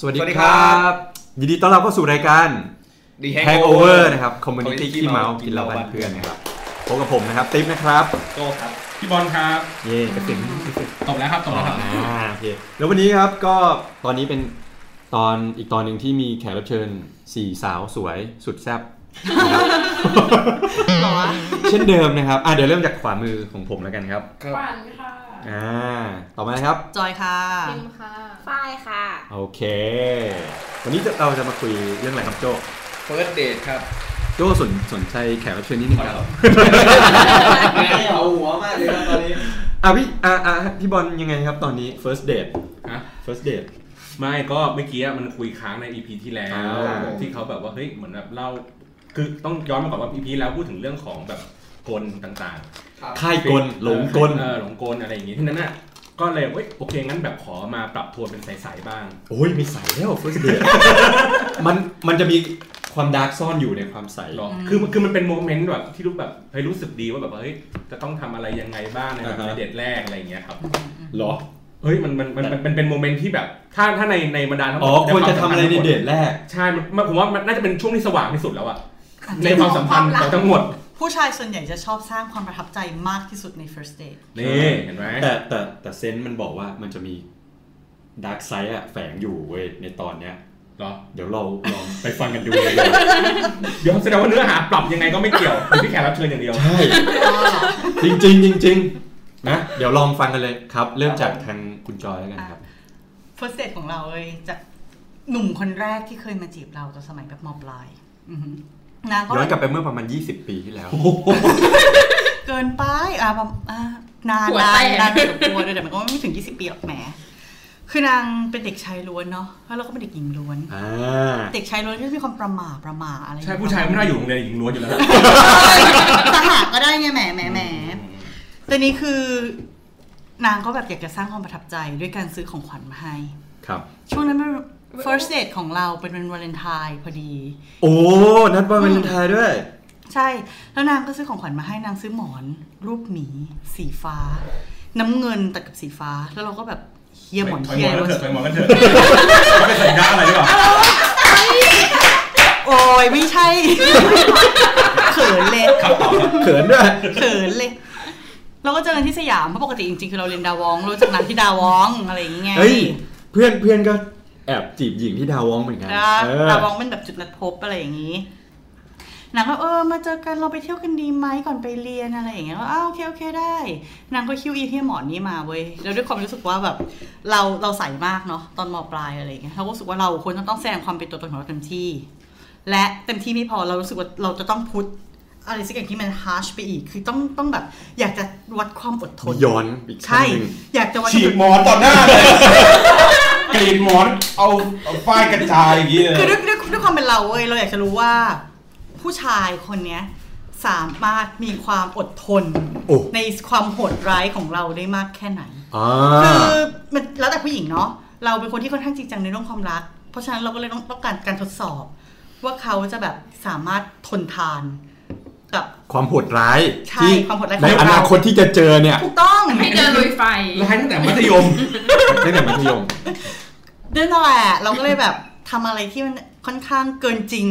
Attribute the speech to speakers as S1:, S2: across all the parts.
S1: สวัสดี
S2: สวัสดี
S1: ค
S2: ครั
S1: รับ
S2: บ
S1: ยินดีต้อนรับเข้าสู่รายการ
S2: ดี
S1: Hangover นะครับคอมมูนิตี้
S2: Community
S1: ขี้เมา
S2: เมากิ
S1: กิน
S2: น
S1: เห
S2: เห
S1: ล้า
S2: ล้า
S1: บ้า
S2: บ้าน นเพื่
S1: เพื่อ
S2: อน น
S1: นะครับพบกับผมนะครับ ติ๊บนะครับ
S2: โจครับ
S3: พี่บอลครับ
S1: เย่กระสินกระสิน
S3: ตบแล้วครับตบแล้วครับ
S1: อ่าโอเคแล้ววันนี้ครับก็ตอนนี้เป็นตอนอีกตอนหนึ่งที่มีแขกรับเชิญสี่สาวสวยสุดแซ่บ
S4: หรอวะ
S1: เช่นเดิมนะครับอ่ะเดี๋ยวเริ่มจากขวามือของผมแล้วกันครับ
S2: ครับ
S5: ปั่นค่ะ
S1: อ่าต่อมานะครับ
S4: จอยค่ะ
S5: พิมพ์ค่ะ
S6: ฝ้ายค่ะ
S1: โอเค วันนี้จะเราจะมาคุยเรื่องอะไรครับโจ
S2: First Date ครับ
S1: โจสนสนใจแขกรับเชิญนิดนึงครับ
S2: เอาหัวมากเลยครับตอนนี้
S1: อ่ะพี่อ่ะอ่ะพี่บอลยังไงครับตอนนี้ first date
S3: ฮะ
S1: first date
S3: ไม่ก็เมื่อกี้มันคุยค้างใน EP ที่แล้ว
S1: อ่า
S3: ที่เขาแบบว่าเฮ้ยเหมือนแบบเล่าคือต้องย้อนมาก่อนว่า EP แล้วพูดถึงเรื่องของแบบกลต่าง
S1: ค่าย
S3: ๆ
S1: กลหลงกล
S3: เออหลงกลอะไรอย่างงี้ที่นั้นน่ะก็เลยเว้ยโอเคงั้นแบบขอมาปรับโทนเป็นใสๆบ้าง
S1: โอ้ยไม่ใสแล้ว first date มันมันจะมีความดาร์กซ่อนอยู่ในความใส
S3: หรอคือคือมันเป็นโมเมนต์แบบที่รู้แบบเฮ้ยรู้สึกดีว่าแบบว่าเฮ้ยจะต้องทำอะไรยังไงบ้างในแบบ
S1: อ่าฮะ
S3: ในเดทแรกอะไรอย่างเงี้ยครับ
S1: หรอ
S3: เฮ้ยมันมันมันมันเป็นเป็นโมเมนต์ที่แบบ ถ้าถ้าในในบรรดาทั้งหมด
S1: อ๋อควรจะทำอะไรในเดทแรก
S3: ใช่มันมันผมว่ามันน่าจะเป็นช่วงที่สว่างที่สุดแล้วอะในความสัมพันธ์ของทั้งหมด
S4: ผู้ชายส่วนใหญ่จะชอบสร้างความประทับใจมากที่สุดใน first date
S3: นี่เห็นไหม
S1: แต่แต่แต่เซนส์มันบอกว่ามันจะมีดาร์กไซด์อะแฝงอยู่เว้ยในตอนเนี้ย
S3: เหรอ
S1: เดี๋ยวเราลองไปฟังกันดูเลยดีกว่า
S3: เดี๋ยวแสดงว่าเนื้อหาปรับยังไงก็ไม่เกี่ยวอยู่ที่แขกรับเชิญอย่างเดียว
S1: ใช่จริงจริงๆจริงๆนะเดี๋ยวลองฟังกันเลยครับ เริ่มจากทางคุณจอยแล้วกันครับ
S4: first date ของเราเลยจากหนุ่มคนแรกที่เคยมาจีบเราตอนสมัยแบบมปลายอือหือนางก็
S1: ย้อนกลับไปเมื่อประมาณ 20 ปีที่แล้ว
S4: เกินไปอ่ะแบบอ่ะนาน
S5: หัวน
S4: าน
S5: แตก
S4: นานกับตัวด้วยแต่มันก็ไม่ถึง 20 ปีหรอกแหม คือนางเป็นเด็กชายล้วนเนาะแล้วเราก็เป็นเด็กหญิงล้วน
S1: อ่า
S4: เด็กชายล้วนก็จะมีความประหม่าประหม่าอะไรอง
S3: ใช่
S4: เงี้
S3: ผู้ชายไม่น่าอยู่โรงเรียนหญิงล้วนอยู่แล้วนะ
S4: สหก็ได้ไงแหมแหมแหม แต่นี้คือนางก็แบบอยากจะสร้างความประทับใจด้วยการซื้อของขวัญมาให้
S1: ครับ
S4: ช่วงนั้นเป็น first date ของเราเป็นวันวาเลนไทน์พอดี
S1: โอ้ นัดว่าเป็นไทายด้วย
S4: ใช่ แล้วนางก็ซื้อของขวัญมาให้นางซื้อหมอน รูปหมี สีฟ้า น้ำเงินตัดกับสีฟ้า แล้วเราก็แบบเฮียหมอน
S3: ถอย
S4: เฮี
S3: หม
S4: ย
S3: อนกัน
S4: วะ
S3: เถอะถอยหมอนกันเถอะไม่เป็นสัญญาอะไรหรือเปล่า
S4: โอ้ยไม่ใช่ เขินเลย
S3: คำตอบครับ
S1: เขินด้วย
S4: เขินเลยเราก็เจอกันที่สยามเพราะปกติจริงๆคือเราเรียนดาวองรู้จักนางที่ดาวองอะไรอย่างเงี้ย
S1: เฮ้ย เพื่อนเพื่อนก็แอบจีบหญิงที่ดาวองเหมือนกัน
S4: นะ
S1: เออ
S4: เรามองเป็นแบบจุดนัดพบอะไรอย่างนี้นางก็เออมาเจอกันเราไปเที่ยวกันดีไหมก่อนไปเรียนอะไรอย่างเงี้ยก็อ้าวโอเคโอเคได้นางก็คิวอีที่หมอนนี้มาเว้ยแล้วด้วยความรู้สึกว่าแบบเราเราใส่มากเนาะตอนมปลายอะไรอย่างเงี้ยเราก็รู้สึกว่าเราควรจะต้องแสดงความเป็นตัวตนของเราเต็มที่ และเต็มที่ไม่พอเรารู้สึกว่าเราจะต้องพุทอะไรสักอย่างที่มันฮาร์ชไปอีก คือต้องต้องแบบ อยากจะวัดความอดทน
S1: ย้อนอีกครั้
S4: ใช่
S1: งหนึ่ง
S4: อยากจะวัด
S2: ฉีกหมอนต่อหน้าเลยกรีดหมอนเอาเอาฝ้ายกระจายอย่างนี้เล
S4: คือย ด้วยด้วยด้วยความเป็นเราเว้ยเราอยากจะรู้ว่า ผู้ชายคนเนี้ยสามารถมีความอดทน
S1: โอ้
S4: ในความโหดร้ายของเราได้มากแค่ไหน
S1: อ่า
S4: คือมันแล้วแต่ผู้หญิงเนาะเราเป็นคนที่ค่อนข้างจริงจังในเรื่องความรัก เพราะฉะนั้นเราก็เลยต้องต้องการการทดสอบ ว่าเขาจะแบบสามารถทนทานกับ
S1: ความโหดร้าย
S4: ใช่
S1: ที่
S4: ความโหดร้าย
S1: ใน
S4: ของเรา
S1: อนาคตที่จะเจอเนี่ย
S4: ถูกต้อง
S5: ให้เดินลุยไฟ
S3: ไลน์ตั้งแต่มัธยม
S1: ตั้งแต่มัธยม
S4: ด้วยนั่นแหละเราก็เลยแบบทำอะไรที่มันค่อนข้างเกินจริง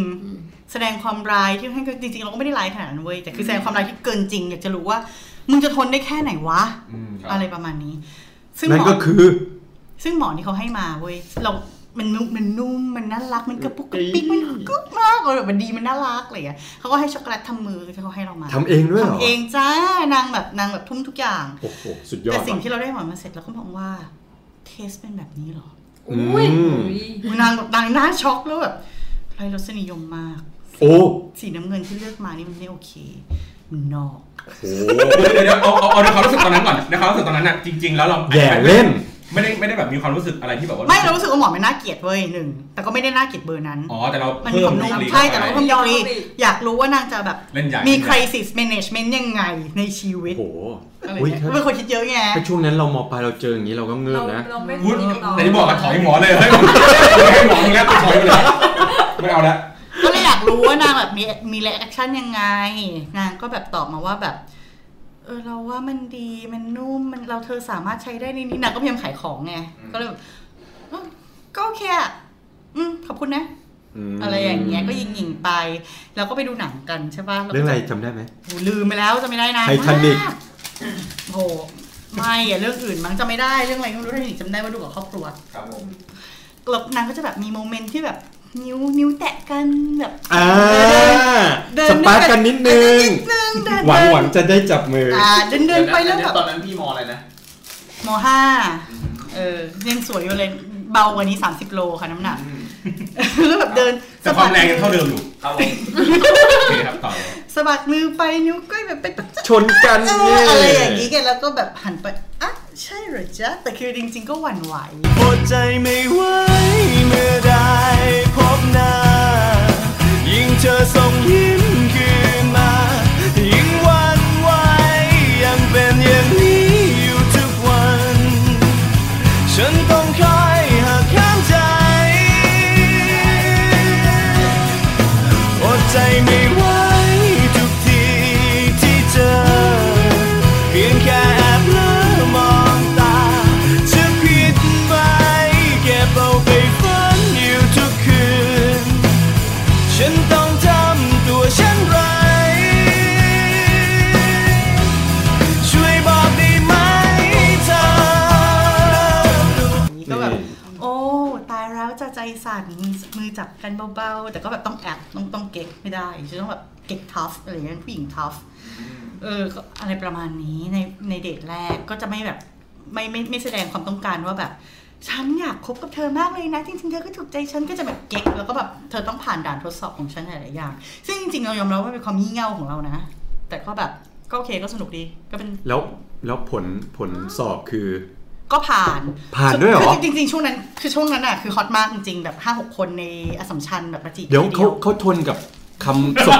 S4: แสดงความร้ายที่ให้จริงๆเราก็ไม่ได้ร้ายขนาดนั้นเว้ยแต่คือแสดงความร้ายที่เกินจริง อยากจะรู้ว่า มึงจะทนได้แค่ไหนวะ อะไรประมาณนี้ ซึ่งห
S1: นั่น
S4: มอ
S1: ก็คือ
S4: ซึ่งหมอที่เขาให้มาเว้ยเรา มันนุ่มมันนุ่มมันน่ารักมันกระปุกกระปิ๊ก
S1: เอ้
S4: มั
S1: ย
S4: นกึ๊บมากเลยแบบมันดีมันน่ารักอะไรอย่างเงี้ยเขาก็ให้ช็อกโกแลตทำมือที่เขาให้เรามา
S1: ทำเองด้วยเหรอ
S4: ทำเองจ้านางแบบนางแบบทุ่มทุกอย่าง
S1: โอ้โห สุดยอด
S4: แต่สิ่ง
S1: ว่ะ
S4: ที่เราได้หมอมาเสร็จเราก็มองว่าเทสเป็นแบบนี้เหรอ
S5: อุ้ย
S1: อืม
S4: อุ๊ยนางแบบนางหน้าช็อกแล้วแบบไรรสนิยมมาก
S1: โอ้
S4: สีน้ำเงินที่เลือกมานี่มันไม่โอเค มันนอก
S1: โห
S3: เดี๋ยวเดี๋ยวเอาเอาเอาในความรู้สึกตอนนั้นก่อนในความรู้สึกตอนนั้นน่ะจริง ๆ แล้วเรา
S1: แย่เล่น
S3: ไม่ได้ไม่ได้แบบมีความรู้สึกอะไรที่แบบว่า
S4: ไม่เรารู้สึกว่าหมอไม่น่าเกลียดเว้ยหนึ่ง แต่ก็ไม่ได้น่าเกลียดเบอร์นั้น
S3: อ๋อแต่เรา
S4: มันมี
S3: เพิ่
S4: ค
S3: มลู
S4: วามนุ่
S3: ก
S4: ม
S3: ลี
S4: ใช่แต่เราก็ต้องยอรี
S5: เพิ่มอีก
S4: อยากรู้ว่านางจะแบบ
S3: เล่นใหญ่
S4: มี
S3: เล่นใหญ่
S4: crisis management ยังไงในชีวิต
S1: โอ้โห
S4: อะไร
S1: อุ๊ย
S4: เงี้ย
S1: ถ้า
S4: เป็นคนคิดเยอะไง
S1: ถ้าช่วงนั้นเรามอปลายเราเจออย่างนี้เราก็เงิบนะ
S5: เราไม่
S3: พูด
S5: ติต่
S3: แต่ที่บอกว่าถอยหมอเลยเฮ้ยให้หมอมึงแล้วไปถอยไปเลยไม่เอาละ
S4: ก็เลยอยากรู้ว่านางแบบมีมี reaction ยังไง นางก็แบบตอบมาว่าแบบ เออเราว่ามันดีมันนุ่มมันเราเธอสามารถใช้ได้ในนี้นางก็พยายามขายของไง ก็เลยแบบเออก็โอเคอะ คุณนะ
S1: ม
S4: อะไรอย่างเงี้ยก็ยิงยิงๆไปแล้วก็ไปดูหนังกันใช่ป่ะ
S1: เรื่องอะไรจำได้ไหม
S4: โหลืมไปแล้วจะไม่ได้นะ
S1: Titanic
S4: โหไม่อะเรื่องอื่นมั้งจะไม่ได้เรื่องอะไรก็ไม่รู้ไททานิกจำได้ว่าดูกับครอบครัว
S7: ครับผม
S4: แล้วนางก็จะแบบมีโมเมนต์ที่แบบนิ้วนิ้วแตะกันแบบ
S1: อ่า
S4: เดิ
S1: ส
S4: น
S1: ปาร์กกันนิดนึง
S4: นิดนึงเดิน
S1: หวังหวังจะได้จับมือ
S4: อ่าเดินเดินไปเรื่องแบบ
S8: ตอนนั้นพี่มออะไรนะ
S4: มห้าเออยังสวยอยู่เลยเบากว่านี้ 30 โลค่ะน้ำหนักแล้วแบบเดิน
S3: แต่ความแรงยังเท่าเดิมอยู่
S8: ครับผม
S3: โอเคครับต่อเลย
S4: สะบัดมือไปนิ้วก้อยแบบไปปะ
S1: ชนกัน
S4: เอ
S1: เนี่
S4: อย อะไรอย่างนี้แกแล้วก็แบบหันไปอ่ะใช่เหรอจ๊ะ แต่คือจริงๆก็หวั่นไหว
S6: อดใจไม่ไหวเมื่อได้พบหน้า ยิ่งเธอส่งยิ้มคืนมา ยิ่งหวันไหวยังเป็นอย่างนี้อยู่ทุกวัน ฉันต้องคอยหักข้ามใจ อดใจไม่ไหวทุกทีที่เจอ เพียงแค่แอบเลอมองตา จะผิดไหมแก็บเอาไปฝันอยู่ทุกคืน ฉันต้องทำตัวเช่นไร ช่วยบอกได้ไหมเธอ
S4: อย่างนี้ก็แบบ
S1: นี่
S4: โอ้ ตายแล้วจะใจสั่นมือจับกันเบาๆ แต่ก็แบบต้องแอบต้องต้องเก๊กไม่ได้จะต้องแบบเก๊กทัฟอะไรอย่างเงี้ยผู้หญิงทัฟเออก็อะไรประมาณนี้ในในเดทแรกก็จะไม่แบบไม่ไม่ไม่แสดงความต้องการว่าแบบ ฉันอยากคบกับเธอมากเลยนะ จริงๆเธอก็ถูกใจฉันก็จะแบบเก๊กแล้วก็แบบเธอต้องผ่านด่านทดสอบของฉันหลายๆอย่าง ซึ่งจริงๆเรายอมรับว่าเป็นความงี่เง่าของเรานะ แต่ก็แบบก็โอเคก็สนุกดีก็เป็น
S1: แล้วแล้วผลผลสอบคือ
S4: ก็ผ่าน
S1: ผ่านด้วยเหรอ
S4: คืจริงๆ ช่วงนั้นคือช่วงนั้นอ่ะคือฮอตมากจริงๆ แบบห้าหกคนในอสสัมชัญแบบประจิต
S1: เดี๋ยวเขาเขาทนกับคำสบ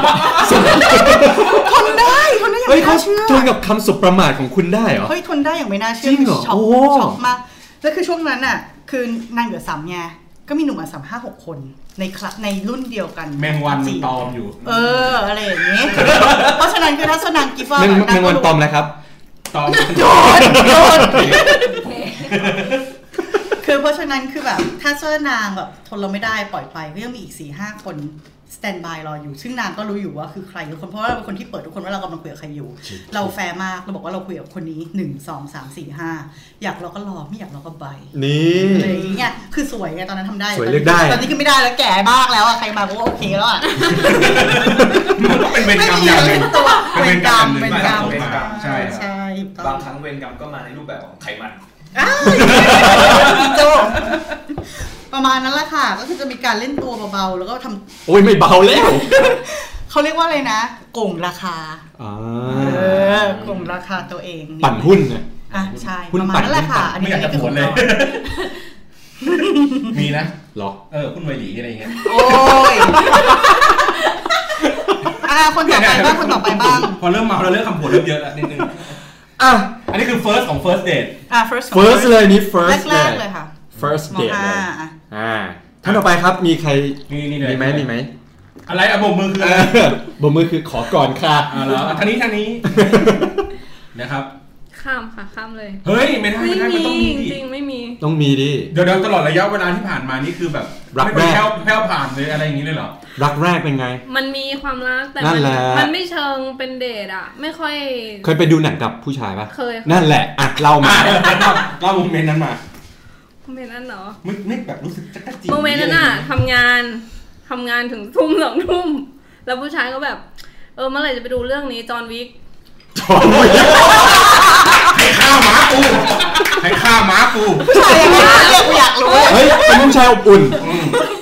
S1: สบ
S4: ทนได้ทนได้อย่าง
S1: เฮ้ย
S4: ไม่
S1: เขา
S4: น่าเชื่อ
S1: ทนกับคำสบประมาทของคุณได้เหรอ
S4: เฮ้ยทนได้อย่างไม่น่าเชื่อ
S1: จริงเหรอ
S4: ช็อก
S1: โอ้โห
S4: ช็อกมากแล้วคือช่วงนั้นอ่ะ คือนางเหลือสามไงก็มีหนุ่มอสสัมห้าหกคนในคลับในรุ่นเดียวกัน
S3: แมงวันมัน
S4: สี่
S3: ตอมอยู่
S4: เอออะไรอย่าง เงี้ยเพราะฉะนั้นคือถ้าสนางกิฟว่า
S1: แมง
S4: แบบา
S1: แมงวันตอมแล้วครับ
S3: ตอม
S4: โดนโดน คือเพราะฉะนั้นคือแบบถ้าเสื้อนางแบบทนเราไม่ได้ปล่อยไปก็ยังมีอีก4ี่ห้าคนสแตนบายรออยู่ ซึ่งนางก็รู้อยู่ว่าคือใครทุกคนเพราะว่าเราเป็นคนที่เปิดทุกคนว่าเรากำลังคุยกับใครอยู่ เราแฟร์มากเราบอกว่าเราคุยกับคนนี้หนึ่งสองสามสี่ห้าอยากเราก็รอไม่อยากเราก็ไป
S1: นี่
S4: อะไรอย่างเงี้ยคือสวยไงตอนนั้นทำได้
S1: สวยเลือกได้
S4: ตอนนี้คือไม่ได้แล้วแก่มากแล้วอะใครมาก็ว่าโอเคแล้วอะ
S3: มันก็เป็นเวรกรรมอย่างหนึ่ง
S4: ไม่มีอะไรเป็นตัว
S3: เป็น
S4: เป็น
S3: เวร
S4: ก
S3: ก
S4: ร
S3: ร
S4: ร
S3: ร
S4: ม
S3: ม
S4: เป็นกรรม
S3: เป็นกรรมใช่ครับ
S4: ใช่ถูกต้
S8: บา
S4: อง ง
S8: ครั้งเวรกรรมก็มาในรูปแบบของไขมัน
S4: อ้าวโจประมาณนั้นแหละค่ะ ก็คือจะมีการเล่นตัวเบาๆแล้วก็ทำ
S1: โอ้ยไม่เบาแล้ว
S4: เขาเรียกว่าอะไรนะโก่งราคา
S1: อ่า
S4: เออโก่งราคาตัวเอง
S1: ปั่นหุ้นน่ะ
S4: อ่ะใช่
S1: หุ้น
S4: ประมาณ
S1: ปั่น
S4: นั้นแหละค่ะ
S1: หุ้นปั่น
S3: ไม่อ
S4: อันนี้
S3: ยากจะ
S4: คื
S3: พูดเลย
S4: ของ รา
S3: มีนะ
S1: เหรอ
S3: เออคุณไวหลีอะไรอย่างเงี้ย
S4: โอ้ยอ่ะคนต่อไปบ้างคนต่อไปบ้าง
S3: พอเริ่มเมาเราเริ่มคำผวนเริ่มเยอะแล้วนิดนึง
S1: อ่ะ
S3: อันนี้คือ first ของ first date
S4: อ่ะ first ของ
S1: first เลยนี่ first
S4: แรกๆเลยค่ะ
S1: first
S4: ม
S1: date เลย
S4: อ่ะ
S1: อ่าท่านต่อไปครับมีใคร
S3: นี่นี่เลย
S1: มีไหมมีไหม
S3: อะไรอะโบกมือคือ
S1: เอ
S3: อะไร
S1: อบนมือ คือขอก่อนค่ะ
S3: อ่าแล้วทางนี้ทางนี้ นะครับ
S5: ข้ามค่ะข้ามเลย
S3: เฮ้ยไม่ได้
S5: ไม่
S3: ไม่ได้มัน
S5: มี
S3: ต้องมี
S5: จ
S3: ดิ
S5: ริงๆไม่มี
S1: ต้องมีดิ
S3: เดี๋ยวเดี๋ยวตลอดระยะเวลาที่ผ่านมานี่คือแบบ
S1: รัก
S3: ไม่ได้
S1: แรก
S3: แผ่วแผ่วผ่านเลยอะไรอย่างงี้เลยเหรอ
S1: รักแรกเป็นไง
S5: มันมีความรักแต่
S1: นั่
S5: มัน
S1: แหละ
S5: มันไม่เชิงเป็นเดทอ่ะ ไม่ค่อย
S1: เคยไปดูหนังกับผู้ชายปะ
S5: เคยค่ะ
S1: นั่นแหละอ่ะเล่ามา
S3: อ่ะเล่าโมเมนต์นั้นมา
S5: โมเมนต์นั้นเนาะ
S3: ไม่ไม่แบบรู้สึกจักรจี
S5: โมเมนต์นั้นอ่ะทำงานทำงานถึงทุ่มสองทุ่มแล้วผู้ชายก็แบบ เออเมื่อไหร่จะไปดูเรื่องนี้จอห์นวิก
S3: ใครฆ่าหมากูใครฆ่าหมากู
S4: ผู้ชายยังไม่ได้เรียกกูอยากรู้
S1: เฮ้ยเป็นผู้ชายอบอุ่น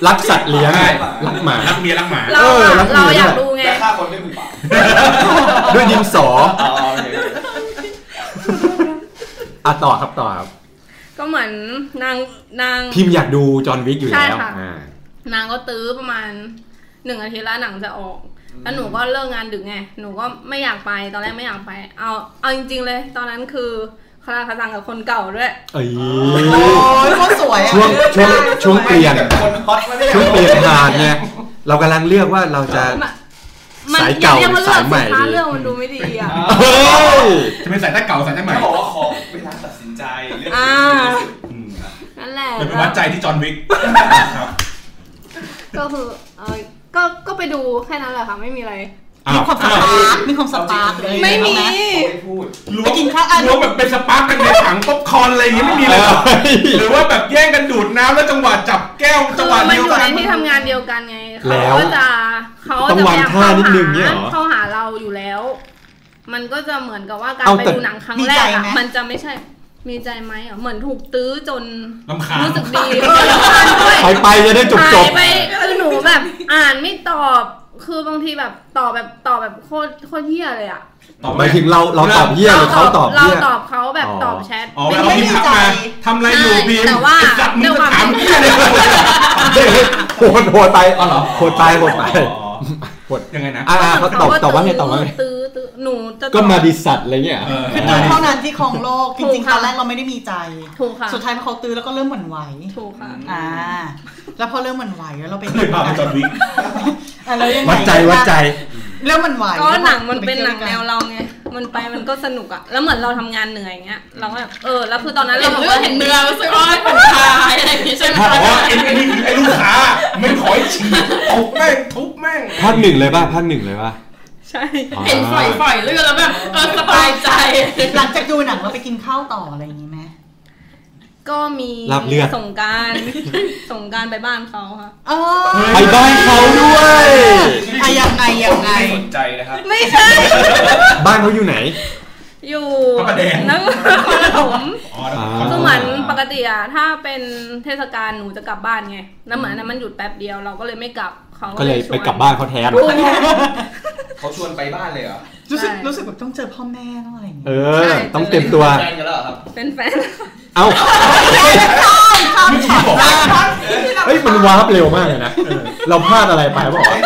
S1: รักสัตว์เลี้ยงรักหมา
S3: รักเมียรักหมา
S5: เรา
S1: เออ
S5: อะ
S1: รัก
S5: เรา
S1: เมีย
S5: อยากดูไง
S8: และฆ่าคนด้วยมือเปล่า
S1: ด้วยดินสอ
S8: อ๋อโอเค
S1: อ่ะต่อครับต่อครับ
S5: ก็เหมือนนางนาง
S1: พิมพ์อยากดูจอห์นวิกอยู่แล้ว
S5: ใช่ค่ะ
S1: อ่าน
S5: างก็ตื้อประมาณหนึ่งอาทิตย์แล้วหนังจะออก แล้วหนูก็เลิกงานดึกไง หนูก็ไม่อยากไป ตอนแรกไม่อยากไป เอาเอาจริง ๆ เลย ตอนนั้นคือคาราคาซังกับคนเก่าด้วย
S1: เอ้ย
S4: โอ้ยเขาสวยอ่ะ
S1: ช่วงช่วงช่วงเปลี่ยน
S8: คนฮอตมาเนี่ย
S1: ช่วงเปลี่ยนผ่านเนี่ยเรากำลังเลือกว่าเราจะ
S5: มัน
S1: สาย
S5: อ
S1: เก่า
S5: เรียกว่าเลื
S1: สา
S5: อย ก
S1: ใหม่
S5: สินค้า
S1: ดี
S5: เรื่องมันดูไม่ดีอ่ะ
S1: เฮ้ย
S3: จะเป็นสายตาเก่าสายตาใหม่
S8: เขาบอกว่าขอเวลาตัดสินใจเรื่อง
S5: อ่า
S8: ที่ดีที่สุด
S5: นั่นแหละ
S3: เดี๋ยวไปวัดใจที่จอห์นวิกครับ
S5: ก็คือเออก็ก็ไปดูแค่นั้นแหละค่ะไม่มีอะไร
S3: อ้า
S4: มี
S3: ว
S4: ความส
S3: อ้าว
S4: ปาร์คมีความสปาร์คเลย
S5: ไม่มี
S4: เอานะ
S6: ไม่พูด
S3: ล้ว
S4: ไปกินข้าวอ่ะ
S3: ล้วแบบเป็นสปาร์กกันในถังป๊อปคอร์นอะไรอย่างเงี้ยไม่มีเลยเหรอหรือว่าแบบแย่งกันดูดน้ำแล้วจังหวะจับแก้ว
S5: คื
S3: จัง
S5: อ
S3: หวะ
S5: มัน
S3: เดียว
S5: อยู่
S3: กั
S5: ใน
S3: น
S5: ที่ทำงานเดียวกันไง
S1: แล้
S5: เขา
S1: ว
S5: ก็จะเขา
S1: ต้
S5: ก็
S1: อง
S5: จะ
S1: วางท่านิดนึงเนี่ยเหรอ
S5: เข้าหาเราอยู่แล้ว มันก็จะเหมือนกับว่าการ
S1: เอา
S5: ไป
S1: แต่
S5: ดูหนังครั้ง
S4: มี
S5: แร
S4: ใจ
S5: กอะ
S4: ไหม
S5: มันจะไม่ใช่มีใจไหมอ่ะเหมือนถูกตื้อจน
S3: รำคาญ
S5: รู้สึกดีเออรำคาญด้วย
S1: ไปไปจะได้จบจบ
S5: หายไปคือหนูแบบ อ่านไม่ตอบคือบางทีแบบตอบแบบตอบแบบโคตรโคตรเหี้ยเลยอ่ะ
S3: ต่อ
S1: หมายถึงเราเราตอบเหี้ยหรือเขาตอบ
S5: เรา
S1: เหี้ย
S5: ตอบเขาแบบ
S1: อ๋อ
S5: ตอบแชท
S3: อ๋อเราพิมพ์ทักมาทำอะไรอยู่พิมพ์
S5: แต่ว่า
S3: ไอ้สัตว์มึง
S5: ด้วยค
S3: จะ
S5: วาม
S3: ถาม
S5: ที่
S3: พี่เลย
S1: โหดโหดไป
S3: อ๋อเหรอ
S1: โหดไปโหดไป
S3: อ๋อ
S1: โหด
S3: ยังไงนะ
S1: อ่าเขาตอบตอบว่าไงตอบว่าไง
S5: ตื้อตื้อหนูจะตอบ
S1: ก็มาดิสัตว์อะไรเงี้ย
S3: เออ
S4: คือตื้อเท่านั้นที่ครองโลก จ
S5: ถู
S4: ริ
S5: ก
S4: งๆ
S5: ค่ะ
S4: ตอนแรกเราไม่ได้มีใจ
S5: ถูกค่ะ
S4: สุดท้ายพอเขาตื้อแล้วก็เริ่มหวั่นไหว
S5: ถูกค่ะ
S4: อ่า แล้วพอเริ่มหวั่นไหวแล้วเราไป
S3: เลยพาไปจอดวิก
S4: อ่ะแล้วยังไง
S1: วัดใจวัดใจ
S4: เริ่มหวั่นไหว
S5: ก็หนังมัน
S4: ไป
S5: เป็น
S4: ที่ยว
S5: หนังแนวเราไง มันไปมันก็สนุกอะแล้วเหมือนเราทำงานเหนื่อยเงี้ย เราก็แบบเออ แล้วคือตอนนั้นเราแบบว่าเห็นเนื้อรู้สึกว่าผ่อนคลายอะไรอย่างงี้ใช่ไหม
S3: อ๋อไอ้ไอ้นี่คือไอ้ลูกค้าไม่ขอให้ฉีดตบแม่งทุบแม่ง
S1: ภาคหนึ่งเลยป่ะภาคหนึ่งเลยป่ะ
S5: ใช่
S1: อ๋อ
S5: เห็นฝอยฝอยๆเลือดแล้วแบบเออสบายใจ
S4: หลังจากดูหนังเราไปกินข้าวต่ออะไรอย่างนี้ไหม
S5: ก็มี
S1: ลาบเลือด
S5: สงกราร สงกรารไปบ้านเขาค่ะ
S4: เออ
S1: ไปบ้านเขาด้วย
S4: อะยังไงยังไง
S6: สนใจนะครับ
S5: ไม่ใช่
S1: บ้านเขาอยู่ไหน
S5: อยู่
S3: พระประแดง
S5: นครปฐม
S3: อ๋อนะ
S1: อ่า
S5: ก็เหมือนปกติอะถ้าเป็นเทศกาลหนูจะกลับบ้านไง แล้วเหมือนอันนั้นมันหยุดแป๊บเดียวเราก็เลยไม่กลับเขา
S1: ก็เลย
S5: ชวน
S1: ไปกลับบ้านเขาแทน
S6: เขาชวนไปบ้านเลยเหรอ
S4: รู้สึก
S5: ใช่
S4: รู้สึกแบบต้องเจอพ่อแม่ต้องอะไรอย่าง
S1: เอ
S4: เงี้ย
S1: อ ต้องเตรียมตัว
S6: แฟนกันแล้วเหรอครับ
S5: เป็นแฟน
S1: เอ้า
S3: ไม่ฉีดบอกว่า
S1: เฮ้ย มันวาร์ปเร็วมากเลยนะเออเราพลาดอะไรไปเปล่าวะ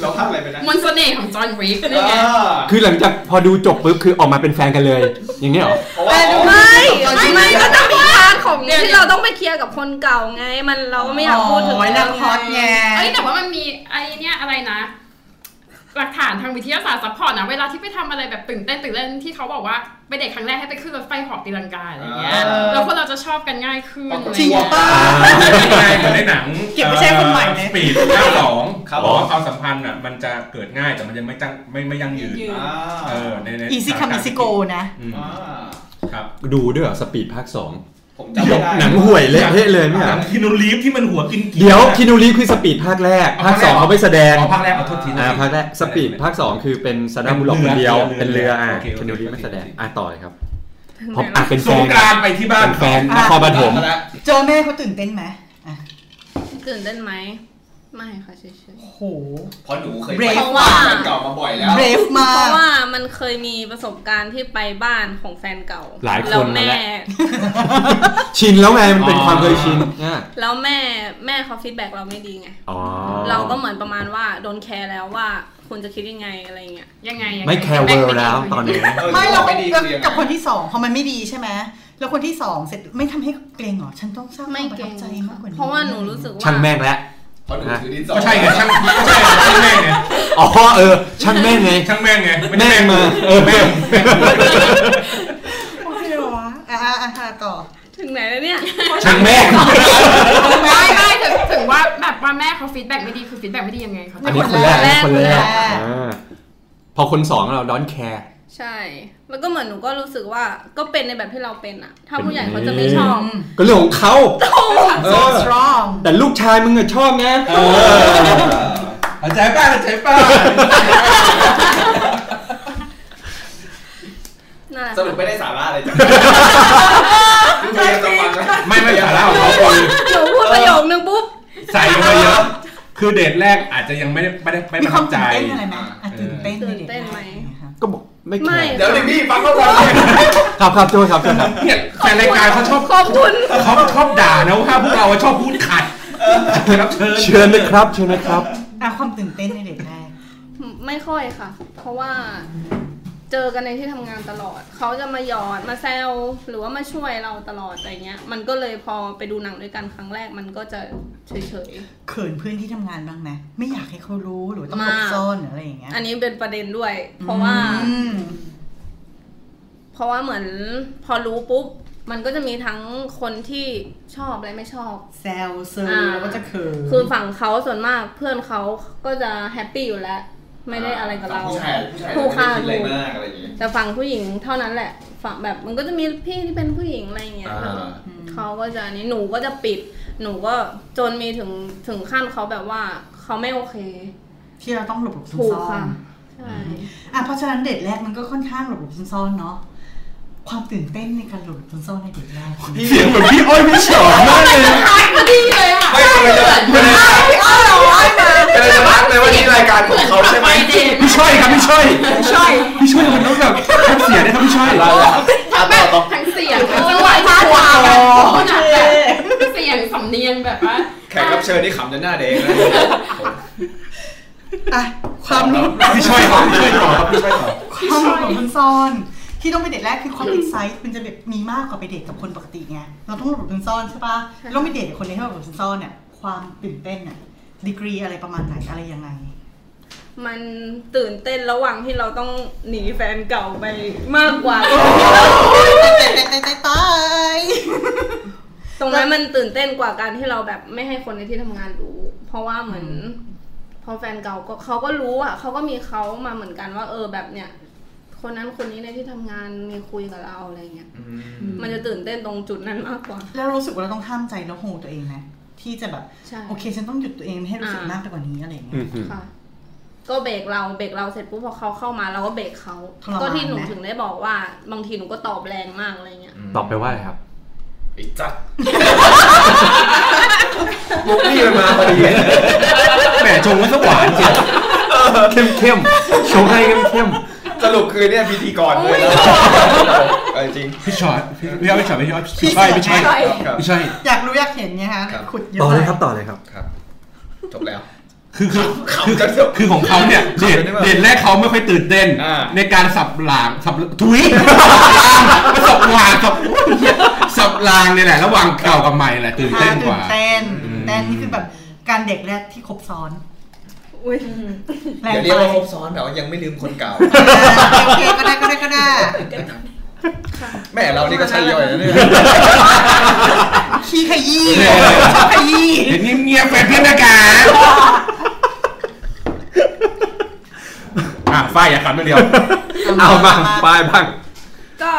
S6: เราพลาดอะไรไปนะ
S9: มันเสน่ห์ของจอห์นวิกนี่ไง
S6: เออ
S1: คือหลังจากพอดูจบปุ๊บคือออกมาเป็นแฟนกันเลย อย่างนี้ยเหรอ
S6: เพราะว่า
S5: ไม่ไม่ไม่ก็ต้องมีพาร์ทของที่เราต้องไปเคลียร์กับคนเก่าไง มันเราก็ไม่อยากพูดถึง
S4: โอ้ยนักพอดแง
S9: เอ้ยแต่ว่ามันมีไอ้เนี่ยอะไรนะ หลักฐานทางวิทยาศาสตร์ซัพพอร์ตนะเวลาที่ไปทำอะไรแบบตื่นเต้นตื่นเต้นที่เขาบอกว่าไปเด็กครั้งแรกให้ไปขึ้นรถไฟเหอบตีลังกาอะไรอย่างเงี้ย
S6: เออ
S9: แล้วคนเราจะชอบกันง่ายขึ้น
S4: จริงป่ะ
S3: เหมือนในหนัง
S4: เก็บไว้ใช้คนใหม่ไหม
S3: สปีดเก้าสอง
S6: ครับ
S3: บอกว่าความสัมพันธ์อ่ะมันจะเกิดง่ายแต่มันยังไม่จังไม่ไม่ยั่งยืน
S6: อ่า
S3: เออในใน
S4: อีซี่คัมอีซี่โกนะ
S3: อืม
S6: อ่า
S3: ครับ
S1: ดูด้วยเหรอสปีดภาคสอง
S6: ผมจำไม่ได้
S1: หนังห่วยเละเทะเลยไม่
S3: ห
S1: เหร
S3: นั
S1: อง
S3: คินูรีฟที่มันหัวกินกี่
S1: เดี๋ยวคินูรีคือสปีดภาคแรก ภาคสองเขาไปแสดง
S3: อ๋อภาคแรกเอาโทุกทีนะ
S1: อ่าภาคแรกสปีดภาคสองคือเป็นซาดัมบุล็อกคนเดียว
S3: เรือ
S1: เป็นเรืออ่า
S3: โอเคโอเค
S1: คินูรีไม่แสดงอ่ะต่อเลยครับ
S5: ถึง
S1: พอ
S5: ไหน
S1: อ่ะ
S5: ละ
S1: เป็นแฟ
S3: สง
S1: น
S3: กรานต์ไปที่บ้าน
S1: เป็นแฟนน
S3: เขา
S1: ครปฐม
S6: มาแล้ว
S4: เจอแม่เขาตื่นเต้นไหมอ่ะ
S5: ตื่นเต้นไหม ไม่ค่ะเฉยๆ
S4: โอ้โห
S6: เพราะหนูเคยไป
S4: Brave
S6: บ้าน
S5: มาก
S6: เก่ามาบ่อยแล้ว
S4: เบรฟมา
S5: เพ
S4: ก
S5: ราะว่ามันเคยมีประสบการณ์ที่ไปบ้านของแฟนเก่า
S1: หลายคน
S5: แล้ว
S1: มา
S5: แม่
S1: แล้ว ชินแล้วไงมันเป็นความเคยชินอ่ะ
S5: แล้วแม่แม่เขาฟีดแบ็กเราไม่ดีไง
S1: อ๋อ
S5: เราก็เหมือนประมาณว่าโดนแคร์แล้วว่าคุณจะคิดยังไงอะไรเงี้ย
S9: ยังไงยังง
S1: ไม่แคร์เวลแล้วตอนนี้
S4: ไม่เราไม่
S6: ไม่ดีคือยังไง
S4: กับคนที่สองพอมันไม่ดีใช่ไหมแล้วคนที่สองเสร็จไม่ทำให้เกรงเหรอฉันต้องสร้างค
S5: ไม่
S4: วามประ
S5: เก่
S4: ทับ
S5: ง
S4: ใจมากกว่านี้
S5: เพราะว่าหนูรู้สึกว่า
S1: ช่างแม่งแล้ว
S6: เพราะหนูถือดินสอ
S3: ก็ใช่ไงช่างก็ใช่ไงช่างแม่งไง
S1: อ๋อเออ ช่างแม่งไง
S3: ช่างแม่งไงไใช่
S1: แม่งมาเออแม่ง
S4: โอเคเหรอวะอ่ะอ่ะอ่ะค่ะต่อ
S5: ถึงไหนแล้ว เนี่ย
S1: ช่างแม่ง
S9: ไม่ไม่ถึงถึงว่าแบบว่าแม่เขาฟีดแบ็กไม่ดีคือฟีดแบ็กไม่ดียังไงเขา
S1: อันนี้คนแรกอันนี้คนแร
S4: คนแร
S1: ก
S4: ก
S1: อ่าพอคนสองเราดอนแคร์
S5: ใช่ แล้วก็เหมือนหนูก็รู้สึกว่าก็เป็นในแบบที่เราเป็นอะถ้าผู้ใหญ่
S1: เป็น
S5: เขาจะไม่ชอบ
S1: ก็เรื่องของเขา
S4: so strong
S1: แต่ลูกชายมึงอะชอบนะ
S3: เข้าใจป่ะเข้าใจป่ะ
S5: นั่นแหละ
S6: สรุปไม่ได้สาระอะไรจ้ะดูพยายามจะฟังนะ
S3: ไม่ไม่สาระของเขาคือ
S5: หนูพูดประโยคนึงปุ๊บ
S3: ใส่ลงไปเยอะ คือเดทแรกอาจจะยังไม่ได้ไม่ได้ไม่
S4: มี
S3: ประ
S4: ควา
S3: ทั
S4: ม
S3: บใจ
S4: ตื่นเต้นอะไรไหมอ่ะตื่นเต้น
S5: ตื่นเต้นไหม
S4: คะ
S1: ก็บอกไม่แค
S5: ไม่
S1: ร์
S6: เดี๋ยวดิพี่ฟังเขาก่อน
S1: ครับครับโจ้ครับโจ้ครับ
S3: เนี่ยแฟนรายการเขาชอบ
S5: ขอบคุณ
S3: เขาชอบด่านะว่าพวกเราอะชอบพูดขัดรับเชิญ
S1: เชิญนะครับเชิญนะครับ
S4: อ่ะความตื่นเต้นในเด็กแรก
S5: ไม่ค่อยค่ะ เพราะว่าเจอกันในที่ทำงานตลอด เขาจะมาหยอดมาแซวหรือว่ามาช่วยเราตลอดอะไรเงี้ย มันก็เลยพอไปดูหนังด้วยกันครั้งแรกมันก็จะเฉย
S4: เขินเพื่อนที่ทำงานบ้างไหมไม่อยากให้เขารู้หรือว่าต้อง
S5: มา
S4: หลบซ่อนหรืออะไรอย่างเงี้ย
S5: ๆ อันนี้เป็นประเด็นด้วย เพราะว่า
S4: อืม
S5: เพราะว่าเหมือนพอรู้ปุ๊บ
S10: มันก็จะมีทั้งคนที่ชอบและไม่ชอบ
S4: แซวเซอร์
S10: อ่า
S4: แล้วก็จะเขิน
S10: คือฝั่งเขาส่วนมากเพื่อนเขาก็จะแฮปปี้อยู่แล้ว ไม่ได้อะไรกับเรา
S6: ผู้ชายผู้ชาย
S10: ผู้
S6: ไม่ได้
S10: ฆ่า
S6: คิดอะไรมากอะไรอย่างเงี้ย
S10: แต่ฝั่งผู้หญิงเท่านั้นแหละ ฝั่งแบบมันก็จะมีพี่ที่เป็นผู้หญิงอะไรอย่างเงี้ย
S6: อ่า
S10: เขาก็จะอันนี้หนูก็จะปิด หนูก็จนมีถึงถึงขั้นเขาแบบว่าเขาไม่โอเค
S4: ที่เราต้องหลบหลบซ่
S10: ถูก
S4: อน
S10: ค่ะ
S4: ๆ
S10: ใช่
S4: อ่ะเพราะฉะนั้นเดทแรกมันก็ค่อนข้างหลบหลบซ่อนๆเนาะความตื่นเต้นในการหลบหลบซ่อนๆในเดทแรก
S1: เสียงเหมือนพี่อ้อยพี่ฉอมมากเลยนะ
S9: ตายพอดีเลยอ่ะ
S6: ไม่กำลังจะกำลังจะกำลังจะรักเลยว่านี่รายการของเขาใช่ไหม
S1: พี่ช่อยครับพี่ช่อยพี่ช่อยพี่ช่อยมันต้องแบบทับเสียงนะครับพี่ช่อย
S6: อ่ะต่อต่อ
S9: ทั้งเสียงทั้งจังหวะท่าทางแบบขนาดแบบเสียงสำเนียงแบบว่า
S6: แขกรับเชิญนี่ขำจนหน้าแดงนะ
S4: อ่ะความหลบ
S1: พี่ช่อยครับพี่ช่อยต่อครับพี่ช่อยต่อ
S4: ความหลบหลบซ่อนๆที่ต้องไปเดทแรกคือความ e ิ c ไซต์มันจะแบบมีมากกว่าไปเดทกับคนปกติไงเราต้องหลบหลบซ่อนๆใช่ปะเราต้องไปเดทกับคนที่ให้หลบหลบซ่อนๆเนี่ยความตื่นเต้นอะดีกรีอะไรประมาณไหนอะไรยังไง
S10: มันตื่นเต้นระหว่างที่เราต้องหนีแฟนเก่าไปมากกว่า
S4: เต้นเต้นเต้นเต้นตาย
S10: ตรงนั้นมันตื่นเต้นกว่าการที่เราแบบไม่ให้คนในที่ทำงานรู้ เพราะว่าเหมือน พอแฟนเก่าก็เขาก็รู้อ่ะเขาก็มีเขามาเหมือนกันว่า เออแบบเนี่ย คนนั้นคนนี้ในที่ทำงานมีคุยกับเราอะไรเงี้ยมันจะตื่นเต้นตรงจุดนั้นมากกว่า
S4: แล้วรู้สึกว่าเราต้องห้ามใจแล้วโหตัวเองไหมที่จะแบบ
S10: ใช่
S4: โอเคฉันต้องหยุดตัวเองไม่ให้รู้สึก
S10: อ่าม
S4: มากไปกว่านี้อะไรอย่างเงี้ย
S10: ค่ะ ก็เบรกเราเบรกเราเสร็จปุ๊บพอเขาเข้ามาเราก็เบรกเขา
S4: ทรมาน
S10: ก็ที่หนู
S4: ไหม
S10: ถึงได้บอกว่าบางทีหนูก็ตอบแรงมากอะไรเงี้ย
S1: ตอบไปว่าอะไรครับ
S6: ไอ้จัดมุกนี่มันมาพอดี
S1: แหมชงก็สวานจริงเข้มเข้มๆชงให้เข้มเข้ม
S6: สรุปคือเนี่ย พิธีกรเลยนะเออจริง
S1: พี่ชอยพี่อ้อยพี่ชอยพี่อ้อยพี่ช่อยพี่ช่อย
S6: ครับครับ
S1: พี่ช่อย
S4: อยากรู้อยากเห็นไงคะ
S6: ครับ
S4: ขุดเยอะ
S1: ต่อเลย
S4: มาก
S1: ครับต่อเลยครับ
S6: ครับจบแล้ว
S1: คือคือ
S6: ขำ
S1: คือ
S6: จน
S1: คือของเขาเนี่ย
S6: ขำจ
S1: เด่
S6: น
S1: น
S6: ได้ปะ
S1: เด่นแรกเขาไม่ค่อยตื่นเต้น
S6: อ่า
S1: ในการสับหลางสับทุย สับหลางสับสับหลางเนี่ยแหละระหว่างเก่ากับใหม่แหละตื่นเต้นกว่า
S4: อ่ตื่นเต้นตื่นเต้นนี่คือแบบการเด็กแรกที่ครบซ้อน
S10: อุ้ย
S4: แรง
S6: เดี๋ยว
S4: ไป
S6: เรียกว่าครบซ้อนแต่ว่ายังไม่ลืมคนเก่า
S4: โอเคก็ได้ก็ได้ก็ได้
S6: แม่เรานี่ก็ใช่ย่อยนะเนี่ย
S4: ขี้ขยี้
S1: เนี่ย
S4: ขยี้
S1: เห็นเงียบๆไปเพื่อนนะกา
S3: อ่ะฝ้ายอย่าขันไม่เดียว
S1: เอาบ้างไปบ้าง
S5: ก็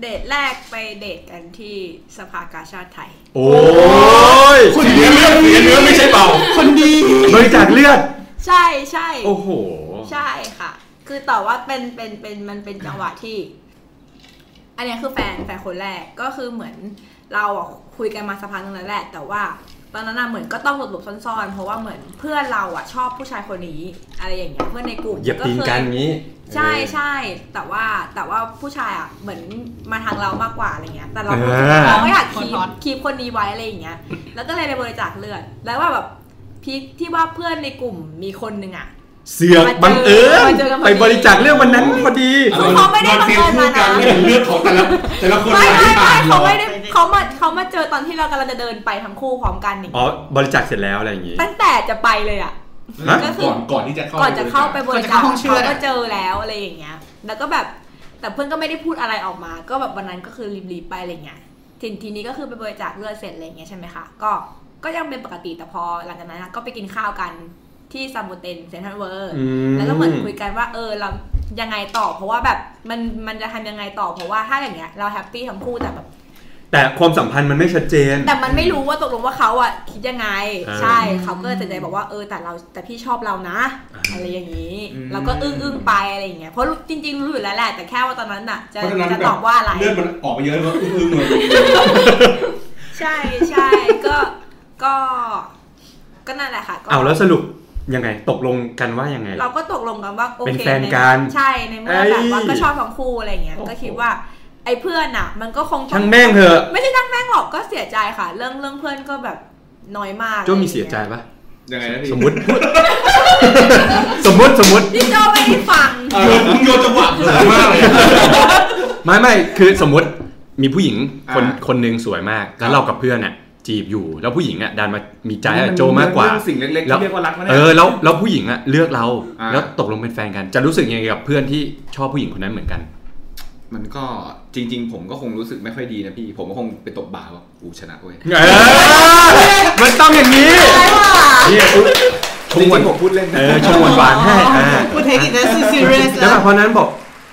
S5: เดทแรกไปเดทกันที่สภากาชาติไทย
S1: โอ้ย
S3: คนดีเลือดเสียเนื้อไม่ใช่เบา
S1: คนดีบริจาคเลือด
S5: ใช่ใช่
S1: โอ้โห
S5: ใช่ค่ะ คือแต่ว่าเป็นเป็นเป็นมันเป็นจังหวะที่ อันเนี้ยคือแฟนแฟนคนแรกก็คือเหมือนเราอ่ะคุยกันมาสักพักหนึงแล้วแหละ แต่ว่าตอนนั้นน่ะเหมือนก็ต้องหลบๆซ่อนๆ เพราะว่าเหมือนเพื่อนเราอ่ะชอบผู้ชายคนนี้ อะไรอย่างเงี้ยเพื่อนในกลุ่ม
S1: เหยียบตีน
S5: เค
S1: กันงี้
S5: ใช่ใช่แต่ว่าแต่ว่าผู้ชายอ่ะเหมือนมาทางเรามากกว่าอะไรเงี้ยแต่เราก็
S1: อ่า
S5: เราก็อยากคีบคีบคนนี้ไว้อะไรอย่างเงี้ย แล้วก็เลยไปบริจาคเลือดแล้วว่าแบบพี่ที่ว่าเพื่อนในกลุ่มมีคนหนึงอ่ะ
S1: เสือกบังเอิญ
S5: มาเจอกันพอดี
S1: ไปบริจาคเลือดวันนั้นพอดี
S5: คือเขาไม่ได้บังเอิญมานะ
S3: เห็นเลือดของแต่ละแต่ละคน
S5: ไม่
S3: ไหล
S5: ไม่
S3: ผ่า
S5: ไม่
S3: น
S5: เขาไม่ได้เขามาเขามาเจอตอนที่เรากำลังจะเดินไปทั้งคู่พร้อมกันอย่าง
S1: อ๋
S5: เงี้ย
S1: อบริจาคเสร็จแล้วอะไรอย่างงี้
S5: ตั้งแต่จะไปเลยอ่ะ
S1: ฮะ
S5: ก็คือ
S3: ก่อนก่อนที่จะเข้า
S5: ก่อนจะเข้าไปบริ
S4: ก่อนจะ
S5: จาค
S4: เข้าห้องเชื่อด
S5: เขาก็เจอแล้วอะไรอย่างเงี้ย แล้วก็แบบแต่เพื่อนก็ไม่ได้พูดอะไรออกมา ก็แบบวันนั้นก็คือรีบๆไปอะไรเงี้ยทีทีนี้ก็คือไปบริจาคเลือดเสร็จอะไรเงี้ยใช่ไหมคะ ก็ก็ยังเป็นปกติแต่พอหลังจากนั้นอะก็ไปกินข้าวกันที่ซามโบเตนเซนทรัลเวิร์
S1: อืม
S5: แล้วก็เหมือนคุยกันว่าเออเรายังไงต่อ เพราะว่าแบบมันมันจะทำยังไงต่อเพราะว่าถ้าอย่างเงี้ยเราแฮปปี้ทั้งคู่แต่แบบ
S1: แต่ความสัมพันธ์มันไม่ชัดเจน
S5: แต่มันไม่รู้ว่าตกลงว่าเขาอ่ะคิดยังไง
S1: อ่า
S5: ใช่เขาก็เลยตัดใจบอกว่าเออแต่เราแต่พี่ชอบเรานะ อะไรอย่างนี้เราก็อึ้งอึ้งๆไปอะไรอย่างเงี้ยเพราะรู้จริง ๆ รู้อยู่แล้วแหละแต่แค่ว่าตอนนั้นน่ะ จะ
S3: เพราะฉะนั้น
S5: จะ
S3: แบ
S5: ต
S3: บ
S5: อบว่าอะไร
S3: เลือดมันออกไปเยอะแล้วก็อึ้งๆเลย
S5: ใช่ใช่ ก็ก็ก็นั่นแหละค่ะก็
S1: เอาแล้วสรุปยังไงตกลงกันว่ายังไง
S5: เราก็ตกลงกันว่าโอเค
S1: เป็นแฟนกัน
S5: ใช่ในเมื่อแบบว่า
S1: เอ้ย
S5: ก็ชอบทั้งคู่อะไรอย่างเงี้ยก็คิดว่า ไอ้เพื่อนอ่ะ มันก็คงต้อง
S1: ช่างแม่งเถอะ
S5: ไม่ใช่ทั้งแม่งหรอกก็เสียใจค่ะ เรื่องเรื่องเพื่อนก็แบบน้อยมาก
S1: โจ้มีเสียใจปะ
S6: ยังไงนะพี่
S1: สมมติ สมมติสมมติ
S5: พี่โจไม่ได้ฟัง
S3: โยนมึงโยนจังหวะเผลอมากเลย
S1: ไม่ไม่คือสมมติมีผู้หญิงคน
S6: อ่า
S1: คนหนึ่งสวยมาก แล้วเรากับเพื่อนอ่ะจีบอยู่ แล้วผู้หญิงอ่ะดันมามีใจกับโจมากกว่า
S6: เรื่องสิ่งเล็กๆที่เรียกว่ารักวะ
S1: เอ
S6: เนี่ย
S1: อแล้วแล้วผู้หญิงอ่ะเลือกเรา
S6: อ่า
S1: แล้วตกลงเป็นแฟนกัน จะรู้สึกยังไงกับเพื่อนที่ชอบผู้หญิงคนนั้นเหมือนกัน
S6: มันก็จริง ๆ ผมก็คงรู้สึกไม่ค่อยดีนะพี่ ผมก็คงไปตบบ่าว่าอูชนะเว้ย
S1: เออมันต้องอย่างนี้เนี่ยปุ๊บช
S6: จริ
S1: วน
S6: งๆผมพูดเล่น
S1: เอ
S6: นะ
S1: อชวนหวานให้อ่า
S4: กูเทคอินเดสซีเรียส
S1: แล้ว
S4: แล้
S1: แบ
S4: ว
S1: บเพราะนั้นบอก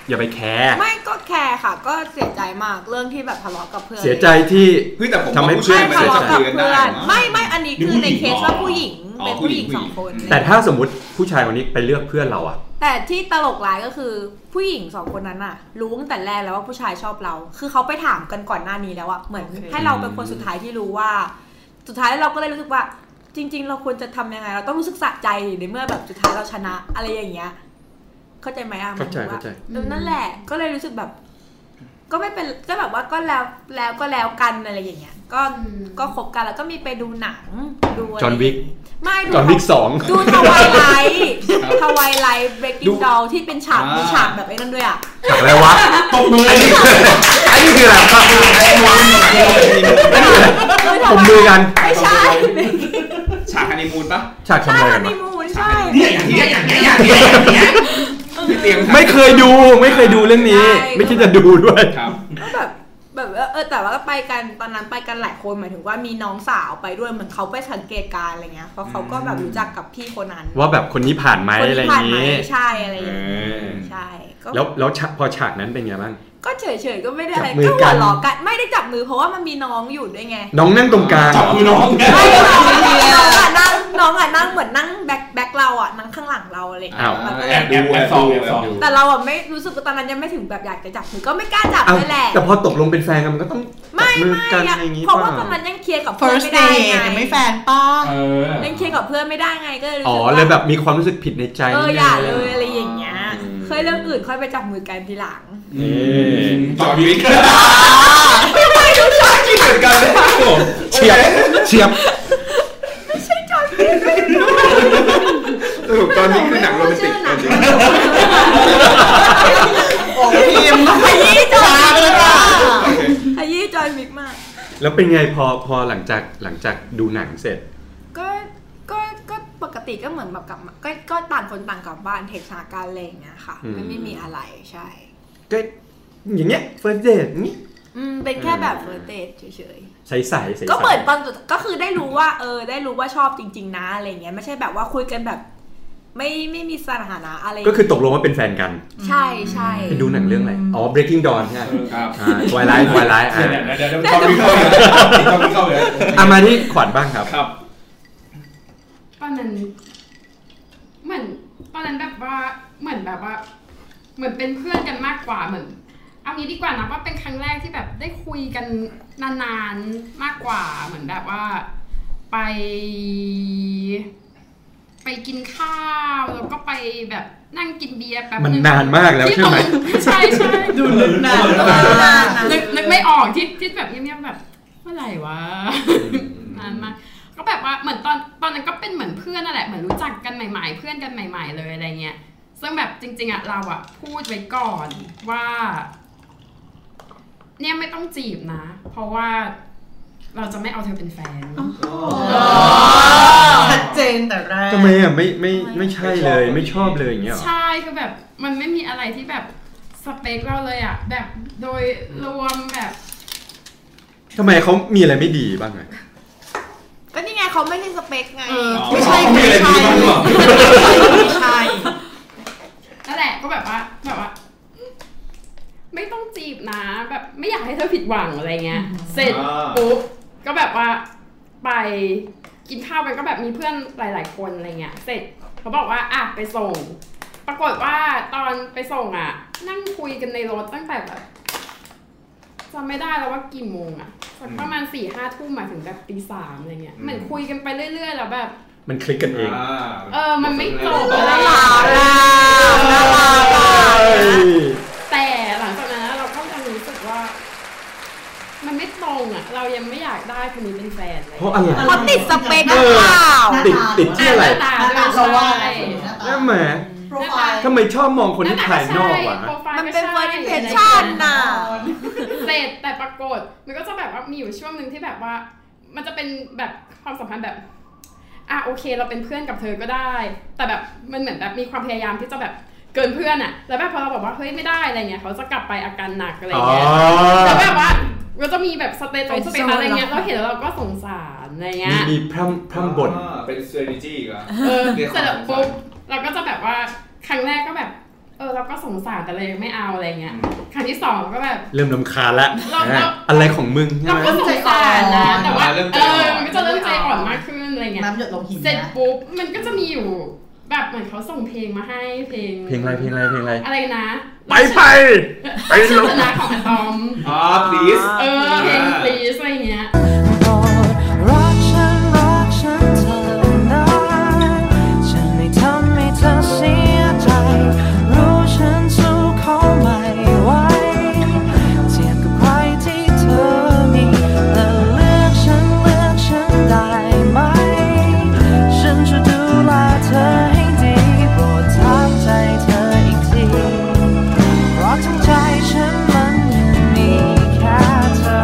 S1: อย่าไปแคร์
S11: ไม่ก็แคร์ค่ะ ก็เสียใจมากเรื่องที่แบบทะเลาะกับเพื่อน
S1: เสียใจที่
S6: เฮ้ยแต่ผม
S1: ทำให้
S6: ว่าผู้ชา
S11: ไม่
S6: ยมันจะ
S11: ทะเลาะกับ
S6: คุย
S11: เพื่
S6: กั
S11: อน น
S6: ได้
S11: ไม่ไม่อันนี้คือในเคสว่าผู้หญิง
S6: อ๋อ
S11: เป็นผู้หญิงสองคน
S1: แต่ถ้าสมมติผู้ชายคนนี้ไปเลือกเพื่อนเราอะ
S11: แต่ที่ตลกร้ายก็คือผู้หญิงสองคนนั้นอะรู้ตั้งแต่แรกแล้วว่าผู้ชายชอบเรา คือเขาไปถามกันก่อนหน้านี้แล้วอะเหมือนให้เราเป็นคนสุดท้ายที่รู้ว่า สุดท้ายเราก็เลยรู้สึกว่า จริง ๆ เราควรจะทำยังไง เราต้องรู้สึกสะใจในเมื่อแบบสุดท้ายเราชนะอะไรอย่างเงี้ย เข้าใจไหมอะหม
S1: เข้าย ใจ
S11: ถึงว่
S1: เข้าใจ
S11: เออนั่นแหละ ก็เลยรู้สึกแบบ ก็ไม่เป็น ก็แบบว่าก็แล้วแล้วก็แล้วกันอะไรอย่างเงี้ย ก็
S9: อืม
S11: ก็คบกันแล้วก็มีไปดูหนัง ดูะไร
S1: John Wick
S11: ไม่ดู
S1: จอห์นวิกสอง
S11: ดูทวายไลท์ทวายไลท์ breaking doll ที่เป็นฉากมีฉากแบบไอ้นั่นด้วยอ่ะ
S1: ฉากอะไรวะ
S3: ตบมือ
S1: ไอ้นี่คืออะไรวะไอ้นี่คืออะไรผมมือกัน
S11: ไม่ใช่
S6: ฉากฮันนีมูนปะ
S1: ฉากทำ
S11: ใช่
S1: อะไรกัน น
S11: มัมี
S1: วะ
S11: มูลใช่
S6: เนี่ยอย่างเงี้ยอย่างเงี้ยอย่างเงี้ยอย่างเงี้ยที่เตียง
S1: ไม่เคยดูไม่เคยดูเรื่องนี้
S11: ใช่
S1: ไม่คิดจะดูด้วย
S6: ครับ
S11: ก็แบบแบบว่าเออแต่ว่าก็ไปกันตอนนั้นไปกันหลายคนหมายถึงว่ามีน้องสาวไปด้วยเหมือนเขาไปสังเกตการณ์อะไรเงี้ยเพราะเขาก็แบบรู้จักกับพี่คนนั้น
S1: ว่าแบบคนนี้ผ่านไหม
S11: คน
S1: อะไร
S11: ที่
S1: อ
S11: ผ่า
S1: ย่าน ง
S11: มา
S1: นี้
S11: ใช่อะไรอย่าง
S1: เอ
S11: เงี้ย
S1: อ
S11: ใช่ก็
S1: แล้วแล้วฉากพอฉากนั้นเป็นไงบ้าง
S11: ก็เฉยๆก็ไม่ได้อะไร
S1: จับมือ
S11: ก็
S1: กั
S11: หัวน เราะกันไม่ได้จับมือเพราะว่ามันมีน้องอยู่ด้วยไง
S1: น้องนั่งตรงกลาง
S3: จับมือน้อง
S11: ไม่ค่ะน้องอ่ะนั่งน้องอ่ะนั่งเหมือนนั่งแบ็คแบ็คเราอ่ะนั่งข้างหลังเราอะไรอย่างเงี้ย
S1: อ้าว
S11: มันก็
S3: แอบดูแอบสองแอบสอง
S11: แต่เราอ่ะไม่รู้สึกว่าตอนนั้นยังไม่ถึงแบบอยากจะจับมือก็ไม่กล้าจับ
S1: อ้าว
S11: นั่นแหละ
S1: แต่พอตกลงเป็นแฟนกันมันก็ต้องจั
S11: ไม่
S1: บมือ
S11: ไม่
S1: กัน
S11: อะ
S1: อะไรอย่างนี้
S11: เพราะ
S1: ป่ะ
S11: ว่าตอนนั้นยังเคลียร์กับเพื่อน
S4: first
S11: ไม่ได้
S4: date
S11: ไง
S4: ยังไม่แฟนป้า
S3: เออ
S11: ยังเคลียร์กับเพื่อนไม่ได้ไงก็เลยรู้
S1: อ๋อ
S11: สึก
S1: เลยแบ
S11: ว่า
S1: บมีความรู้สึกผิดในใจ
S11: เออ
S1: นิดนึง
S11: อย่าเลยอะไรอย่างเงี้ย
S6: อืม
S11: เคยเรื่องอื่นค่อยไปจับมือกันทีหลัง
S1: นี่
S3: จอดวิก
S6: ที่เหมือนกันเลยครับผม
S1: เฉียบเฉียบ
S6: สรุปตอนนี้คือหนังโรแมนติกจริง
S4: ทีมต้องไปยี่จอดเลยค่ะ
S6: ๆโอเค
S11: ขยี้จอยมิกมาก
S1: แล้วเป็นไงพอพอหลังจากหลังจากดูหนังเสร็จ
S11: ก็ ก็ ก็ปกติก็เหมือนแบบกลับมาก็ ก็ต่างคนต่างกลับบ้านเทคสถานการณ์อะไรอย่างเงี้ยค่ะ
S1: อืม
S11: ไม่ไม่มีอะไรใช่
S1: ก็อย่างเงี้ยเฟิร์สเดทนี้
S11: อืม เป็นแค่แบบเฟอร์เตเฉย
S1: ใสใสใส
S11: ๆ ก็เปิดตอนสุดก็คือได้รู้ว่า เออ ได้รู้ว่าชอบจริง ๆ นะอะไรเงี้ย ไม่ใช่แบบว่าคุยกันแบบ ไม่ ไม่มีสถานะอะไร
S1: ก็คือตกลงว่าเป็นแฟนกัน
S11: ใช่ใช่
S1: ไปดูหนังเรื่องอะไรอ๋อ breaking dawn ใช่ไหม
S6: ครับ
S1: อ่า twilight twilight อ่า
S3: เดี๋ยวเดี๋ยวเดี๋ยวจอดวิกเข้าเลยจอดวิกเข้าเลย
S1: อ่ะมาที่ขวัญบ้างครับ
S6: ครับ
S9: ตอนนั้นเหมือนตอนนั้นแบบว่าเหมือนแบบว่า เหมือนเป็นเพื่อนกันมากกว่าเหมือน เอางี้ดีกว่านะว่าเป็นครั้งแรกที่แบบได้คุยกันนานๆมากกว่า เหมือนแบบว่า ไป ไปกินข้าวแล้วก็ไปแบบนั่งกินเบียร์แป๊บ
S1: มัน
S9: ง
S1: นานมากแล้ว
S9: ที่
S1: ใช่ไหม
S9: ตรงใช่ใช่
S4: ดูลึกนานมาก
S9: นึกนึกไม่ออกที่ที่แบบเงียบๆแบบเมื่อไหร่วะนานมากก็แบบว่าเหมือนตอนตอนนั้นก็เป็นเหมือนเพื่อนนั่นแหละเหมือนรู้จักกันใหม่ ๆ เพื่อนกันใหม่ ๆ เลยอะไรเงี้ยซึ่งแบบจริง ๆอ่ะเราอ่ะพูดไว้ก่อนว่า เนี่ยไม่ต้องจีบนะ เพราะว่าเราจะไม่เอาเธอเป็นแฟน
S4: ชัดเจนแต่แรก
S1: ทำไมอ่ะไม่ไม่ไม่ใช่เลยไม่ชอบเลยอย่างเงี้ยเหรอ
S9: ใช่ คือแบบมันไม่มีอะไรที่แบบสเปคเราเลยอ่ะ แบบโดยรวมแบบ
S1: ทำไมเขามีอะไรไม่ดีบ้างอะ
S11: ก็นี่ไงเขาไม่ใช่สเปคไง
S9: เออ
S4: ไม่ใช่ไม่ใช่ไม่ใช่
S9: นั่นแหละก็แบบว่าแบบว่า ไม่ต้องจีบนะ แบบไม่อยากให้เธอผิดหวังอะไรเงี้ย เสร็จ
S6: อ่า
S9: ปุ๊บก็แบบว่าไปกินข้าวกันก็แบบมีเพื่อนหลาย ๆ คนอะไรเงี้ย เสร็จเขาบอกว่าอ่ะไปส่ง ปรากฏว่าตอนไปส่งอ่ะ นั่งคุยกันในรถตั้งแต่แบบจำไม่ได้แล้วว่ากี่โมงอ่ะสักประมาณสี่ห้าทุ่มมาถึงแบบตีสามอะไรเงี้ยเหมือนคุยกันไปเรื่อย ๆ แล้วแบบ
S1: มันคลิกกันเอง
S9: เออมันไม่จบอะไรอย่างเงี้ย แต่หลังจากนั้นเราก็ยังรู้สึกว่า มันไม่ตรงอ่ะ เรายังไม่อยากได้คนนี้เป็นแฟนเลย
S1: เพราะอะไร
S11: เขาติดสเปคห
S4: เอ
S11: รือ
S4: อ
S11: เปล่า
S1: ติดติดที่อะไร
S9: หน้า
S4: หน้า
S9: ตา
S4: ตา
S9: ด้
S4: เรา
S9: วย
S4: ว่า
S9: ใช่
S1: นั่นแหม
S4: โปรไฟล์
S1: ทำไมชอบมองคนที่ภายนอกวะ
S9: โปรไฟล์
S11: มัน
S9: ก็
S11: เป็น
S9: ใช่
S11: first impression น่ะ
S9: เสร็จแต่ปรากฏมันก็จะแบบว่ามีอยู่ช่วงหนึ่งที่แบบว่า มันจะเป็นแบบความสัมพันธ์แบบ อ่ะโอเค เราเป็นเพื่อนกับเธอก็ได้ แต่แบบมันเหมือนแบบมีความพยายามที่จะแบบ เกินเพื่อนอะแล้วแบบพอเราบอกว่าเฮ้ยไม่ได้อะไรเงี้ยเขาจะกลับไปอาการหนักอะไร
S1: อ๋อ
S9: เงี้ยแต่แบบว่าเราจะมีแบบสเตตัสสเตตัสอะไรเงี้ยเราเห็นแล้วเราก็สงสารอะไรเงี้
S1: มี
S9: ย
S1: มีพร่ำพร่ำบ่น
S6: อ่าเป็น strategy อีกเหรอ
S9: เออ
S6: เรียก
S9: เสร็จแล้ว
S6: ความสงสาร
S9: ปุ๊บเราก็จะแบบว่าครั้งแรกก็แบบ เออเราก็สงสารแต่เรายังไม่เอาอะไรเงี้ยครั้งที่สองก็แบบ
S1: เริ่มลำคาญละ
S9: เราเรา
S1: อะไรของมึงใช่
S9: เรา
S1: ไหม
S9: ก็สงสารนะ
S4: ใจอ่อน
S9: แต่ว่า
S6: เริ่มใจ
S9: เอ
S6: อ่อน
S9: อมันก็จะเริ่มใจอ่อนมากขึ้นอะไรเงี้ย
S4: น้ำหยดลงหิน
S9: เสร็จ
S4: นะ
S9: ปุ๊บมันก็จะมีอยู่แบบเหมือนเขาส่งเพลงมาให้เพลง
S1: เพลงอะไรเพลงอะไรเพลงอะไร
S9: อะไรนะ
S1: ไปไปไป
S9: ชื่
S1: ล
S9: อง คณะของอะตอม
S6: อ๋อ please
S9: เออเพลง please อะไรเงี้ย
S12: รักฉันรักฉันเธอได้ฉันไม่ทำให้เธอเสียใจ รู้ฉันสู้เขาไม่ไหวเทียบกับใครที่เธอมีแต่เลือกฉันเลือกฉันได้ไหม ฉันจะดูแลเธอให้ดีโปรดทักใจเธออีกที เพราะทั้งใจฉันมันยังมีแค่เธอ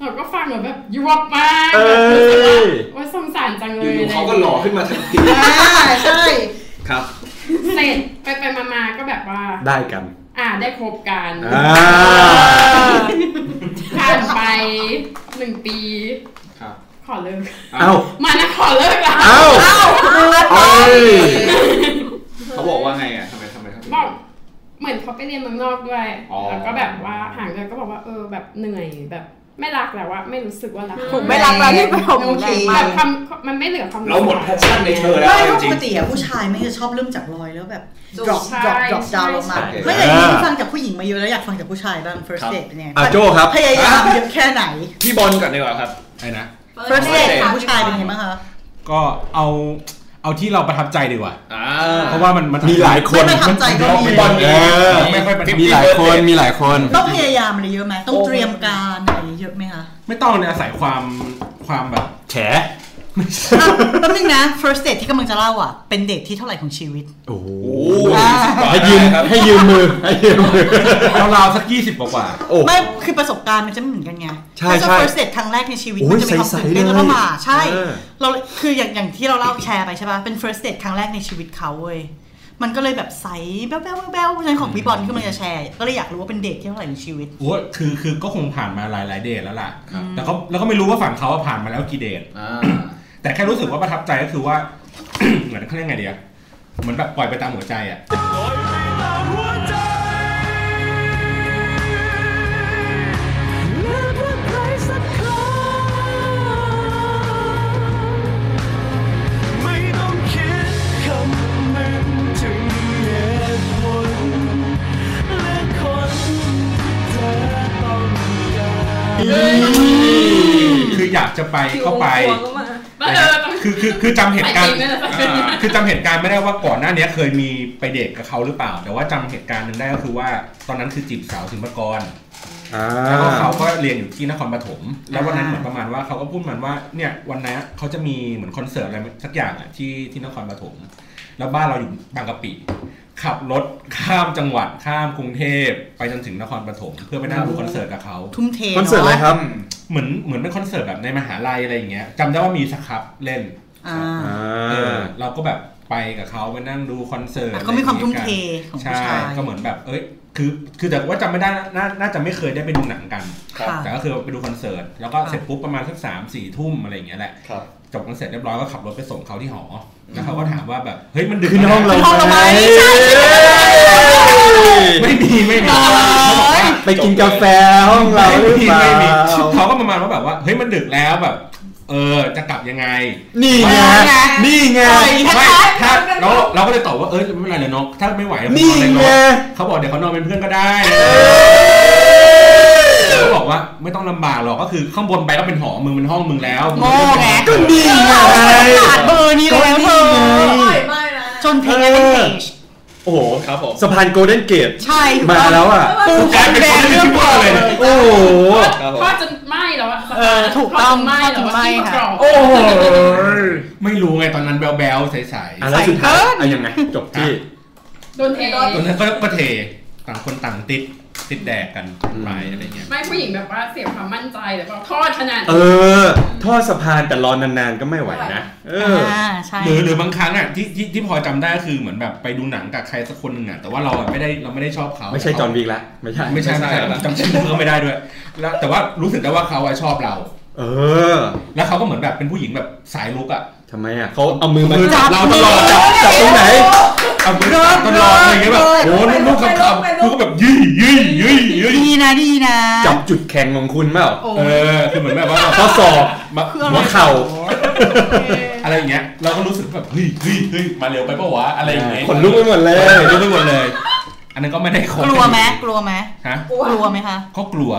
S9: เราก็ฟังแล้วแบบยุบมาก
S1: เอ้
S9: แบบรู้สึกว่าย โอ๊ยสงสารจังเล
S6: อย ยู่ๆเขาก็หล่อขึ้นมาทันที
S4: ใช่
S1: ครับ
S9: เสร็จไปไปมามาก็แบบว่า
S1: ได้กัน
S9: อ่าได้คบกัน
S1: อ่า
S9: ผ่านไปหนึ่งปี
S6: ครับ
S9: ขอเลิก
S1: เอ้า
S9: มานะขอเลิกแล้ว
S1: เอ้าเอ้ย
S6: เขาบอกว่าไงอ่ะทำไมทำไมทำไม
S9: บอกเหมือนเขาไปเรียนเมืองนอกด้วย
S6: อ๋อ
S9: แล้วก็แบบว่าห่างกันก็บอกว่าเออแบบเหนื่อยแบบไม่รักแล้วว่าไม่รู้สึกว่ารัก
S11: ผมไม่รักแล้วนี่ไปผม
S4: โอเค
S11: แร
S9: แบ
S11: งมาก
S9: บความมันไม่เหลือความ
S6: เราหมดแพชชั่นในเธอแล้ว
S4: ไม่เพราะป
S6: จริง
S4: กติอะผู้ชายไม่จะชอบเริ่มจากรอยแล้วแบบ
S11: ใช่
S4: drop drop drop down ลงมา
S6: ใช่
S4: ไม่แต่นี่ฟังจากผู้หญิงมาเยอะแล้วอยากฟังจากผู้ชายบ้าง first date เป็นไง
S1: อ่ะโจ้ครับ
S4: พยายามเยอะแค่ไหน
S6: ๆพี่บอลก่อนดีกว่าครับไอ้นะ
S4: first
S6: date
S4: date ของผู้ชายเป็นไงบ้างคะ
S3: ก็เอาเอาที่เราประทับใจดีกว่า
S6: อ่า
S3: เพราะว่ามันมัน
S1: มีหลายคน
S4: ไม่ประทับใจก็มี
S6: พี่บอล
S1: เออ
S3: ไม่ค่อยประทับ
S1: มีหลายคนมีหลายคน
S4: ต้องพยายามอะไรเยอะไหมต้องเตรียมการอะไรเยอะไหมคะ
S3: ไม่ต้องเลยอาศัยความความแบบ
S1: แฉ
S4: อ่ะแป๊บนึงนะ first date ที่กำลังจะเล่าอ่ะ เป็นเดทที่เท่าไหร่ของชีวิต
S1: โอ้โห
S6: โอ้ยสิบบาท
S1: ให้ยืม
S6: ครับ
S1: ให้ยืมมือให้ยืมมือ
S3: ราวๆสักยี่สิบกว่า
S1: โอ้
S4: ไม่ คือประสบการณ์มันจะไม่เหมือนกันไง
S1: ใช่
S4: ถ้าจะ
S1: ใช่
S4: first date ครั้งแรกในชีวิต
S1: โอ้ย
S4: มันจะมีความ
S1: ใสๆ
S4: ตื่นเต้น
S1: เลย
S4: แล้วก็หวาใช่
S1: เออ
S4: เรา คืออย่างอย่างที่เราเล่าแชร์ไปใช่ป่ะ เป็น first date ครั้งแรกในชีวิตเขาเว้ย มันก็เลยแบบใสแบ๊วแบ๊วแบ๊วเพราะฉะนั้นของพี่บอลที่กำลังจะแชร์ ก็เลยอยากรู้ว่าเป็นเดทที่เท่าไหร่ในชีวิต
S3: โอ้ยคือ คือ ก็คงผ่านมาหลายหลายเดทแล้วล่ะ
S6: ครับ
S3: แต่เขาแล้วก็ไม่รู้ว่าฝั่งเขาอะผ่านมาแล้วกี่เดท
S6: อ่า
S3: แต่แค่รู้สึกว่าประทับใจก็คือว่า เหมือนเขาเรียกไงเดียเหมือนแบบปล่อยไปตามหัวใจอ่ะ
S12: ไม่ต้องคิดคำนึงถึงเหตุผลและคนที่เธอต้องการ
S3: คืออยากจะไป
S5: คิว
S3: ก็ไป
S5: หัวก็มา
S9: เออต้อง
S3: คือ คือ คือจำเห
S9: ไป
S3: ตุการ
S9: กิ
S3: ณ์
S9: นนั่นแหละ
S6: อ่า
S3: คือจำเหตุการณ์ไม่ได้ว่าก่อนหน้าเนี้ยเคยมีไปเดทกับเขาหรือเปล่า แต่ว่าจำเหตุการณ์หนึ่งได้ก็คือว่า ตอนนั้นคือจีบสาวสิงคโปร์
S1: อ่า
S3: แล้วก็เขาก็เรียนอยู่ที่นครปฐม แล้ววันนั้นเหมือนประมาณว่าเขาก็พูดประมันว่า เนี่ยวันนี้เขาจะมีเหมือนคอนเสิร์ตอะไรสักอย่างอ่ะที่ที่นครปฐม แล้วบ้านเราอยู่บางกะปิ ขับรถข้ามจังหวัดข้ามกรุงเทพไปจนถึงนครปฐมเพื่อไปนั่งดูคอนเสิร์ตกับเขา
S4: ทุ่มเท
S1: คอนเสิร์ตอะไร
S4: เนาะ
S1: ครับ
S3: เหมือนเหมือนเป็นคอนเสิร์ตแบบในมหาลัยอะไรอย่างเงี้ยจำได้ว่ามีสครับเล่น
S4: อ่า
S1: อ่
S3: เออา เราก็แบบไปกับเขาไปนั่งดูคอนเสิร์ต
S4: อ่ะก็มีความทุ่มเทของ
S3: ใช่
S4: ผู้ชาย
S3: ก็เหมือนแบบเอ้ยคือคือแต่ว่าจำไม่ได้นะน่าน่าจะไม่เคยได้ไปดูหนังกัน
S6: ครับ
S4: ค่ะ
S3: แต่ก็คือไปดูคอนเสิร์ตแล้วก็เสร็จปุ๊บประมาณสักสามสี่ทุ่มอะไรอย่างเงี้ยแหละ
S6: ครับ
S3: จบคอนเสิร์ตเรียบร้อยก็ขับรถไปส่งเขาที่หอแล้วเขาก็ถามว่าแบบเฮ้ยมันดึก
S1: ขึ้นห้องเรา
S3: แล้วะ
S4: ขึ้นห้องเราไหมใช่
S3: ไม่มีไม่มี
S1: ไปกินกาแฟห้องเรา
S3: ไม่
S1: หรือ
S3: มี
S1: เปล่า
S3: ไม่มีเขาก็ประมาณว่าแบบว่าเฮ้ยมันดึกแล้วแบบ เออจะกลับยังไง
S1: นี่ไง นี่ไง
S3: ไม่ถ้าเราเราก็เลยตอบว่าเออไม่เป็นไรเลยน้องถ้าไม่ไหวผม
S1: นี่
S3: นอนเลย
S1: ไง
S3: เนาะเขาบอกเดี๋ยวเขานอนเป็นเพื่อนก็ได้เขาบอกว่าไม่ต้องลำบากหรอกก็คือข้างบนไปก็เป็นหอมึงเป็นห้องมึงแล้ว
S4: โง่ไง
S1: ก็นี่ไง
S4: ขาดเบอร์นี้แล้วเธอ
S11: ไม่นะ
S4: จนเพลงนั้นเป็นเพลง
S1: โอ้โห
S6: ครับผม
S1: สะพานโกลเด้นเกต
S4: ใช่ถูก
S1: มา
S4: ปะ
S1: แล้วอ่ะ
S3: กูกลายเป็นคนที่คิดว่าเลยเนี่ย
S1: โอ้โห
S6: ครับผม
S9: พ่อจนไหม้แล้วอะ
S4: เออถูกต้อง
S9: พ่อจนไหม้แล้ว
S4: พ่อจนไหม้
S9: อะ
S4: ค่ะ
S9: กรอบ
S1: โอ้โห
S3: ไม่รู้ไงตอนนั้นแบลๆใส
S1: อ่ะแล้วสุดท้ายอ่ะยังไง จบที่
S9: โดนเท
S3: ๆตอนนั้นก็ก็เทต่างคนต่างติด ติดแดกกันไปอะไรเงี้ย
S9: ไม่ผู้หญิงแบบว่าเสียความมั่นใจแต่แบบทอดขนาด
S1: เอ
S9: นี้
S1: อทอดสะพานแต่รอนานๆก็ไม่ไหวนะเอออ
S4: อ่าใช่
S3: หรือหรือบางครั้งอ่ะที่ที่ที่พอจำได้คือเหมือนแบบไปดูหนังกับใครสักคนหนึ่งอ่ะแต่ว่าเราอะไม่ได้เราไม่ได้ชอบเขา
S1: ไม่ใช่จอห์นวิกละไม่ใช่
S3: ไม่ใช่ไม่ใช่
S6: ไม่ใช่
S3: จำชื่อเขาไม่ได้ด้วย แล้วแต่ว่ารู้สึกได้ว่าเขาอะชอบเรา
S1: เออ
S3: แล้วเขาก็เหมือนแบบเป็นผู้หญิงแบบสายลุกอ่ะ
S1: ทำไมอ่ะเขาเอามือมาจับเราต
S4: มือ
S1: ลอดจับจับตรงไหน
S3: เอามือจับตลอดอะไรอย่างเงี้ยแบบโอ้โหลูกคำคำลูกก็แบบยี่ยี่ยี่ยี่
S4: ดีนะดีนะ
S1: จับจุดแข็งของคุณเปล่า
S4: โอ้
S3: เออคือเหมือนแบบว่า
S1: ข้อศอก
S3: มา
S4: คืออะไร
S1: หัวเข่า
S3: อะไรอย่างเงี้ยเราก็รู้สึกแบบเฮ้ยเฮ้ยเฮ้ยมาเร็วไปปะวะอะไรอย่างเงี้ย
S1: ขนลุกไปหมดเลย
S3: เออลุกไปหมดเลย อันนั้นก็ไม่ได้คน
S4: กลัวไหมกลัวไหม
S3: ฮะ
S4: กลัวไหมคะ
S3: ก็กลัว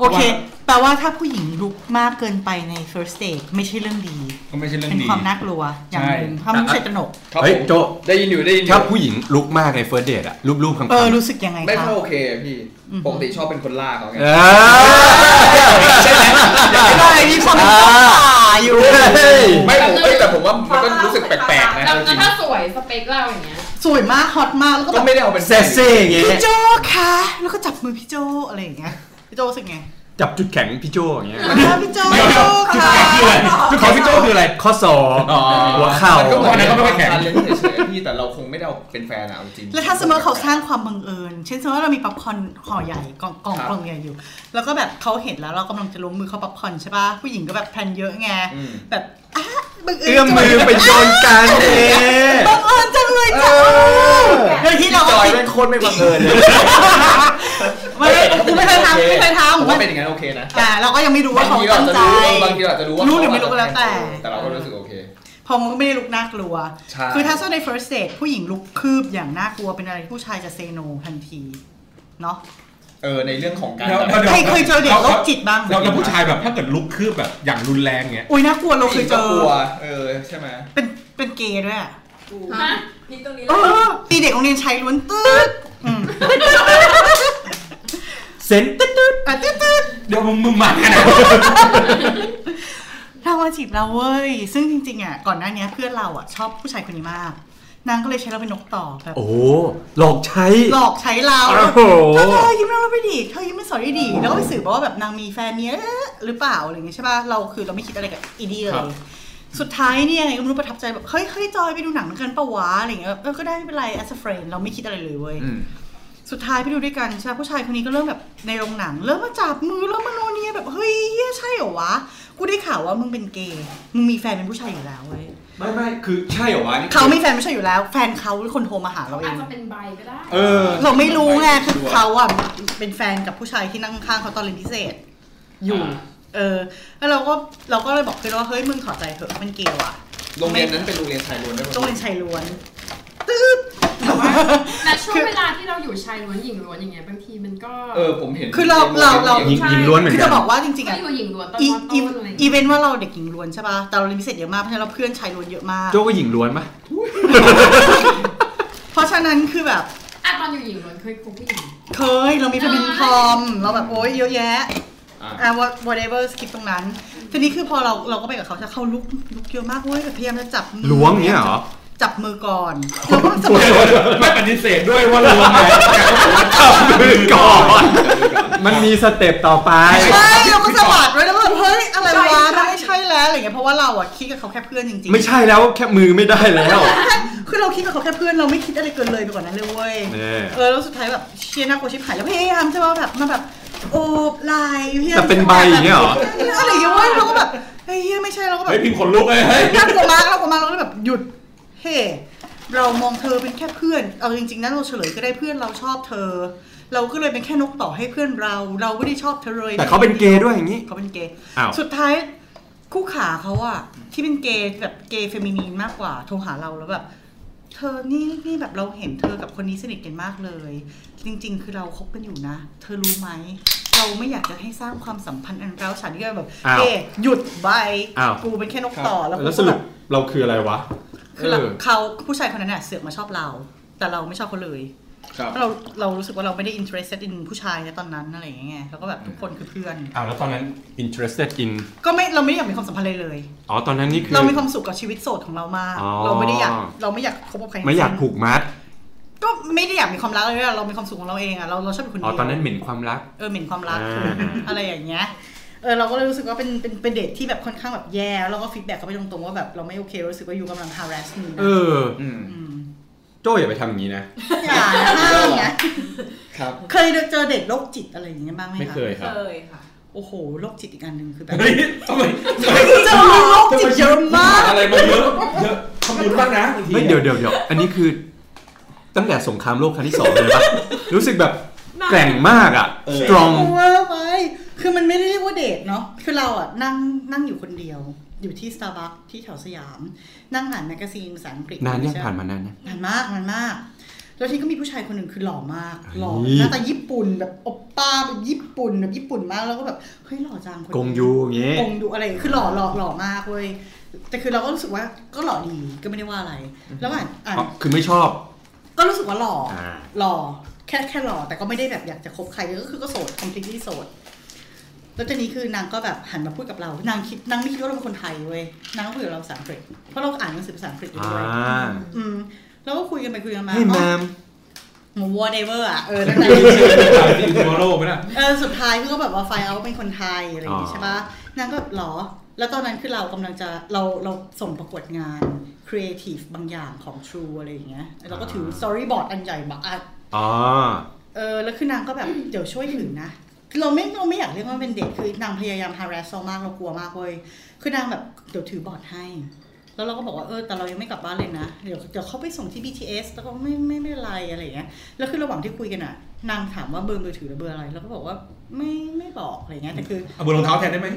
S4: โอเค แปลว่าถ้าผู้หญิงลุกมากเกินไปใน first date ไม่ใช่เรื่องดี
S3: ก็ไม่ใช่เรื่อง
S4: เป็น
S3: ดี
S4: ความน่ากลัวอย่างหนึ่ง
S3: ใช่
S4: เพราะมันไม่ใช่ตระหนก
S6: ครับ
S1: เฮ้ย
S6: ผม
S1: โจ
S6: ได้ยินอยู่ได้ยินอ
S1: ถ้า
S6: ยู่
S1: ผู้หญิงลุกมากในเฟิร์สเดทอะรูปๆคำๆ
S4: เออ รู้สึกยังไง
S6: ไม่
S4: คะ
S6: ค่อยโอเคอะพี่
S4: อืม
S6: ปกติชอบเป็นคนล่าเขาไง
S1: เออ
S6: ใช่ไหม
S4: ได้มีความเป็นเจ้าป่าอยู่
S1: เฮ้ย
S6: ไม่ผมเอ้ยแต่ผมว่ามันก็รู้สึกแปลกๆนะ
S9: แล้ว
S6: จริง
S9: ถ้าสวยสเปคเราอย่างเงี้ย
S4: สวยมากฮอตมากแล้วก็
S6: ๆ
S4: แบ
S6: ก็
S4: บ
S6: ไม่ได้เอาเป็น
S1: เซกซี่อย่างเงี้ย
S4: พี่โจคะแล้วก็จับมือพี่โจอะไรอย่างเงี้ยพี่โจรู้สึกไง
S1: จับจุดแข็งพี่โจอย่างเงี้ย
S4: แล้วพี่โจ
S3: ไม่เดี๋
S4: พี่โจ
S3: ยวจุด
S4: ค่ะ
S3: แข็งคืออะไรจุดแข็งพี่โจคืออะไร
S1: ข้อศอกหัวเข่า
S6: มันก็เหมื
S3: อั
S6: อน
S3: นนั้นก็ไม่ค่อยแข็ง
S6: การเล่นเฉยๆพี่แต่เราคงไม่ได้เอาเป็นแฟนอะเอาจริง
S4: แล้วถ้าสมมติเขาสร้างความบังเอิญ เช่นสมมติว่าเรามีป๊อปคอร์นห่อใหญ่กล่องกล่อง
S6: ครับ
S4: กล่องใหญ่อยู่ แล้วก็แบบเขาเห็นแล้วเรากำลังจะลงมือเขาป๊อปคอร์นใช่ป่ะผู้หญิงก็แบบแพลนเยอะไง
S6: อืม
S4: แบบอ่ะบังเอิญ
S1: เอื้อมมือไปโยนกันเอง
S4: บังเอิญจังเลยจ้ะโดยที่เรา
S6: จอย
S4: คิด
S6: เป็นคนไม่บังเอิญเลย
S4: ไม่กูไม่เคยทำไม่เคย
S6: ผม
S4: ทำ
S6: ว่าเป็นอย่างนั้นโอเคนะ
S4: อ่าเราก็ยังไม่รู้
S6: บา
S4: ว่าง เขา
S6: ทีเรา
S4: ตั้ง
S6: อาจจะ
S4: ใจ
S6: รู้บางทีเราอาจจะรู้ว่า
S4: รู้ห
S6: รู้
S4: รือไม่รู้ก็แล้วแต่
S6: แต่เราก็รู้สึกโอเค
S4: พอมันก็ไม่ได้ลุกน่ากลัว
S6: ใช่
S4: คือถ้าซ่อนใน first date ผู้หญิงลุกคืบอย่างน่ากลัวเป็นอะไรที่ผู้ชายจะเซโนทันที เนาะ
S6: เออในเรื่องของการ
S3: แล้ว
S6: จับ
S3: แล้วดี๋ว
S4: ใครเคยเจอเด็กโรคจิตบ้าง
S3: แล้วแล้วผู้ชายแบบถ้าเกิดลุกคืบแบบอย่างรุนแรงเงี้ย
S4: อุ้ยน่ากลัวเราเคยเจอ
S6: กลัวเออใช่ไหม
S4: เป็นเป็นเกย์ด้วยอะ
S13: ฮะ
S14: นี่ตรงนี้
S4: เอ
S14: แล้ว
S4: อตีเด็กโรงเรียนชายล้วนตืดอืม
S1: เซนตึ๊ดตึ๊ด
S4: อ่ะตืดตืด
S3: เดี๋ยวมึงมึงหมักกันนะ
S4: เรามาจีบเราเว้ย ซึ่งจริงๆอ่ะก่อนหน้าเนี้ยเพื่อนเราอ่ะชอบผู้ชายคนนี้มาก นางก็เลยใช้เราเป็นนกต่อแบบ
S1: โอ้โหหลอกใช้
S4: หลอกใช้เรา
S1: โอ้โห
S4: เธอเธอยิ้มให้เราไปดิเธอยิ้มไม่สอนได้ดีแล้วก็ไปสืบมาว่าแบบนางมีแฟนเนี้ยหรือเปล่าอะไรอย่างเงี้ยใช่ป่ะเราคือเราไม่คิดอะไรกับอีดีเลย สุดท้ายเนี่ยไงก็ไม่รู้ประทับใจแบบเฮ้ยเฮ้ยจอยไปดูหนังด้วยกันปะวะอะไรอย่างเงี้ยแบบเออก็ได้ไม่เป็นไร as a friend เราไม่คิดอะไรเลยเว้ย
S6: อืม
S4: สุดท้ายไปดูด้วยกันใช่ไหมผู้ชายคนนี้ก็เริ่มแบบในโรงหนัง เริ่มมาจับมือเริ่มมาโนเนียแบบเฮ้ยเหี้ยใช่เหรอวะ กูได้ข่าวว่ามึงเป็นเกย์มึงมีแฟนเป็นผู้ชายอยู่แล้วเว้ย
S6: ไม่ไม่คือใช่เหรอวะนี่คือ
S4: เขามีแฟนผู้ชายอยู่แล้ว แฟนเขาเป็นคนโทรมาหาเราเอ
S9: อาจ
S4: ง
S9: จะเป็นใบก็ได้
S6: เออ
S4: เราไม่รู้ไงคือเขาอ่ะเป็นแฟนกับผู้ชายที่นั่งข้างเขาตอนเรียนพิเศษ อยู่ เออ แล้วเราก็เราก็เลยบอกเพื่อนว่าเฮ้ยมึงถอดใจเถอะมันเกย์ว่ะ
S6: โรงเรียนนั้นเป็นโรงเรียนชายล้วนด้วยมั้ย
S4: โรงเรียนชายล้วน
S9: แต่ช่วงเวลาที่เราอยู่ชายล้วนหญิงล้วนอย่างเงี้ยบางทีมันก็
S6: เออผมเห็น
S4: คือเราเราเรา
S6: ห็น
S1: ยิงยิงล้วนเหมือน
S4: คือ
S1: กั
S4: จะ
S1: น
S4: บอกว่าจริงๆ
S9: ก็
S4: อ่ะ
S9: อยู่หญิงล้วนตอน
S4: อี
S9: ม
S4: อี
S9: ต้นอะไรอย่าง
S4: อี
S9: เงี้ย
S4: เวนต์ว่าเราเด็กหญิงล้วนใช่ป่ะ แต่เราเรียนพิเศษเยอะมาก เพราะฉะนั้นเราเพื่อนชายล้วนเยอะมาก
S1: โจก็หญิงล้วนปะ
S4: เพราะฉะนั้นคือแบบ
S9: อ่ะตอนอยู่หญิงล้วนเคยคบผู้หญิง
S4: เคยเรามีเพื่อนเป็นทอม เราแบบโอ๊ยเยอะแยะ
S6: อ่ะ
S4: อ่ะ what- whatever สกิปตรงนั้น ทีนี้คือพอเราเราก็ไปกับเขาใช่เขาลุกลุกเยอะมากเว้ยแบบพยายามจะจับมือ
S1: ล้วงเงี้ยเหรอ
S4: จับมือก่อนเราก็สะบัด
S3: ไม่ปฏิเสธด้วยว่าเราหมัก
S1: จับมือก่อน มันมีสเต็ปต่อไป
S4: ใช่เราก็สะบัดไว้แล้วก็แบบเฮ้ยอะไรวะมันไม่ใช่แล้วอะไรเงี้ยเพราะว่าเราอ่ะคิดกับเขาแค่เพื่อนจริงๆ
S1: ไม่ใช่แล้วแค่มือไม่ได้แล้ว
S4: คือเราคิดกับเขาแค่เพื่อนเราไม่คิดอะไรเกินเลยไปกว่านั้นเลยเว้ย
S1: เนี่ย
S4: เออแล้วสุดท้ายแบบเชียร์น่ากลัวชิบหายแล้วพยายามจะมาแบบมาแบบโอบไหลพยายาม
S1: แต่เป็นใบอย่างเงี้ยเหรอ
S4: อะไรอย่างเงี้ยเว้ยเราก็แบบเฮ้ยเหี้ยไม่ใช่เราก็แบบ
S3: เฮ้ยพิมพ์ขนลุกเลยเฮ้ย
S4: น่ากลัวมากน่ากลัวมากเราก็แบบหยุดเฮ้เรามองเธอเป็นแค่เพื่อนเอาจริงๆนะเราเฉลยก็ได้เพื่อนเราชอบเธอ เราก็เลยเป็นแค่นกต่อให้เพื่อนเรา เราไม่ได้ชอบเธอเลย
S1: แต่เขาเป็นเกย์ด้วยอย่างนี้
S4: เขาเป็นเกย์
S1: อ้าว
S4: สุดท้ายคู่ขาเขาอะที่เป็นเกย์แบบเกย์เฟมินีนมากกว่าโทรหาเราแล้วแบบ เธอนี่นี่แบบเราเห็นเธอกับคนนี้สนิทกันมากเลย จริง ๆ คือเราคบกันอยู่นะ เธอรู้ไหม เราไม่อยากจะให้สร้างความสัมพันธ์อันร้าวฉานที่แบบ
S1: อ้าว
S4: เอ๊ะหยุดบาย
S1: อ้าว
S4: กูเป็นแค่นกต่อแล้วกู
S1: แล้วส
S4: ก็
S1: รุ
S4: แบ
S1: ป
S4: บ
S1: เราคืออะไรวะ
S4: คือเรา
S1: เออ
S4: เขาผู้ชายคนนั้นน่ะเสือกมาชอบเรา แต่เราไม่ชอบเขาเลย
S6: ครับ
S4: เราเรารู้สึกว่าเราไม่ได้ interested in ผู้ชายนะตอนนั้นอะไรอย่างเงี้ยเราก็แบบทุกคนคือเพื่อน
S3: อ้าวแล้วตอนนั้น
S1: interested in
S4: ก็ไม่เราไม่ได้อยากมีความสัมพันธ์เลยเลย
S1: อ๋อตอนนั้นนี่คือ
S4: เรามีความสุขกับชีวิตโสดของเรามาก
S1: อ๋อ
S4: เราไม่ได้อยากเราไม่อยากคบกับใคร
S1: ไม่อยาก
S4: ทั้งสิ้น
S1: ผูกมัด
S4: ก็ไม่ได้อยากมีความรักเลยอะเรามีความสุขของเราเองอะเราเราชอบอยู่คน
S1: อ๋อ
S4: เดียว
S1: ตอนนั้นเหม็นความรัก
S4: เออเหม็นความรัก
S1: อ่า
S4: อะไรอย่างเงี้ยเออเราก็เลยรู้สึกว่าเป็นเป็นเป็นเดทที่แบบค่อนข้างแบบแย่แล้วเราก็ฟีดแบ็กเขาไปตรงๆว่าแบบเราไม่โอเครู้สึกว่ายูกำลัง harass มึง
S1: เอ
S4: นะ
S1: อ
S6: อืม
S4: ม
S1: โจ้อย่าไปทำอย่างนี้นะ
S4: อย่าห้ามนะครับ เคยเจอเด็กโรคจิตอะไรอย่างเงี้ยบ้างไหม
S1: ไม่
S4: คะ
S1: เคยครับ
S15: เคยค่ะ
S4: โอ้โหโรคจิตอีกอันหนึ่งคือแบบ
S3: เฮ้ยทำไมทำไม
S4: เจอโรคจิตเยอะมาก
S3: อะไรมาเยอะเยอะทำบุญบ้างนะบางที
S1: ไม่เดี๋ยวเดี๋ยวเดี๋ยวอันนี้คือ ตั้งแต่สงครามโลกครั้งที่สองเลยปะ รู้สึกแบบแกร่งมากอ่ะ strong
S4: เวอร์ไปคือมันไม่ได้เรียกว่าเดทเนาะคือเราอะนั่งนั่งอยู่คนเดียว อยู่ที่ Starbucks ที่แถวสยาม นั่งอ่านแมกกาซีนภาษาอังกฤษ
S1: นานยัง
S4: ใช่ไห
S1: ผ่านมานานยัง
S4: นานมากนานมาก แล้วทีนี้ก็มีผู้ชายคนหนึ่งคือหล่อมากหล่อ
S1: เฮ้ย
S4: หน้าตาญี่ปุ่นแบบโอปป้าแบบญี่ปุ่นแบบญี่ปุ่นมากแล้วก็แบบเฮ้ยหล่อจังคนนี้
S1: กงยูอย่างเงี้ย
S4: กงดูอะไร คือหล่อหล่อหล่อมากเว้ย แต่คือเราก็รู้สึกว่าก็หล่อดี ก็ไม่ได้ว่าอะไร แล้วอ่านอ่าน
S1: อ๋อคือไม่ชอบ
S4: ก็รู้สึกว่าหล่อ
S1: อ่า
S4: หล่อ แค่แค่หล่อ แต่ก็ไม่ได้แบบอยากจะคบใคร ก็คือก็โสด completely โสด แล้วทีนี้คือนางก็แบบหันมาพูดกับเรา นางคิด นางไม่คิดว่าเราเป็นคนไทยเว้ย นางก็คุยกับเราภาษาอังกฤษ เพราะเราอ่านหนังสือภาษาอังกฤษอยู่
S1: อ่า
S4: ด้วยอืม แล้วก็คุยกันไปคุยกันมา
S1: ให้แม
S4: อ๋อ
S1: ม
S4: whatever อ่ะ เออตั้งแต่
S3: ที่ทัวโลกไหมล่ะ
S4: เออสุดท้ายคือก็แบบว่าไฟเอาเป็นคนไทยอะไรอย่างงี้
S1: อ๋อ
S4: ใช่ปะนางก็แบบหรอ แล้วตอนนั้นคือเรากำลังจะเราเราส่งประกวดงานครีเอทีฟบางอย่างของ True อะไรอย่างเงี้ยเราก็ถือ storyboard อันใหญ่มาอัด
S1: อ๋อ
S4: เออแล้วคือนางก็แบบเดี๋ยวช่วยถือนะคือเราไม่เราไม่อยากเรียกว่าเป็นเด็กคือนางพยายาม harass เรามากเรากลัวมากเว้ยคือนางแบบเดี๋ยวถือบอร์ดให้ แล้วเราก็บอกว่าเออแต่เรายังไม่กลับบ้านเลยนะเดี๋ยวเดี๋ยวเขาไปส่งที่ BTS แล้วก็ไม่ไม่ไม่เป็นไรอะไรอย่างเงี้ยแล้วคือระหว่างที่คุยกันอ่ะนางถามว่าเบอร์มือถือหรือเบอร์อะไรเราก็บอกว่าไม่ไม่บอกอะไรอย่างเงี้ยแต่คือ
S3: เอาบนรองเท้าแทนได้ไหม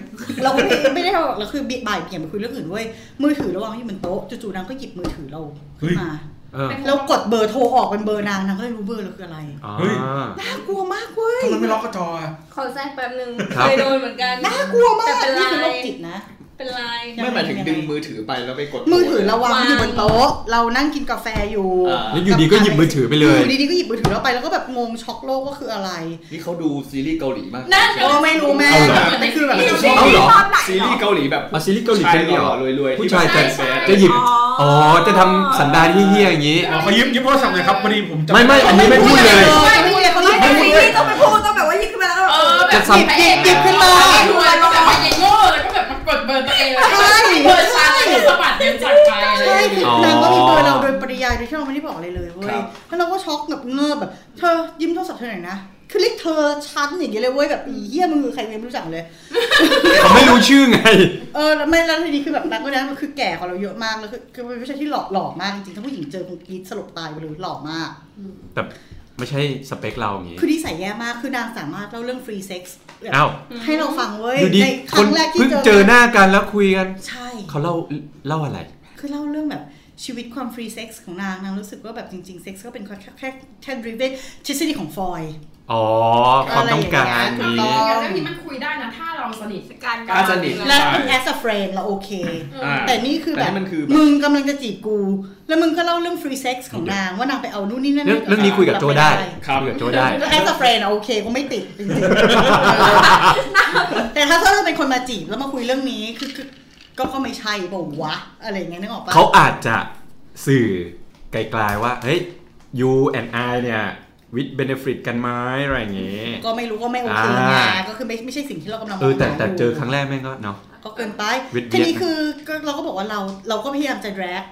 S4: เราก็ไม่ไม่ได้เราเราคือบ่ายเบี่ยงไปคุยเรื่องอื่นเว้ยมือถือระหว่างที่อยู่บนโต๊ะจู่ๆนางก็หยิบมือถือเราขึ้นมา
S1: เออ
S4: แล้วกดเบอร์โทรออกเป็นเบอร์นางนางก็เลยรู้เบอร์เราคืออะไร
S1: อ๋อ
S3: เฮ้ย
S4: น่ากลัวมากเว้ย
S3: ทำไมไม่ล็อกกระจออะ
S5: ขอแทรกแป๊บนึง
S1: ครับ
S5: เคยโดนเหมือนกัน
S4: น่ากลัวมาก
S5: แต่เป็น
S4: นี่
S5: ลา
S4: คือโร
S5: ย
S4: คจิตนะ
S5: เป็นลาย
S6: ไม่หมายถึงดึงมือถือไปแล้วไปกด
S4: มือถือเราวางไว้อยู่บนโต๊ะเรานั่งกินกาแฟอยู่
S6: อ่า
S1: แล้วอยู่ดีก็หยิบมือถือไปเลย
S4: ยู่ดีๆก็หยิบมือถือเราไปแล้วก็แบบงงช็อกโลกว่าคืออะไร
S6: นี่เขาดูซีรีส์เกาหลีมาก
S5: นั่น
S4: เออไม่รู้แม่
S1: เอาเหรอ
S4: แต่คือแบบ
S1: เอ้าเหรอ
S6: ซีรีส์เกาหลีแบบ
S1: อาซีรีส์เกาหลีเป็นเนี่ยเหรอ
S6: รวยๆที่
S1: ผู้ชายจะ
S6: แบบ
S1: จะหยิบ
S15: อ๋ออ๋
S1: อ๋อ จะทำสันดานที่เฮี้ยๆอย่างงี้
S3: เราขอยืมยืมโทรศัพท์หน่อยครับพอดีผมจะ
S1: ไม่ไม่อันนี้ไม่พูดเลย
S4: ไม่พูดเลยเขา
S15: ไม่
S4: ไม่
S15: ได้
S4: พูด
S15: ซี
S4: เล
S15: รี
S4: ย
S15: ส์ต้องไปพูดต้องแบบว่าหยิบขึ้นมาแล้วแบบ
S9: เอ
S15: เอ
S9: อ
S15: อ
S9: แบบ
S1: จะซ้ำ
S9: หยิบ
S4: หยิบขึ้นมา
S9: หยิบขึ้นมาแล้วก็แบบว่าอย่างโง่แล้วก็แบบมากดเบอร์ตัวเองแล้วก็แบบเบอร์ชันแล้วก็สะบัดเดินจากไปอะไรอย่า
S4: ใช่
S9: งเงี้ย
S4: คือ
S1: อ๋อ
S4: นางก็มีเบอร์เราโดยปริยายโดยที่เราไม่ได้บอกอะไรเลยเว้
S6: ค
S4: ย
S6: รับ
S4: แล้วเราก็ช็อกแบบเงิบแบบเธอยิ้มโทรศัพท์เธอหน่อยนะคือเรียกเธอชั้นอย่างเงี้ยเลยเว้ยแบบอีเหี้ยมึงคือใครกูยังไม่รู้จักเลย
S1: เขาไม่รู้ชื่อไง
S4: เออแล้วไม่แล้วทีนี้คือแบบนักก็นะมันคือแก่กว่าเราเยอะมากแล้วคือคือเป็นผู้ชายที่หล่อหล่อมากจริงๆถ้าผู้หญิงเจอคงกรี๊ดสลบตายไปเลยหล่อมาก
S1: แต่ไม่ใช่สเปคเราอย่างงี้
S4: คือนิสัยแย่มากคือนางสามารถเล่าเรื่องฟรีเซ็กซ์แบบ
S1: อ้าว
S4: ให้เราฟังเว้ย
S1: อยู่ดี
S4: ในค
S1: คน
S4: รั้งแรกที่
S1: เพิ่งเจอหน้ากันแล้วคุยกัน
S4: ใช่
S1: เขาเล่าเล่าอะไร
S4: คือเล่าเรื่องแบบชีวิตความฟรีเซ็กซ์ของนาง นางรู้สึกว่าแบบจริงๆ เซ็กซ์ก็เป็นแค่แค่แค่แค่ดริเวทฤษฎีของฟอย
S1: อ๋อ ความต้องการ
S4: อะไรอย่าง
S1: นี้
S4: เงี้ย
S9: แล้วนี่มันคุยได้นะถ้าเราสนิทกัน
S6: ถ้าสนิท
S4: และ as a friend เราโอเค
S6: อ่า
S4: แต่นี่คือแบ
S6: แต่
S4: บ
S6: นี่มันคือแบบ
S4: มึงกำลังจะจีบกู แล้วมึงก็เล่าเรื่องฟรีเซ็กซ์ของนาง ว่านางไปเอานู่นนี่นั่น
S1: เรื่องเรื่องนี้คุยกับโจได้คุยกับโจได้
S4: แล้ว as a friend อะโอเคก็ไม่ติดจริง ๆแต่ถ้าถ้าเราเป็นคนมาจีบแล้วมาคุยเรื่องนี้คือคือก็ก็ไม่ใช่บอกวะ อะไรอย่างเงี้ยนึกออกปะ
S1: เขาอาจจะสื่อไกลๆว่า เฮ้ย you and I เนี่ย with benefit กันไหมอะไรอย่างเงี้ย
S4: ก็ไม่รู้ก็ไม่โอเคไง
S1: อ่า
S4: ก็คือไม่ไม่ใช่สิ่งที่เรากำลังม
S1: เอ
S4: อง
S1: อ แต่
S4: หา
S1: แต่
S4: ยู่
S1: เจอครั้งแรกแม่งก็เนาะ
S4: ก็เกินไป
S1: วิทย์
S4: ทีนี้
S1: เวียด
S4: คือก็เราก็บอกว่าเราเราก็พยายามจะแดก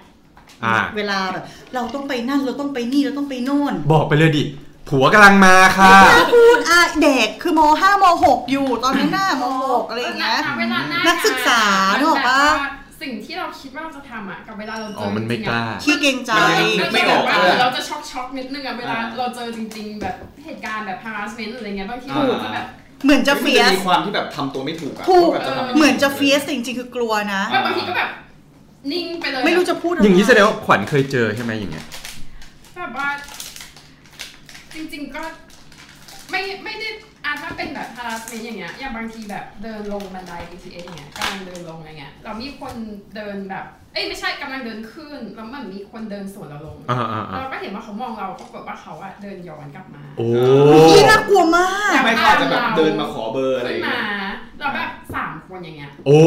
S1: อ่า
S4: เวลาแบบ เราต้องไปนั่นเราต้องไปนี่เราต้องไปโน่น
S1: บอกไปเลยดิ ผัวกำลังมาค่ะ
S4: พูดอ่ะเด็กคือมห้ามหกอยู่ตอนนั้นน่ะมหกอะไรอย่างเงี้ย
S9: เวลาหน้า
S4: นักศึกษานึกออกปะ
S9: สิ่งที่เราคิดว่าเราจะทำอ่ะกับเวลาเราเจ
S1: อ๋อ
S9: อ
S1: มันไม่
S9: จริง
S1: ก
S9: ๆอะ
S1: ล้า
S4: ขี้เกรงใจ
S6: นึกไม่ออก
S9: แบบ
S6: เลยอะ
S9: เราจะช็อกช็อกๆนิดนึงอ่ะเวลา
S6: อ่า
S9: เราเจอจริง ๆ แบบเหตุการณ์แบบ harassment หรืออะไรเงี้ยบางทีเราจะแบบ
S4: เหมือนจะเฟีย
S6: มั
S4: ส
S6: นมีความที่แบบทำตัวไม่ถูกอะ
S4: ถูก
S6: ว่าแบบจะทำยัไ
S4: เหมือนจะเฟียสแต่จริงๆคือกลัวนะ
S9: แบบบางทีก็แบบ นิ่งไปเลย
S4: ไม่รู้จะพูดะไ
S1: อย่างนี้แสดงว่าขวัญเคยเจอใช่ไหมอย่างเงี้ย
S9: แบบว่า จริง ๆก็ ไม่ไม่ได้อาถ้าเป็นแบบ harassment อย่างเงี้ยอย่างบางทีแบบเดินลงบันได BTS อย่างเงี้ยกำลังเดินลงอะไรเงี้ยเรามีคนเดินแบบ เอ้ยไม่ใช่กำลังเดินขึ้นแล้วมันมีคนเดินสวนเราลง
S1: อ่าอ่าอ่า
S9: เราก็เห็นว่าเขามองเราปรากฏว่าเขาอะเดินย้อนกลับมา
S1: โอ้
S4: พี่น่ากลัวมาก
S6: ไม่เขาอาจจะแบบเดินมาขอเบอร์อะไรอ
S9: ขึ้น
S6: ย่าง
S9: มา
S6: เงี้ย
S9: เราแบบสามคนอย่างเงี้ย
S1: โอ้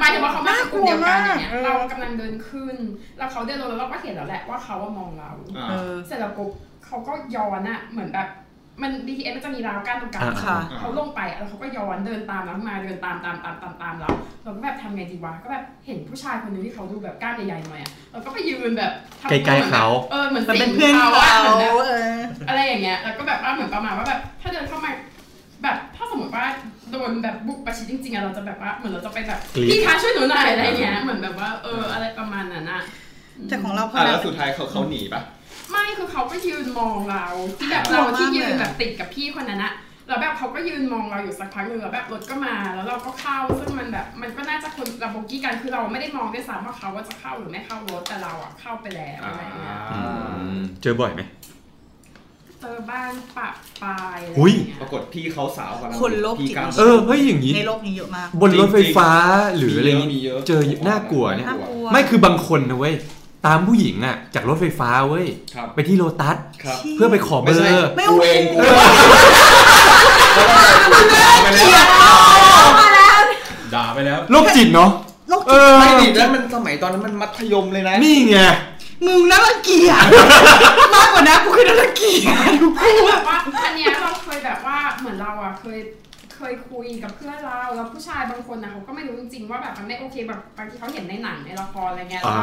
S9: หมายถึงว่าเขาไม่ใช่กลุ่มเดียวกันอย่างเงี้ย
S4: น่ากลัวมาก
S9: เรากำลังเดินขึ้น แล้วเขาเดินลงแล้วเราก็เห็นแล้วแหละว่าเขาว่ามองเรา
S6: อ่า
S4: เออ
S9: เสร็จแล้วปุ๊บ เขาก็ย้อนอะเหมือนแบบมัน BTS มันจะมีราวกั้นตรงกลาง
S1: อ่า
S9: ใช่ปะเขาลงไปแล้วเขาก็ย้อนเดินตามแล้วมาเดินตามตามตามตามตามเราเราก็แบบทำไงดีวะก็แบบเห็นผู้ชายคนหนึงที่เขาดูแบบกล้ามใหญ่ๆหน่อยอะเราก็ไปยืนแบบทำตัว
S1: ไกลๆเขา
S9: เออเหมือน
S4: มัน
S9: สิง
S4: เป็นเพื่อนเขา
S9: อะเหมือนแบบ
S4: เออ
S9: อะไรอย่างเงี้ย แล้วก็แบบว่าเหมือนประมาณว่าแบบถ้าเดินเข้ามาแบบถ้าสมมติว่าโดนแบบบุกประชิดจริงๆอะเราจะแบบว่าเหมือนเราจะไปแบบ
S1: กรี๊ด
S9: พี่คะช่วยหนูหน่อยอะไรเงี้ยเหมือนแบบว่าเอออะไรประมาณนั้นอะ
S4: แต่ของเราพอ
S6: อ่ะ
S4: แบ
S6: แล้ว
S4: บ
S6: สุดท้ายเขาเขาหนีปะ
S9: ไม่คือเขาก็ยืนมองเราที่แบบ
S4: กลัว
S9: เรา
S4: มาก
S9: ที่ยืน
S4: เลยอะ
S9: แบบติดกับพี่คนนั้นอะแล้วแบบเขาก็ยืนมองเราอยู่สักพักหนึ่งแล้วแบบรถก็มาแล้วเราก็เข้าซึ่งมันแบบมันก็น่าจะคนระบบกี้กันคือเราไม่ได้มองด้วยซ้ำว่าเขาว่าจะเข้าหรือไม่เข้ารถแต่เราอะเข้าไปแล้วอะไรเงี้ย
S1: อืมเจอบ่อยไหม
S9: เจอบ้านปะปลายอะไร
S1: อุ๊ย
S9: เงี้ย
S6: ปรากฏพี่เขาสาวกว่าเรา
S4: คนโรคจิต
S6: พี่กาม
S1: เออเฮ้ยอย่างนี้
S4: ในโลกนี้เยอะมาก
S1: บนรถไฟฟ้าหรืออะไร
S6: มี
S1: นี้
S6: เยอะมีเยอะ
S1: เจอน่ากลัวเนี่ย
S4: น่ากลัว
S1: ไม่คือบางคนนะเว้ย ตามผู้หญิงอะจากรถไฟฟ้าเว้ย
S6: ครับ
S1: ไปที่โลตัส
S6: ครับ
S1: เพื่อไปขอเบ
S6: ไม่
S1: อ
S6: ใช่
S1: ร์
S6: กูเองกูเอง
S3: ไปแล้ว
S16: ด่าไปแล้ว
S1: โรคจิตเนาะ
S4: โรค
S1: เออ
S4: จิต
S6: ไม่ดิแล้วมันสมัยตอนนั้นมันมัธยมเลยนะ
S1: นี่ไง
S4: มึงน่ารังเกียจมากกว่านะกูคือน่ารังเกียจกูพูด
S9: แบบว่าอันเนี้ยเราเคยแบบว่าเหมือนเราอ่ะเคยเคยคุยกับเพื่อนเราแล้วผู้ชายบางคนนะเขาก็ไม่รู้จริงๆว่าแบบมันไม่โอเคแบบบางทีเขาเห็นในหนังในละครอะไรเงี้ย
S1: อ่า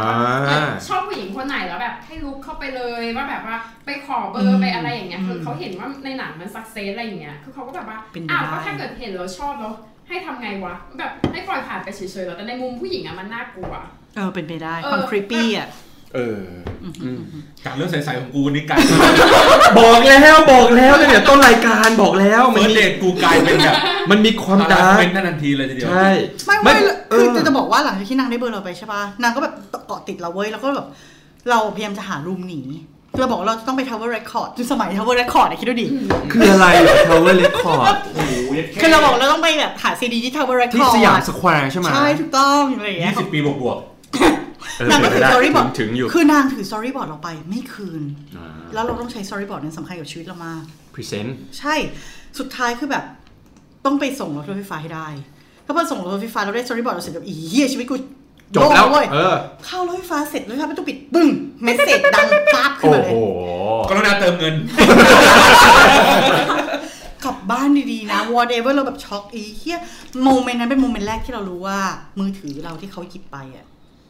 S9: แล้วแบบชอบผู้หญิงคนไหนแล้วแบบให้ลุกเข้าไปเลยว่าแบบว่าไปขอเบอร์ไปอะไรอย่างเงี้ยคือเขาเห็นว่าในหนังมันสักเซสอะไรอย่างเงี้ยคือเขาก็แบบว่า
S4: เป็นไป
S9: อ้าว
S4: ได้
S9: ก็ถ้าเกิดเห็นแล้วชอบแล้วให้ทำไงวะแบบให้ปล่อยผ่านไปเฉยๆแล้วแต่ในมุมผู้หญิงอ่ะมันน่ากลัว
S4: เออเป็นไปได้
S9: เออ
S4: ความครีปปี้อ่ะ
S1: เออ
S3: จากเรื่องใสๆของกูวันนี้กลาย
S1: บอกแล้วบอกแล้วตั้งแต่ต้นรายการบอกแล้ว มัน
S3: เฟิ
S1: มี
S3: ร์สเดทกูกลายเป็นแบบ
S1: มันมีความ
S3: ตา
S1: ดา
S3: ลา
S1: ร์ก
S3: เป็นนั่นทันทีเลยทีเดียว
S1: ใช่
S4: ไม่ไม่
S1: เอ
S4: คือ
S1: อ
S4: จะจะบอกว่าหลังจากที่นางได้เบอร์เราไปใช่ป่ะนางก็แบบเกาะติดเราเว้ยแล้วก็แบบเราพยายามจะหารูมหนีเราบอกว่าเราจะต้องไป tower record คือสมัย tower record เนี่ยคิดดูดิ
S1: คืออะไรเหรอ Tower Record
S4: คือเราบอกเราต้องไปแบบหาซีดีที่ tower
S1: ที่
S4: record
S1: สยามสแควร์ใช่ไหม
S4: ใช่ถูกต้องอะไรอย่างเงี้ย
S3: 20 ปีบวก
S1: เออน
S4: างก็ถือ story
S1: ถึ
S4: board
S1: งถึงอยู่
S4: คือนางถือ story board เราไปไม่คืน
S1: อ่า
S4: แล้วเราต้องใช้ story board นั้นสำคัญกับชีวิตเรามาก
S1: present
S4: ใช่ สุดท้ายคือแบบต้องไปส่งรถไฟฟ้าให้ได้ถ้าพอส่งรถไฟฟ้าเราได้ story board เราเสร็จแบบอีเหี้ยชีวิตกู
S1: จบแล้ว
S4: โงเย
S1: เออ
S4: เข้ารถไฟฟ้าเสร็จรถไฟฟ้าประตูปิดปึ้งเมสเสจดังป๊าบขึ้น
S1: โอ้โห
S4: มาเลย
S3: ๆกรุณาเติมเงิน
S4: กลับบ้านดีๆนะ whatever เราแบบช็อกอีเหี้ยโมเมนต์นั้นเป็นโมเมนต์แรกที่เรารู้ว่า มือถือเราที่เขาหยิบไปอ่ะ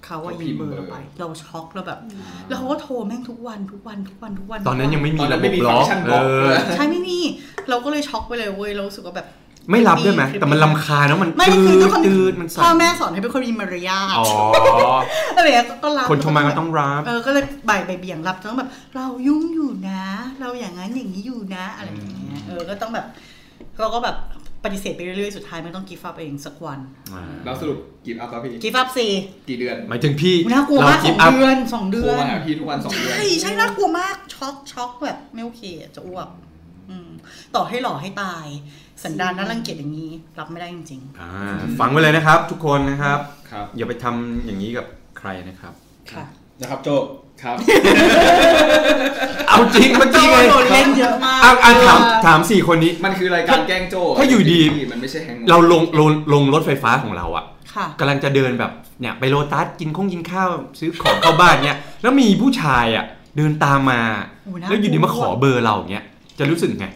S4: เขาว่ายืมเบอร์เราไป เราช็อกเราแบบ แล้วเขาก็โทรแม่งทุกวันทุกวันทุกวันทุกวัน
S1: ตอนนั้นยังไม่มี
S6: ตอนนั้
S1: ระ
S6: น
S1: บ
S6: ไม่
S1: บ
S6: มี
S1: ล็อง
S6: ฟั
S1: ก
S6: ก์ชันบ
S1: เอ
S6: ล็อก
S1: อ
S4: ใช่ไม่มีเราก็เลยช็อกไปเลยเว้ย เรารู้สึกว่าแบบ
S1: ไม่รับด้วยไหม
S4: ไม่มี
S1: แต่มันลำคาญแล้วมัน
S4: ไม่
S1: ตื
S4: คือทุ
S1: ด
S4: กคน
S1: ตืดมัน
S4: พ่อ
S1: สั่น
S4: แม่สอนให้เป็นคนมีมารยาท
S1: อ๋อ
S4: อะไรอย่างเงี้ยก็รับ
S1: คนชมมาก็ต้องรับ
S4: เออก็เลยบ่ายบ่ายเบี่ยงรับต้องแบบ เรายุ่งอยู่นะ เราอย่างนั้นอย่างนี้อยู่นะอะไรอย่างเงี้ยเออก็ต้องแบบเราก็แบบปฏิเสธไปเรื่อยๆสุดท้ายมันต้องกีฟอัพเองสักวัน
S6: แล้วสรุปกี่อัพครับพี่
S4: กีฟอัพสิ
S6: กี่เดือน
S1: หมายถึงพี่
S4: น่ากลัวมากส
S1: จิ
S4: อบ ง
S1: อัพ
S4: เดือนสองเดื
S6: โทร
S4: อน
S6: มาหาพี่ทุกวันสองเดือน
S4: ใช่ใช่น่ากลัวมากช็อกช็อกแบบไม่โอเคอะจะอ้วกอืมต่อให้หล่อให้ตาย สันดานน่ารังเกียจอย่างนี้ รับไม่ได้จริง
S1: อ่าฟังไว้เลยนะครับ ทุกคนนะครับ
S6: ครับ
S1: อย่าไปทำอย่างนี้กับใครนะครับ
S4: ๆ ค่ะ
S3: นะครับโจ
S6: ครับ
S1: เอาจริงมันจริงไง
S4: โดนเล่นเยอะมาก
S1: เอาเอาถามถามสี่คนนี้
S6: มันคือรายการแกล้งโจ้
S1: ถ้าอยู่ดี
S6: พี่มันไม่ใช่แฮง
S1: เราลงลงลงรถไฟฟ้าของเราอะ
S4: ค่ะ
S1: กำลังจะเดินแบบเนี่ยไปโลตัสกินข้องกินข้าวซื้อของเข้าบ้านเนี่ยแล้วมีผู้ชายอะเดินตามมา
S4: โอ้น่ากลัว
S1: แล้วอยู่ดีมาขอเบอร์เราอย่างเงี้ยจะรู้สึกไง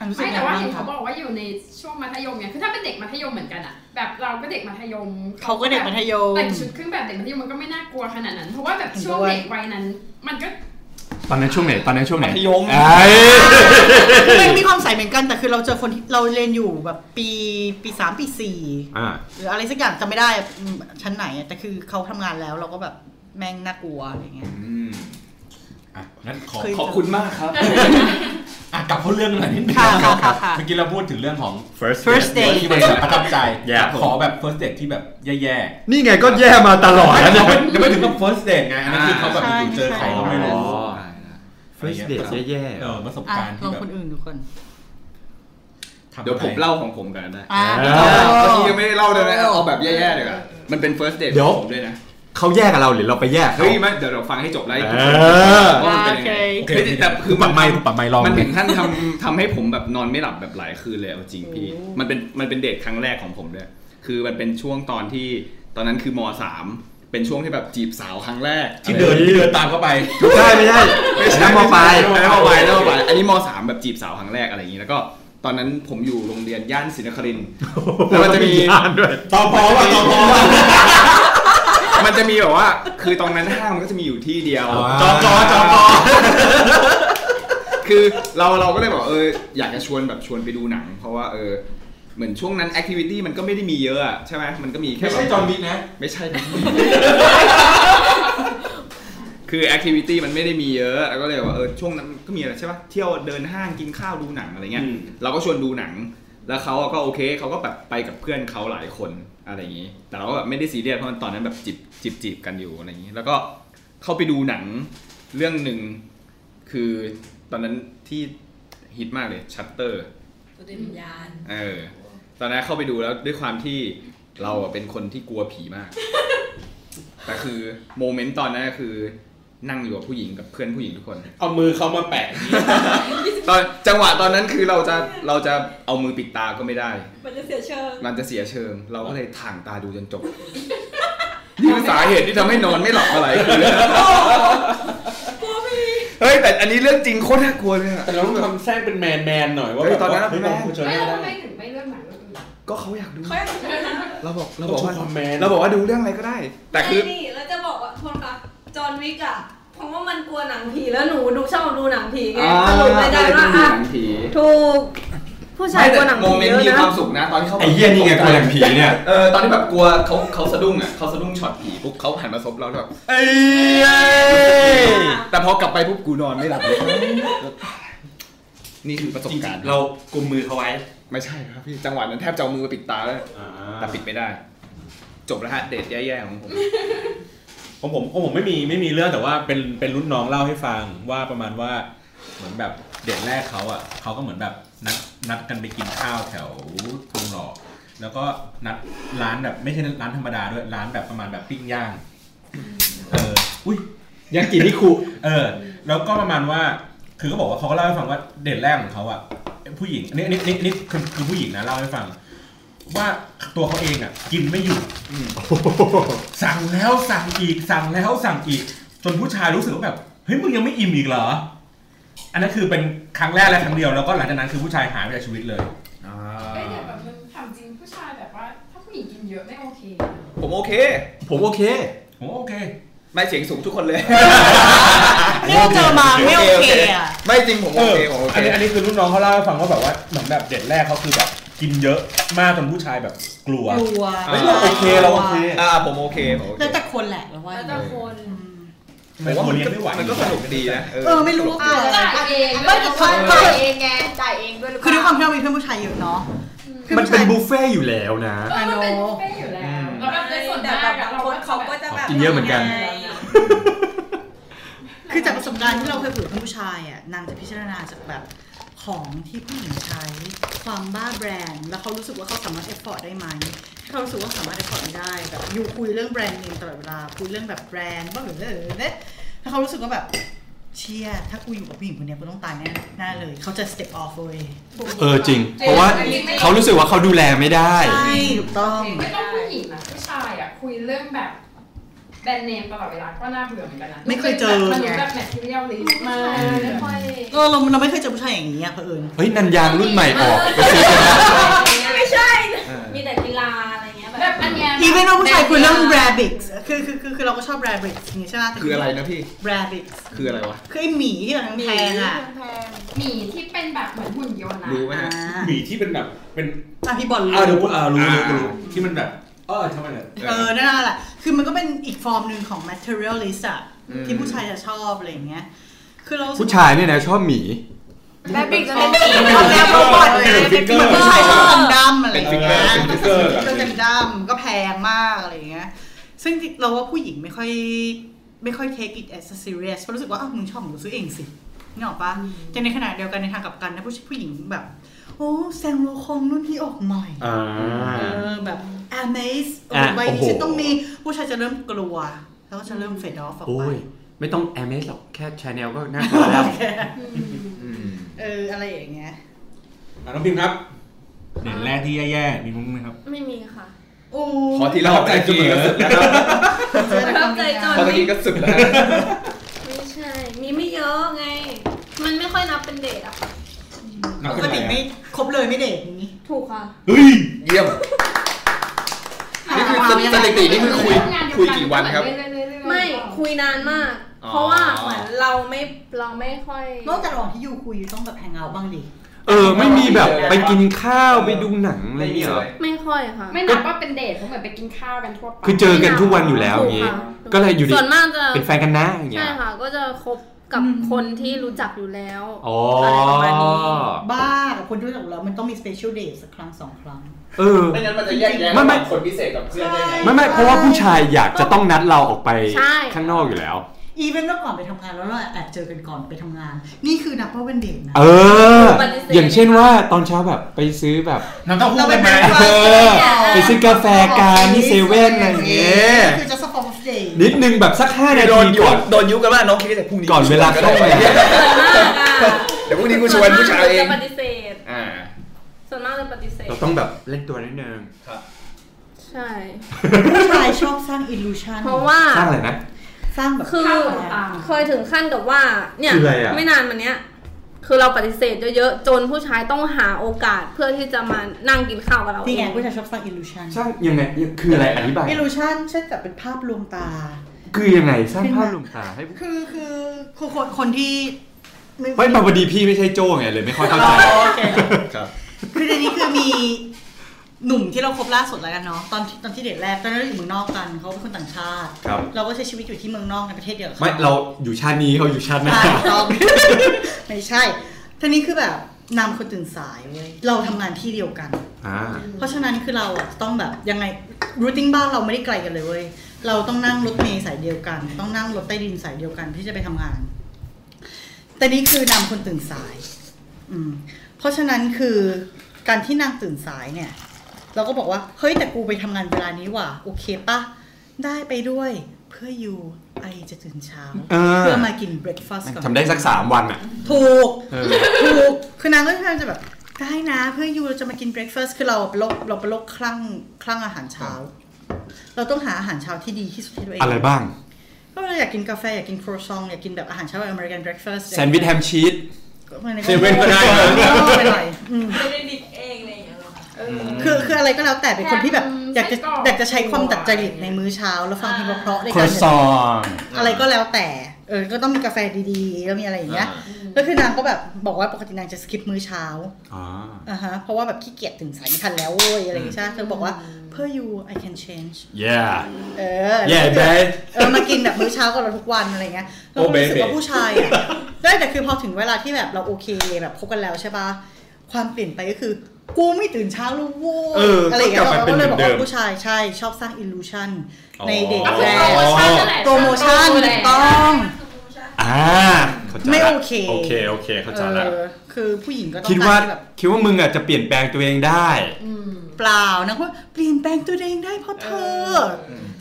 S4: อันรู้สึก
S9: ไม่
S4: ยังไง
S9: แต่ว่า
S4: บ้าง
S9: เห็น
S4: คะ
S9: เขาบอกว่าอยู่ในช่วงมัธยมไงคือถ้าเป็นเด็กมัธยมเหมือนกันอะแบบเราก็เด็กมัธยม
S4: เขาก็เด็กมัธยม
S9: แต่งชุดเครื่องแบบเด็กมัธยมมันก็ไม่น่ากลัวขนาดนั้น เพราะว่าแบบช่วงเด็กวัยนั้น มันก็
S1: ตอนนั้นช่วงไหนตอนนั้นช่วงไหน
S6: มัธยม
S1: เอ้ย
S4: คือมันมีความใสเหมือนกันแต่คือเราเจอคนที่เราเรียนอยู่แบบปีปีสามปีสี่
S1: อ่า
S4: หรืออะไรสักอย่างจำไม่ได้อืมชั้นไหนอะแต่คือเขาทำงานแล้วเราก็แบบแม่งน่ากลัวอะไรเงี้ย
S6: อืม
S3: อ่ะงั้นขอ
S4: เคย
S6: ขอบคุณมากครับ
S3: อ่ะกลับเข้าเรื่องหน่อยนิดนึง
S4: ค่ะ
S3: ครับ
S4: ค่ะค่ะ
S3: เมื่อกี้เราพูดถึงเรื่องของ
S1: first
S4: First date
S3: ที่มันแบบประทับใจ
S1: Yeah
S3: ขอแบบ first date ที่แบบแย่
S1: นี่ไงก็แย่มาตลอด
S3: ๆ
S1: แล้วเนี่ย
S3: ไม่ยังไม่ถึงกับ first date ไงอันนั้นคือเขาแบบ
S4: ใช่
S3: อยู่ๆเจอใครก็ไม่รู้
S1: อ๋อ first date แย่ๆ
S3: เอ
S1: เหรอ
S3: อประสบ
S4: อ่ะ
S3: การณ์ที่
S4: ลอง
S3: แบบ
S4: คนอื่นดูก่อน
S3: ทำ
S6: เดี๋ยวผม
S3: อะไร
S6: เล่าของผมกันนะ
S4: อ่ะ
S1: เอ
S6: เมื่อกี้ยังไม่ได้เล่าเลยนะเอาแบบแย่ๆเดี๋ยวามันเป็น first date
S1: เดี๋ยว
S6: ของผมด้วยนะ
S1: เขาแย่กับเราหรือเราไปแย่เขา
S6: เฮ้ยไม่เดี๋ยวเราฟังให้จบแล้วให้ทุกคน
S1: เออ
S6: ว่ามันเป็นยังไงเฮ้ยแต่คือ
S3: ปัดไม้
S6: ทำ
S3: ปัดไม้ลอง
S6: มัน
S3: เล
S6: ถึ
S3: ย
S6: งขั้นทำทำให้ผมแบบนอนไม่หลับแบบหลายคืนเลยเอาจริงพี่ มันเป็นมันเป็นเดทครั้งแรกของผมด้วย คือมันเป็นช่วงตอนที่ตอนนั้นคือมสาม เป็นช่วงที่แบบจีบสาวครั้งแรก
S17: ที่เดินที่เดินตามเข้าไป
S1: ไม่ใช่ไม่ใช่น้ำมอป ลาย
S6: อันนั้นมปลายอันนั้นมปลายอันนี้มสามแบบจีบสาวครั้งแรกอะไรอย่างนี้แล้วก็ตอนนั้นผมอยู่โรงเรียนย่านศรีนครินทร์แล้วมันจะมี
S17: ต่อพอว่ะต่อพอว่ะ
S6: มันจะมีแบบว่า คือตอนนั้นห้างมันก็จะมีอยู่ที่เดียว
S1: อ่า
S6: จอจอจอจอคือเราเราก็เลยบอกเอออยากจะชวนแบบชวนไปดูหนัง เพราะว่าเออเหมือนช่วงนั้นแอคทิวิตี้มันก็ไม่ได้มีเยอะอะใช่ไหมมันก็มีแค่
S17: ไม่
S6: แบบ
S17: ใช่จอห์นวิกนะ
S6: ไม่ใช่นะ คือแอคทิวิตี้มันไม่ได้มีเยอะแล้วก็เลยว่าเออช่วงนั้นก็มีอะไรใช่ปะเที่ยวเดินห้างกินข้าวดูหนังอะไรเงี้ย
S3: อืม
S6: เราก็ชวนดูหนัง แล้วเขาก็โอเคเขาก็แบบไปกับเพื่อนเขาหลายคนอะไรอย่างนี้ แต่เราก็แบบไม่ได้ซีเรียสเพราะมันตอนนั้นแบบจีบจีบจีบกันอยู่อะไรอย่างนี้ แล้วก็เข้าไปดูหนังเรื่องหนึ่งคือตอนนั้นที่ฮิตมากเลยชัตเตอร์
S5: ตัวเดวิญญาณ
S6: เออ ตอนนั้นเข้าไปดูแล้วด้วยความที่เราอะเป็นคนที่กลัวผีมาก แต่คือโมเมนต์ตอนนั้นก็คือนั่งอยู่กับผู้หญิงกับเพื่อนผู้หญิงทุกคน
S17: เอามือเขามาแปะอย่างนี้
S6: ตอนจังหวะตอนนั้นคือเราจะเราจะเอามือปิดตาก็ไม่ได้
S5: มันจะเสียเชิง
S6: มันจะเสียเชิง เราก็เลยถ่างตาดูจนจบ นี่คือสาเหตุที่ทำให้นอนไม่หลับอะไร คือเฮ้ยแต่อันนี้เรื่องจริงโคตรน่ากลัวเลยอะ
S17: แต่เราต้องทำแทรกเป็นแมนแมนๆหน่อยว่า
S6: เฮ้ย
S17: แบบ
S6: ตอนนั้น
S17: ว่าเฮ้ย
S6: แมน
S17: ผู้ชาย
S9: ไม่
S17: ไม่
S9: แล้ว
S17: ได้
S9: ทำไมถึงไม่เลือกหนังเรื่องอื่น
S6: ก็เขาอยากดู
S5: เขาอยากเชิญนะ
S6: เราบอกเราบอก
S17: ต้
S6: ว่า
S17: องโชว์ความแมน
S6: เราบอกว่าดูเรื่องอะไรก็ได้ แต่คือ
S5: นี่แล้วจะบอกว่าคนคะจอห์นวิกอะเพราะว่ามันกลัวหนังผีแล้วหนูดูชอบดูหนังผีไงสรุปไม่ได้ว่าอะถูก ผู้ชายกลัวหนัง
S6: โม
S5: ผี
S6: เมน
S5: เยอะ
S6: ต์มีค
S5: นะ
S6: วามสุขนะ ตอนที่เขา
S1: ไอ้เหี้ยนี่ไงกลัวอย่างผีเนี่ย
S6: เออตอนที่แบบกลัวเขาเขาสะดุ้งอ่ะเขาสะดุ้งช็อตผีปุ๊บเขาหันมาซบเราแล้วแบบเอ้ยแต่พอกลับไปปุ๊บกูนอนไม่หลับเลยนี่คือประสบการณ์
S3: เรากลุมมือเขาไว้
S6: ไม่ใช่ครับพี่จังหวะนั้นแทบจะเอามือไปปิดตาแล้วแต่ปิดไม่ได้ จบแล้วฮะเดทแย่ๆของผม
S3: ของผมของผมไม่มีไม่มีเรื่องแต่ว่าเป็นเป็นรุ่นน้องเล่าให้ฟังว่าประมาณว่าเหมือนแบบเดทแรกเขาอ่ะเขาก็เหมือนแบบนัดนัดกันไปกินข้าวแถวทองหล่อแล้วก็นัดร้านแบบไม่ใช่ร้านธรรมดาด้วยร้านแบบประมาณแบบปิ้งย่างเอออุ้ย
S1: ยังกินนี่คู
S3: เออ แล้วก็ประมาณว่า คือเขาบอกว่าเขาก็เล่าให้ฟังว่าเดทแรกของเขาอะผู้หญิงอันนี่นี่นี่นี่คือคือผู้หญิงนะเล่าให้ฟัง ว่าตัวเขาเองอะกินไม่หยุดสั่งแล้วสั่งอีกสั่งแล้วสั่งอีก จนผู้ชายรู้สึกว่าแบบเฮ้ยมึงยังไม่อิ่มอีกเหรอ อันนั้นคือเป็นครั้งแรกและครั้งเดียวแล้วก็หลังจากนั้นคือผู้ชายหายไปจากชีวิตเลย
S9: เอ้ยแต่แบบมันถามจริงผู้ชายแบบว่า ถ้าผู้หญิงกินเยอะไม่โอเคนะ
S6: ผมโอเค
S1: ผมโอเค
S3: ผมว่าโอเค
S6: ไม่เสียงสูงทุกคนเลย
S18: นี่เราเจอมาไม่โอเคอ่ะ
S6: ไม่จริงผม
S3: เอ
S6: โอ
S3: อ
S6: เคผมโอเค
S3: อันนี้อันนี้คือรุ่นน้องเขาเล่าให้ฟังว่าแบบว่าเหมือนแบบเดทแรกเขาคือแบบกินเยอะมากจนผู้ชายแบบกลัว
S18: กลัว
S6: เฮ้ยเราโอเค
S1: เราโอเค
S6: อ่าผมโอเคผมโอเค
S18: แล้วแต่คนแหละแล้วว่า
S11: แล้วแต่คน
S3: ผมว่ามันก็มันก็สนุกดีนะ
S6: เอ
S4: เออไม่รู้ว่าคืออะไร
S11: จ่ายเอง
S4: ไม่แต่เขา
S11: จ่ายเองไงจ่ายเองด้วยหรือเป
S4: คือด้วยควา
S11: ล่าม
S4: ที่เรามีเพื่อนผู้ชายเยอะเนาะพื่อ
S1: มัน
S4: ผู้
S1: เป็
S4: ชาน ย
S1: บุฟเฟ่ต์อยู่แล้วนะ
S9: เออมันเป็นบุฟเฟ่ต์อยู่แล้วแล้วแบบในส่วน
S5: แต่
S9: มาก
S5: แบบ
S9: อะเรา
S5: คน
S9: เขา
S5: เขา
S9: ก็
S5: ก็จะแบบ
S1: กินเยอะเหมือนกัน
S4: คือจากประสบการณ์ที่เราเคยคุยกับผู้ชายอ่ะนางจะพิจารณาจากแบบของที่ผู้หญิงใช้ความบ้าแบรนด์ แล้วเขารู้สึกว่าเขาสามารถเอฟฟอร์ตได้ไหมถ้าเขารู้สึกว่าสามารถเอฟฟอร์ตไม่ได้แบบอยู่คุยเรื่องแบรนด์เนมตลอดเวลาคุยเรื่องแบบแบรนด์บ้างหรือเลยเนี่ยถ้าเขารู้สึกว่าแบบเชี่ยถ้ากูอยู่กับผู้หญิงคนเนี้ยกูต้องตายแน่แน่เลยเขาจะ step off เลย
S1: เออจริง เพราะว่าเขารู้สึกว่าเขาดูแลไม่ได้
S4: ใช่ถูกต้อง
S9: ไม่ต้องผู้หญิงนะผู้ชายอะคุยเรื่องแบบแบรนด์เนมตลอดเวลาก็น่าเบื่อเหมือนกันนะ
S4: ไม่เคยเจอ
S9: มัน
S4: ไง
S9: รู้แบบแมทเทียลลิสมาก
S11: ไม่ค่อย
S4: เออเราเราไม่เคยเจอผู้ชายอย่างนี้อ่ะเผอิญ
S1: เฮ้ย นันยางรุ่นใหม่ออกไปซื้อกัน
S11: ไม่ใช่
S5: มีแต่กีฬาอะไรเงี้ยแบ
S9: แบบ บอันเนี้ย
S4: อีเวนต์ว่าผู้ชายคุยเรื่อง rabbits คือคือคือคือเราก็ชอบ rabbits อย่างนี้ใช่ไหม
S6: คืออะไรนะพี่
S4: rabbits
S6: คืออะไรวะ
S4: คือไอหมีที่แบบแพงๆอ่ะ
S9: หมีที่เป็นแบบเหมือนหุ่นยนต์อะ
S6: รู้ไหม
S4: อ่า
S6: ฮะ
S3: หมีที่เป็นแบบเป็น
S4: อ่ะพี่บอล
S3: อ่าเดี๋ยว
S4: รู้
S3: กูอ่ารู้รู้
S6: อ่า
S3: รู้ที่มันแบบเออทำไมเนี่ย
S4: เออนั่นแหละคือมันก็เป็นอีกฟอร์มหนึ่งของ materialist อ่ะ
S6: อืม
S4: ที่ผู้ชายจะชอบอะไรอย่างเงี้ย คือเรา
S1: ผู้ชายเนี่ยนะชอบหมี
S11: แบบบิ๊กจะเป็นผี
S4: ชอบแล้วก็บอดเลยเหมือนผู้ชายชอบกันดั้มอะไร
S6: เป็
S4: อน ย่าง
S6: ฟิก
S4: เงี้
S6: เกอร์
S4: ย
S6: เป็นฟิกเกอร์แบบ
S4: ก็เต็มดั้มก็แพงมากอะไรอย่างเงี้ย ซึ่งเราว่าผู้หญิงไม่ค่อยไม่ค่อย take it as a serious เพราะรู้สึกว่าอ้าวมึงชอบมึงซื้อเองสินี่ออกปะแต่ในขณะเดียวกันในทางกลับกันนะผู้ชผู้หญิงแบบ โอ้แซงโลคองนู่นที่ออกใหม่
S1: อ่า
S4: เออแบบ amaze โอ้
S1: อ่ะ
S4: ใบนี้
S1: โอ้โห
S4: ฉันต้องมีผู้ชายจะเริ่มกลัว แล้วก็จะเริ่ม fade off ออก
S1: โอ้
S4: ไป
S1: ย ไม่ต้องแอมเมสหรอก แค่ชาแนลก็น่ากลัวแล้ว
S6: อืม
S4: เอออะไรอย่างเงี้ย
S3: อ่ะน้องพิมครับเด่นแรกที่แย่ๆมีมุ้งไหมครับ
S11: ไม่มีค่ะ
S4: โอ้
S6: ขอที่เราไปทีก็สุดนะครับ
S4: เจอแต่ความดีงา
S11: เข้าใจจน
S4: ม
S6: พอตะกี้ก็สุดแล้ว
S11: ไม่ใช่ มีไม่เยอะไง มันไม่ค่อยนับเป็นเดทอะค่ะ
S3: นับ
S4: ป
S3: เป็น
S4: ก
S3: อะไร
S4: ติ
S3: อะ
S4: ไม่ครบเลยไม่เดทอย่างนี้
S11: ถูกค่ะ
S6: เฮ้ย เยี่ยม นี่คือสถิตินี่คือคุยคุยกี่วันครับ
S11: ไม่คุยนานมาก
S6: อ๋อ
S11: เพราะว่าเหมือนเราไม่เราไม่ค่อย
S4: นอกจากระหว่างที่อยู่คุยต้องแบบแฮงเอาท์บ้างดิ
S1: เออ ไม่มีแบบไปกินข้าวไปดูหนังอะไรอย่างเงี้ยเหรอ
S11: ไม่ค่อยค่ะ
S9: ไม่นับว่าเป็นเดทเพราะเหมือนไปกินข้าวกันทั่วไป
S1: คือเจอกันทุกวันอยู่แล้วอย่างงี้
S11: ถูค่ะ
S1: ก็เลยอยู่ดี
S11: ส่วนมากจะ
S1: เป็นแฟนกันนะอย่างเงี้
S11: ใช่
S1: ย
S11: ค่ะ ก็จะคบกับคนที่รู้จักอยู่แล้ว
S1: อ๋อ
S11: อะไรประมาณนี้
S4: บ้ากับคนที่รู้จักเรามันต้องมีสเปเชียลเดทสักครั้งสองครั้ง
S1: เออ
S6: ไม่งั้นมันจะแยกแยะ
S1: ไม่ไม่
S6: คนพิเศษกับเพื่อนได้ไง
S1: ไม่ไม่เพราะว่าผู้ชายอยากจะต้องนัดเราออกไป
S11: ใช่
S1: ข้างนอกอยู่แล้ว
S4: อีเวนต์เมื่อก่อนไปทำงานแล้วเราแอบเจอกันก่อนไปทำงาน นี่คือนับว่าเป็นเดทนะ
S1: เออ
S11: ปฏิเสธ
S1: อย่างเช่นว่าตอนเช้าแบบไปซื้อแบบ
S3: น้ำเต้าหู้
S4: เราไป
S3: เป็นไหม
S4: แบ่ง
S1: เออ ไปซื้อกาแฟกันที่เซเว่นอะไรอย่างเงี้ย
S4: คือจะสปอร์ตเดท
S1: นิดนึงแบบสัก 5 นา
S6: โดน
S1: ที
S6: ยุ
S1: ก่อน
S6: โดนยุกันว่าน้องเค้กแต่พรุ่งนี้
S1: ก่อนเวลาเข้าไป
S11: ส่วนมากอะ
S6: เดี๋ยวพรุ่งนี้กูชวนผู้ชายเอง
S11: ส่วนมกจะปฏิเสธ
S6: อ่า
S11: ส่วนมากจะปฏิเสธ
S1: เราต้องแบบเล่นตัวนิดนึง
S11: ใช่
S4: ผู้ชายชอบสร้างอิ l ลูชัน
S11: เพราะว่า
S1: สร้างอะไรนะ
S4: สร้างแบบ
S11: คือ
S4: ข้าว
S9: อ่า
S11: เคยถึงขั้นกับว่า เนี่ย
S1: คืออะไรอะ
S11: ไม่นานมาเนี้ย คือเราปฏิเสธเยอะๆ จนผู้ชายต้องหาโอกาสเพื่อที่จะมานั่งกินข้าวกับเรา
S4: นี่ไง
S11: เอง
S4: ผู้ชายชอบสร้างอิ l ลูชัน
S1: สร้างยังไงคืออะไรอธิบาย
S4: อิ l ลูชันเช่นแบบเป็นภาพลวงตา
S1: คือยังไงสร้างภาพลวงตาให้ผู้
S4: คือคือคือคนคนที่
S1: ไม่มาพอดีพี่ไม่ใช่โจ้ไงเลยไม่ค่อยเข้าใจ
S6: ครับ
S4: คือในนี้คือมีหนุ่มที่เราคบล่าสุดแล้วกันเนาะตอนตอนที่เดทแรกตอนนั้นเราอยู่เมืองนอกกันเขาเป็นคนต่างชาติ
S1: ครับ
S4: เราก็ใช้ชีวิตอยู่ที่เมืองนอกในประเทศเดียวกับข
S1: ไม่เราอยู่ชาตินี้เขาอยู่ชาติหน้า
S4: ใช่ถูกต้อง ไม่ใช่ทีนี้คือแบบนำคนตื่นสายเว้ย เราทำงานที่เดียวกัน
S1: อ่า
S4: เพราะฉะนั้นคือเราอ่ะต้องแบบยังไงรูทิ้งบ้านเราไม่ได้ไกลกันเลยเว้ย เราต้องนั่งรถเมล์สายเดียวกัน ต้องนั่งรถใต้ดินสายเดียวกันที่จะไปทำงาน แต่นี่คือนางคนตื่นสาย อืม เพราะฉะนั้นคือการที่นางตื่นสายเนี่ย เราก็บอกว่า เฮ้ยแต่กูไปทำงานเวลานี้ว่ะโอเคปะได้ไปด้วยเพื่ออยู่ไอจะตื่นเช้า
S1: เออ
S4: เพื่อมากินเบรคฟาสต์ก่อน
S1: ทำได้สักสามวันอ่ะ
S4: ถูก
S1: เออ
S4: ถูก คือนางก็พยายามจะแบบได้นะเพื่อยูเราจะมากินเบรคเฟาสต์คือเราเป็นโรคเราเป็นโรคคลั่งคลั่งอาหารเช้า เราต้องหาอาหารเช้าที่ดีที่สุดที่ตัวเอง
S1: อะไรบ้าง
S4: ก็เราอยากกินกาแฟ อยากกินครัวซอง อยากกินแบบอาหารเช้าแบบอเมริกันเบรคเฟาสต์
S1: แซนด์วิชแฮมชีส
S4: ก็
S1: เซเว่นก็ได้นะ
S4: ก็ไปหน่อยอืม
S11: ไม่ได้ดิบเองอะไรอย่างเงี้ยหรอก
S9: เออ
S4: คือคืออะไรก็แล้วแต่เป็นคนที่แบบอยากจะ
S9: แฮมไส้กรอก
S4: อยากจะใช้ความตัดจริตในมื้อเช้า แล้วฟังเพลงเพราะๆใน
S1: ครั
S4: กาว ร
S1: ซอง
S4: อะไรก็แล้วแต่ เออ ก็ต้องมีกาแฟดีๆ แล้วมีอะไรอย่างเงี้ย แล้วคือนางก็แบบบอกว่าปกตินางจะสกิปมื้อเช้า
S1: อ๋อ
S4: อ่าฮะเพราะว่าแบบขี้เกียจถึงสายไม่ทันแล้วเว้ยอะไรอย่างงี้ใช่ไหมเธอบอกว่าเพื่อ you I can change
S1: yeah
S4: เออ
S1: yeah
S4: แบ
S1: babe
S4: เออมากินแบบมื้อเช้ากับเราทุกวันอะไรเงี้ยเราก็
S6: โอ้
S4: รู้สึก
S6: baby
S4: ว่าผู้ชายอ่ะได้แต่คือพอถึงเวลาที่แบบเราโอเคแบบคบกันแล้วใช่ปะความเปลี่ยนไปก็คือ กูไม่ตื่นเช้าแล้วโว้ย
S1: เอออ
S4: อะไรอย่างเงี้ย
S1: ก็กลับ
S4: เรา
S1: มาเป็น
S4: ก็เลยบอก
S1: เหมือนเดิ
S4: ว่าม ผู้ชายใช่ชอบสร้าง illusion
S1: อ๋อ
S4: ในเด็ก
S9: ก็คือ
S4: แรก
S9: โปรโมชั่นนั่นแหละ
S4: โปรโมชั่น
S9: โปรโม
S4: ถู
S9: แห
S4: ก
S9: ละ
S4: ต้อง
S1: อ่าเข้าใจละ
S4: ไม่โอเค
S1: โอเค โอเค เข้าใจละ
S4: เออคือผู้หญิงก็ต้อง
S1: คิดว่า
S4: การที่แบบ
S1: คิดว่ามึงอ่ะจะเปลี่ยนแปลงตัวเองได้
S4: เปล่านะว่าเปลี่ยนแปลงตัวเองได้เพราะเธอ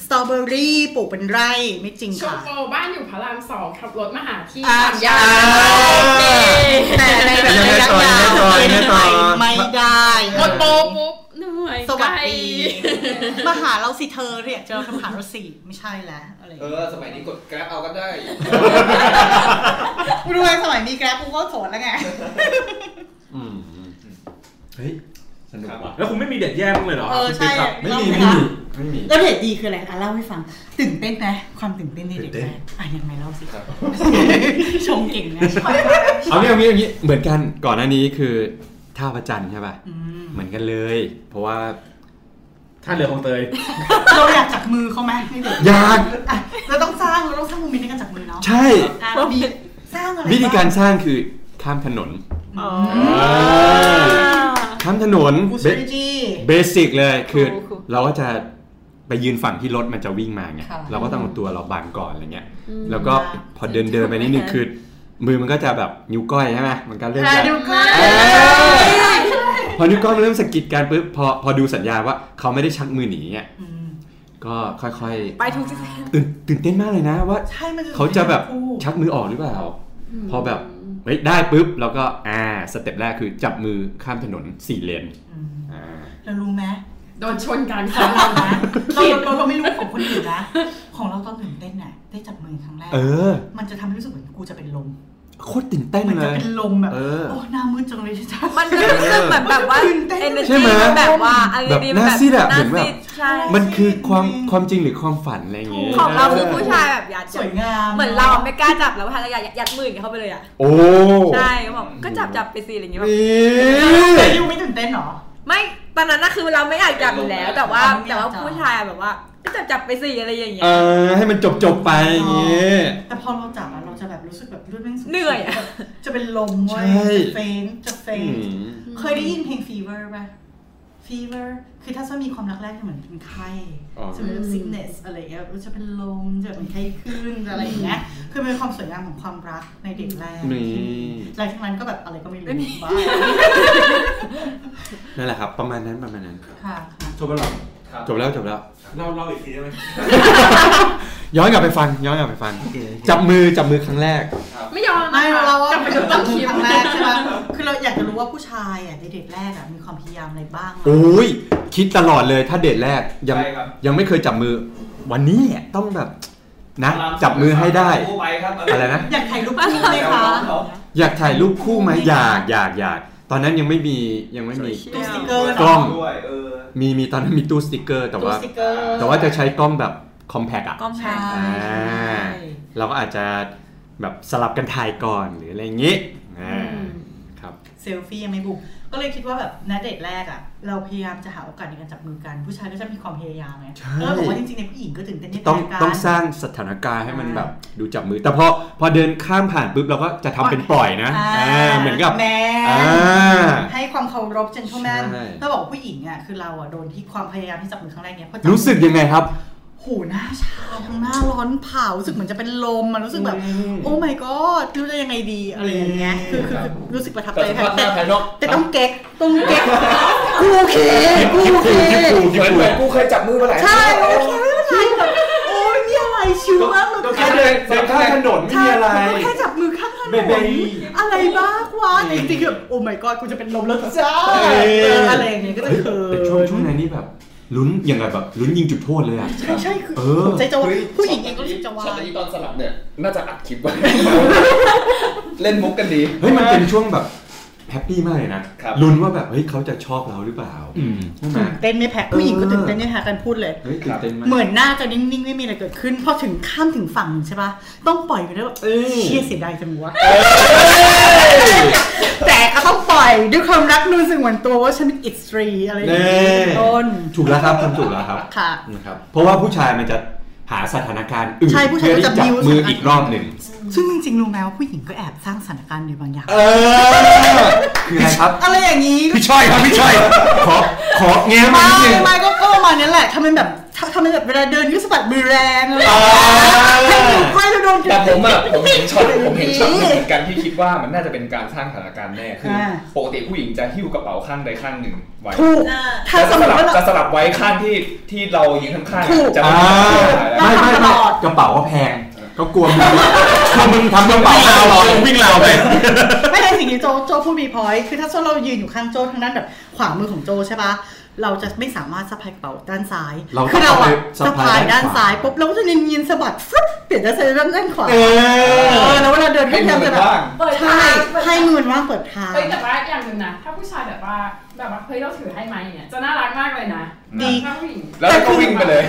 S4: สตรอเบอรี่ปลูกเป็นไร่ไม่จริง
S9: ช
S4: ค่ะ
S9: มโปบ้านอยู่พระรามสองขับรถมาหาที่
S4: อ่า
S9: สามย่าน
S4: แต่ในแบบ
S1: ยังไง
S4: ระยะ
S1: ต่อย
S4: า
S1: ยังไง
S4: ว
S1: ต่อยัง
S4: เป็น
S1: ไงต่อ
S4: ไปไม่ได้
S9: หมดโปปุ๊บเหนื่อย
S4: สวัส
S9: ไกล
S4: ดีมาหาเราสิเธอเรียกเจอคำหาเราสิไม่ใช่แล้วอะไรอย่าง
S6: เอ
S4: เงี้ย
S6: อ สมัยนี้กดแกร็บเอากันได้
S4: ไม่รู้ไงสมัยมีแกร็บกูก็โสดแล้วไง
S1: อืม
S3: เฮ้ยสนุกว่ะแล้วคุณไม่มีเด็ดแย่บ้างเลยเหรอ
S4: เออ
S3: คุณปิ๊ก
S4: ใช่
S3: ครับ
S1: ไม่
S4: ต้อง
S1: มี
S4: นะ
S1: ไม่มีไม่มี
S4: แล้วเหตุดีคืออะไรอ่ะเล่าให้ฟังตื่นเต้นไหมความตื่นเต้นในเด็ก
S1: ตื่นเต้
S4: แร
S1: น
S4: กอ่ะยังไงเล่าสิชมเก่งนะ
S1: เอางี้เอางี้เอางี้เหมือนกันก่อนหน้านี้คือท่าประจันทร์ใช่ป่ะ
S4: อืม
S1: เหมือนกันเลย เพราะว่า
S3: ท่าเรือของเตย
S4: เราอยากจับมือเขาไหมในเด็ก
S1: ยาก
S4: อ่ะเราต้องสร้างเราต้องสร้างโมเมนต์ในการจับมือเนาะ
S1: ใช่
S4: อ่ะมีสร้างอะไร
S1: วิธีการสร้างคือข้ามถนนข้ามถนน
S4: กูส
S1: เบ
S4: ตรีจี
S1: เบสิกเลยคือ
S19: ครูครู
S1: เราก็จะไปยืนฝั่งที่รถมันจะวิ่งมาไง
S4: ค่ะ
S1: เราก็ต้องเอาตัวเราบังก่อนอะไรเงี้ย แล้วก็พอเดินเดินไปนิดนึงคือ มือมันก็จะแบบนิ้วก้อยใช่ไหมมันก็เริ่มจะ เออพอนิ้วก้อยมันเริ่มสะกิดกันปุ๊บพอพอดูสัญญาณว่าเขาไม่ได้ชักมือหนีอ่ะ
S4: อืม
S1: ก็ค่อย
S11: ไปทุกที่
S1: ๆตื่นตื่นเต้นมากเลยนะว่า
S4: ใช่มันคือ
S1: เขาจะแบบ
S4: คู่
S1: ชักมือออกหรือเปล่า พอแบบเฮ้ยได้ปุ๊บแล้วก็อ่าสเต็ปแรกคือจับมือข้ามถนนสี่เลน
S4: อืม
S1: อ่า
S4: เรารู้ไหม
S9: โดนชนกลาง
S4: ข
S9: ทา
S4: อง
S9: ง
S4: เรานะเราเราเราไม่รู้ของคนอื่นนะ ของเรา ตอนตื่นเต้นน่ะได้จับมือครั้งแรก
S1: เออ
S4: มันจะทำให้รู้สึกเหมือนกูจะเป็นลม
S1: โคตรตื่นเต้น
S4: มัน
S1: เล
S4: จะ
S1: ย
S4: เป็นลมแบบ
S1: เออ
S4: โอ้หน้ามืดจังเลยที่จ้า
S11: มันจะรู้สึกเหมือนแบบว่า
S4: ตื่นเต้น
S11: เอเนอร์
S1: ใช่ไหม
S11: มันแบบว่าอะไร
S1: แบบ
S11: ดีๆมัน
S1: หน้าซีดอะ
S11: ห
S1: เหมือนแบบ
S11: ซีดใช่
S1: มันคือความความจริงหรือความฝันอะไรอย่างเงี้ย
S11: ของเราคือผู้ชายแบบยัด
S4: สวยงาม
S11: เหมือนเราอะไม่กล้าจับแล้วค่ะเราอยากยัดมืออย่างเงี้ยเข้าไปเลยอ่ะ
S1: โอ้
S11: ใช่เขาบอกก็จับจับไปสิอะไรอย่างเงี้ยแบบ
S4: แต่
S1: นี่
S4: ยูไม่ตื่นเต้นหรอ
S11: ไม่ตอนนั้นน่ะคือเราไม่อยากจับอยู่แล้ว แต่ว่า
S4: อ๋อไม่อยากจับ
S11: แต่ว่าผู้ชายแบบว่า ก็จับจับไปสิอะไรอย่างเงี้
S1: เอย อให้มันจบจบๆไปอย่างเงี้ย
S4: แต่พอเราจับอะเราจะแบบรู้สึกแบบเลือดแม่งสูบ
S11: เหนื่อยอะ
S4: แบบจะเป็นลมเว้ย
S1: ใช่
S4: จะเฟนจะเฟ
S1: อื
S4: น
S1: ม
S4: เคยได้ยินเพลง fever ป่ะ fever คือถ้าจะมีความรักแรกจะเหมือนเป็นไข้
S1: อ๋อ
S4: จะเป็น sickness อะไรเงี้ยจะเป็นลมจะเป็นไข้ขึ้นอะไรอย่างเงี้ยคือมันเป็นความสวยงามของความรักในเด็กแรก
S1: นี่
S4: หลังจากนั้นก็แบบอะไรก็ไม่รู้ บ้า
S1: นั่นแหละครับ ประมาณนั้นประมาณนั้น
S4: ค่ะค่ะ
S3: จบแล้วเหรอ
S1: จบแล้วจบแล้ว
S3: เล่าเล่าอีกทีได้ไหม
S1: ย้อนกลับไปฟังย้อนกลับไปฟัง จับมือจับมือครั้งแรก
S9: ไม่ยอม
S4: ไม่
S9: นะคะ
S4: เราว่า
S9: จับไป
S4: เป็น
S9: จนต้
S4: จั
S9: อบ ง
S4: มื
S9: คิ
S4: อค
S9: ว
S4: รั้งแรกใช่ไหมคือเราอยากจะรู้ว่าผู้ชายอะในเด็กแรกอะมีความพยายามอะไรบ้างอะ
S1: โอ้ยคิดตลอดเลยถ้าเดทแรกยัง
S6: ใช่ครับ
S1: ยังไม่เคยจับมือ วันนี้เนี่ยต้องแบบนะจับมือให้ได้
S6: ไปครับ
S1: อะไรนะ
S4: อยากถ่ายรูปคู่ไหมคะ
S1: อยากถ่ายรูปคู่ไหมอยากอยากอยาก ตอนนั้นยังไม่มียังไม่มี
S4: ตู้สติกเกอร์
S1: กล้อง
S6: ด้วยเออ
S1: มีมีตอนนั้นมีตู้สติกเกอร์ แต่
S4: ตู้
S1: ว่า
S4: สติกเกอร์
S1: แต่ว่าจะใช้กล้องแบบคอมแพกอะ
S11: กล้องแพ
S4: ใช่
S11: ง
S1: อ่าเราก็อาจจะแบบสลับกันถ่ายก่อนหรืออะไรอย่างงี้อ่าครับ
S4: เซลฟี่ยังไม่บุก ก็เลยคิดว่าแบบณเดทแรกอ่ะ เราพยายามจะหาโอกาสในการจับมือกัน ผู้ชายก็จะมีความพยายามไง
S1: ใช่
S4: แล้วบอกว่าจริงๆในยผู้หญิงก็ตื่นเต้นได้
S1: ต้อง
S4: แกัน
S1: ต้องสร้างสถานการณ์ให้มันแบบดูจับมือ แต่พอพอเดินข้ามผ่านปุ๊บเราก็จะทำเป็นปล่อยนะ
S4: า
S1: อ่าเหมือนกับ
S4: แม
S1: อ่า
S4: ให้ความเคารพ gentleman
S1: ใช่
S4: แล้วบอกว่าผู้หญิงอ่ะคือเราอ่ะโดนที่ความพยายามที่จับมือครั้งแรกเนี้ยเพราะจับ
S1: รู้สึกยังไงครับ
S4: โหหน้าชาหน้าร้อนเผารู้สึกเหมือนจะเป็นลมมันรู้สึกแบบ โอ้ my god รู้จะยังไงดีอะไรอย่างเงี้ยคือคือคือรู้สึกประทับใจ
S6: แต่สภาพหน้าภายนอก
S4: แต่ต้องเก๊กต้องเก๊กกูโอเคกูโอเค
S6: เหมือนเหมือนกูเคยจับมือมาหลาย
S4: ใช่โอเคไม่เป็นไรแบบโอ้ยมีอะไรชิวมากเลย
S6: แค่เดินเดินข้ามถนน
S4: ใช่ก็แค่จับมือข้างถนนอะไรบ้างวะแต่จริงๆคือโอ้ my god กูจะเป็นลมแล้วจ้า
S1: เอ้ย
S4: เอออะไรอย่างเงี้ยก็จะเขิ
S1: แต่ช่วงช่วง
S4: น
S1: นั้นนี่แบบลุ้นอย่างไงแบบลุ้นยิงจุดโทษเลยอะ
S4: ใช่ใช่คือ
S1: เออ
S4: ใจจะวายผู้หญิงเองก็รู้สึกจะวา
S6: ช็อต
S4: ย
S6: นี้ตอนสลับเนี่ย น่าจะอัดคลิ ปไว้ เล่นมุกกันดี
S1: เฮ้ยมันเป็นช่วงแบบแฮปปี้มากเลยนะครับ ลุ้นว่าแบบเฮ้ยเขาจะชอบเราหรือเปล่าใช่ไหม
S4: ตื่นเต้นไม่แพ้ผู้หญิงก็ตื่นเต้นไม่แพ้กันพูดเลย
S1: เฮ้ยตื่นเต้นมาก
S4: เหมือนหน้าจะนิ่งๆ ไม่มีอะไรเกิดขึ้น พอถึงข้ามถึงฝั่งใช่ปะต้องปล่อยไปด้วยแบบเออเชี่ยเสียดายจังวะแต่ก็ต้องปล่อยด้วยความรักนูนสึงเหมือนตัวว่าฉันเป็นอิสตรีอะไรอย่าง
S1: เน่
S4: เงี้ยเป็นต้น
S1: ถูกแล้วครับทำถูกแล้วครับ
S4: ค่ะ
S1: นะครับเพราะว่าผู้ชายมันจะหาสถานการณ์อื่น
S4: ใช่ผู้ชาย
S1: เพื่อที่
S4: ก็จะ
S1: จะจับ
S4: build
S1: มืออีกรอบหนึ่ง
S4: ซึ่งจริงๆรู้ไหมว่าผู้หญิงก็แอบสร้างสถานการณ์ในบางอย่าง
S1: เออคืออะไรครับ
S4: อะไรอย่างนี้
S1: พี่ช่อยครับพี่ช่อยขอขอแง้มมา
S4: ไมา
S1: นิดนึง
S4: ไม่ก็ก็ประมาณนี้แหละทำเป็นแบบทำเป็นแบบเวลาเดินก็สะบัดมือแรงอะไรอย่างเงี้ยให้ดูใครจะโดน
S6: แต่ผมอะผมเห็นช็อตผมเห็นช็อตหนึ่งเหมือนกันที่คิดว่ามันน่าจะเป็นการสร้างสถานการณ์แน่คืออา ปกติผู้หญิงจะหิ้วกระเป๋าข้างใดข้างหนึ่งไว้
S4: ถูกถ้า
S6: จะ
S4: ส
S6: ส
S4: มมติ
S6: ลับ
S4: ว่าเรา
S6: จะสลับไว้ข้างที่ที่เรายืนข้างๆ
S4: ถูก
S6: อะจะไม่
S1: อ่า
S6: มี
S1: ไม่ไม่
S4: ต
S1: ไม่
S4: ลอด
S1: กระเป๋าก็แพง ก็กลัวมึงกลัวมึงทำกระเป๋าเราหรอวิ่งเราไป
S4: ไม่ใช่สิ่งที่โจโจพูดมีพอยต์คือถ้าเรายืนอยู่ข้างโจทางด้านแบบขวามือของโจใช่ปะเราจะไม่สามารถสะพายกระเป๋าด้านซ้าย
S1: เราต้อง
S4: คือเราอะ
S1: เอาไป
S4: สะ
S1: สะ
S4: พา
S1: พาย ย
S4: ด้า
S1: ด้าน น
S4: ซ้า
S1: ซ้าย ย
S4: ปุ๊บเราก็จะเนียนๆสะบัดฟึ๊บเปลี่ยนด้านซ้ายเป็นด้านขวา
S1: เอ
S4: เอ
S1: อ
S4: อแล้วเวลาเดินก็
S6: ให้
S4: พยา
S6: มื
S4: ยามจะ
S6: อ
S4: แบบ
S6: บ้าง
S11: เปิด
S4: ใช่
S11: ทางเปิดทาง
S4: ให้มือมันว่างเปิดทาง
S9: เฮ้ยแต่ว่าอย่างหนึ่งนะถ้าผู้ชายแบบว่าแบบว่าเฮ้ยเราถือให้ไหมเนี่ยจะน่ารักมากเลยนะ
S4: ดี
S9: ถ้าผู้หญิง
S6: แล้วเราก็วิ่งไปเลย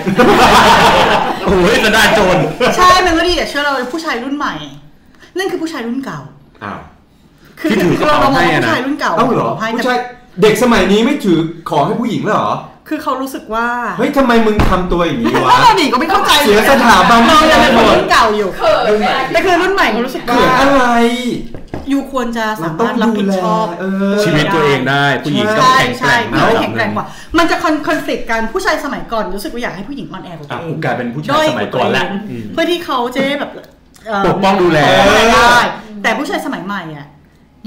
S1: โอ้ยจะได้โจร
S4: ใช่ มันก็ดีแต่เชื่อเราผู้ชายรุ่นใหม่ นั่นคือผู้ชายรุ่นเก่า
S1: อ้าว
S4: คือ
S1: ที่ถือกระ
S4: เรา
S1: เป๋าม
S4: อง
S1: ให้อะ
S4: ผู้
S1: นะ
S4: ชายรุ่นเก่า
S1: เอ้าเหรอ
S4: ให้
S1: ผู้ชายเด็กสมัยนี้ไม่ถือของให้ผู้หญิงแล้วเหรอ
S4: คือเขารู้สึกว่า
S1: เฮ้ยทำไมมึงทำตัวอย่างนี้วะ
S4: ถ้าเราหนีก็ไม่เข้าใจ
S1: เสียสถาบัน
S4: เรายังเป็นคน
S1: หมด
S4: รุ่นเก่าอยู่
S9: เขินเวลา
S4: แต่คือรุ่นใหม่ก็รู้สึกว่า
S1: เขินอะไร
S4: ยูควรจะสามารถรับผิดชอบ
S1: เราต้องดูแลเออ
S4: ตั
S1: ชีวิตตัวเองได้ ผู้หญิงต้อง
S4: ใช่ใช่ผู้หญิงแข็งแกร่งกว่า มันจะคอนคอนฟ lict กันผู้ชายสมัยก่อนรู้สึกว่าอยากให้ผู้หญิงอ่อนแอกว่าตั
S1: อ่ะ
S4: วเอ
S1: กู
S4: ง
S1: กลายเป็นผู้ชายสมัยก่อนแหละ
S4: ด้ยว่าตัว
S1: อื
S4: เอง
S1: ม
S4: เพื่อที่เขาจะได้แบบเ
S1: ปกป้องดูแล
S4: ปกป้องดูแลได้ แต่ผู้ชายสมัยใหม่อ่ะ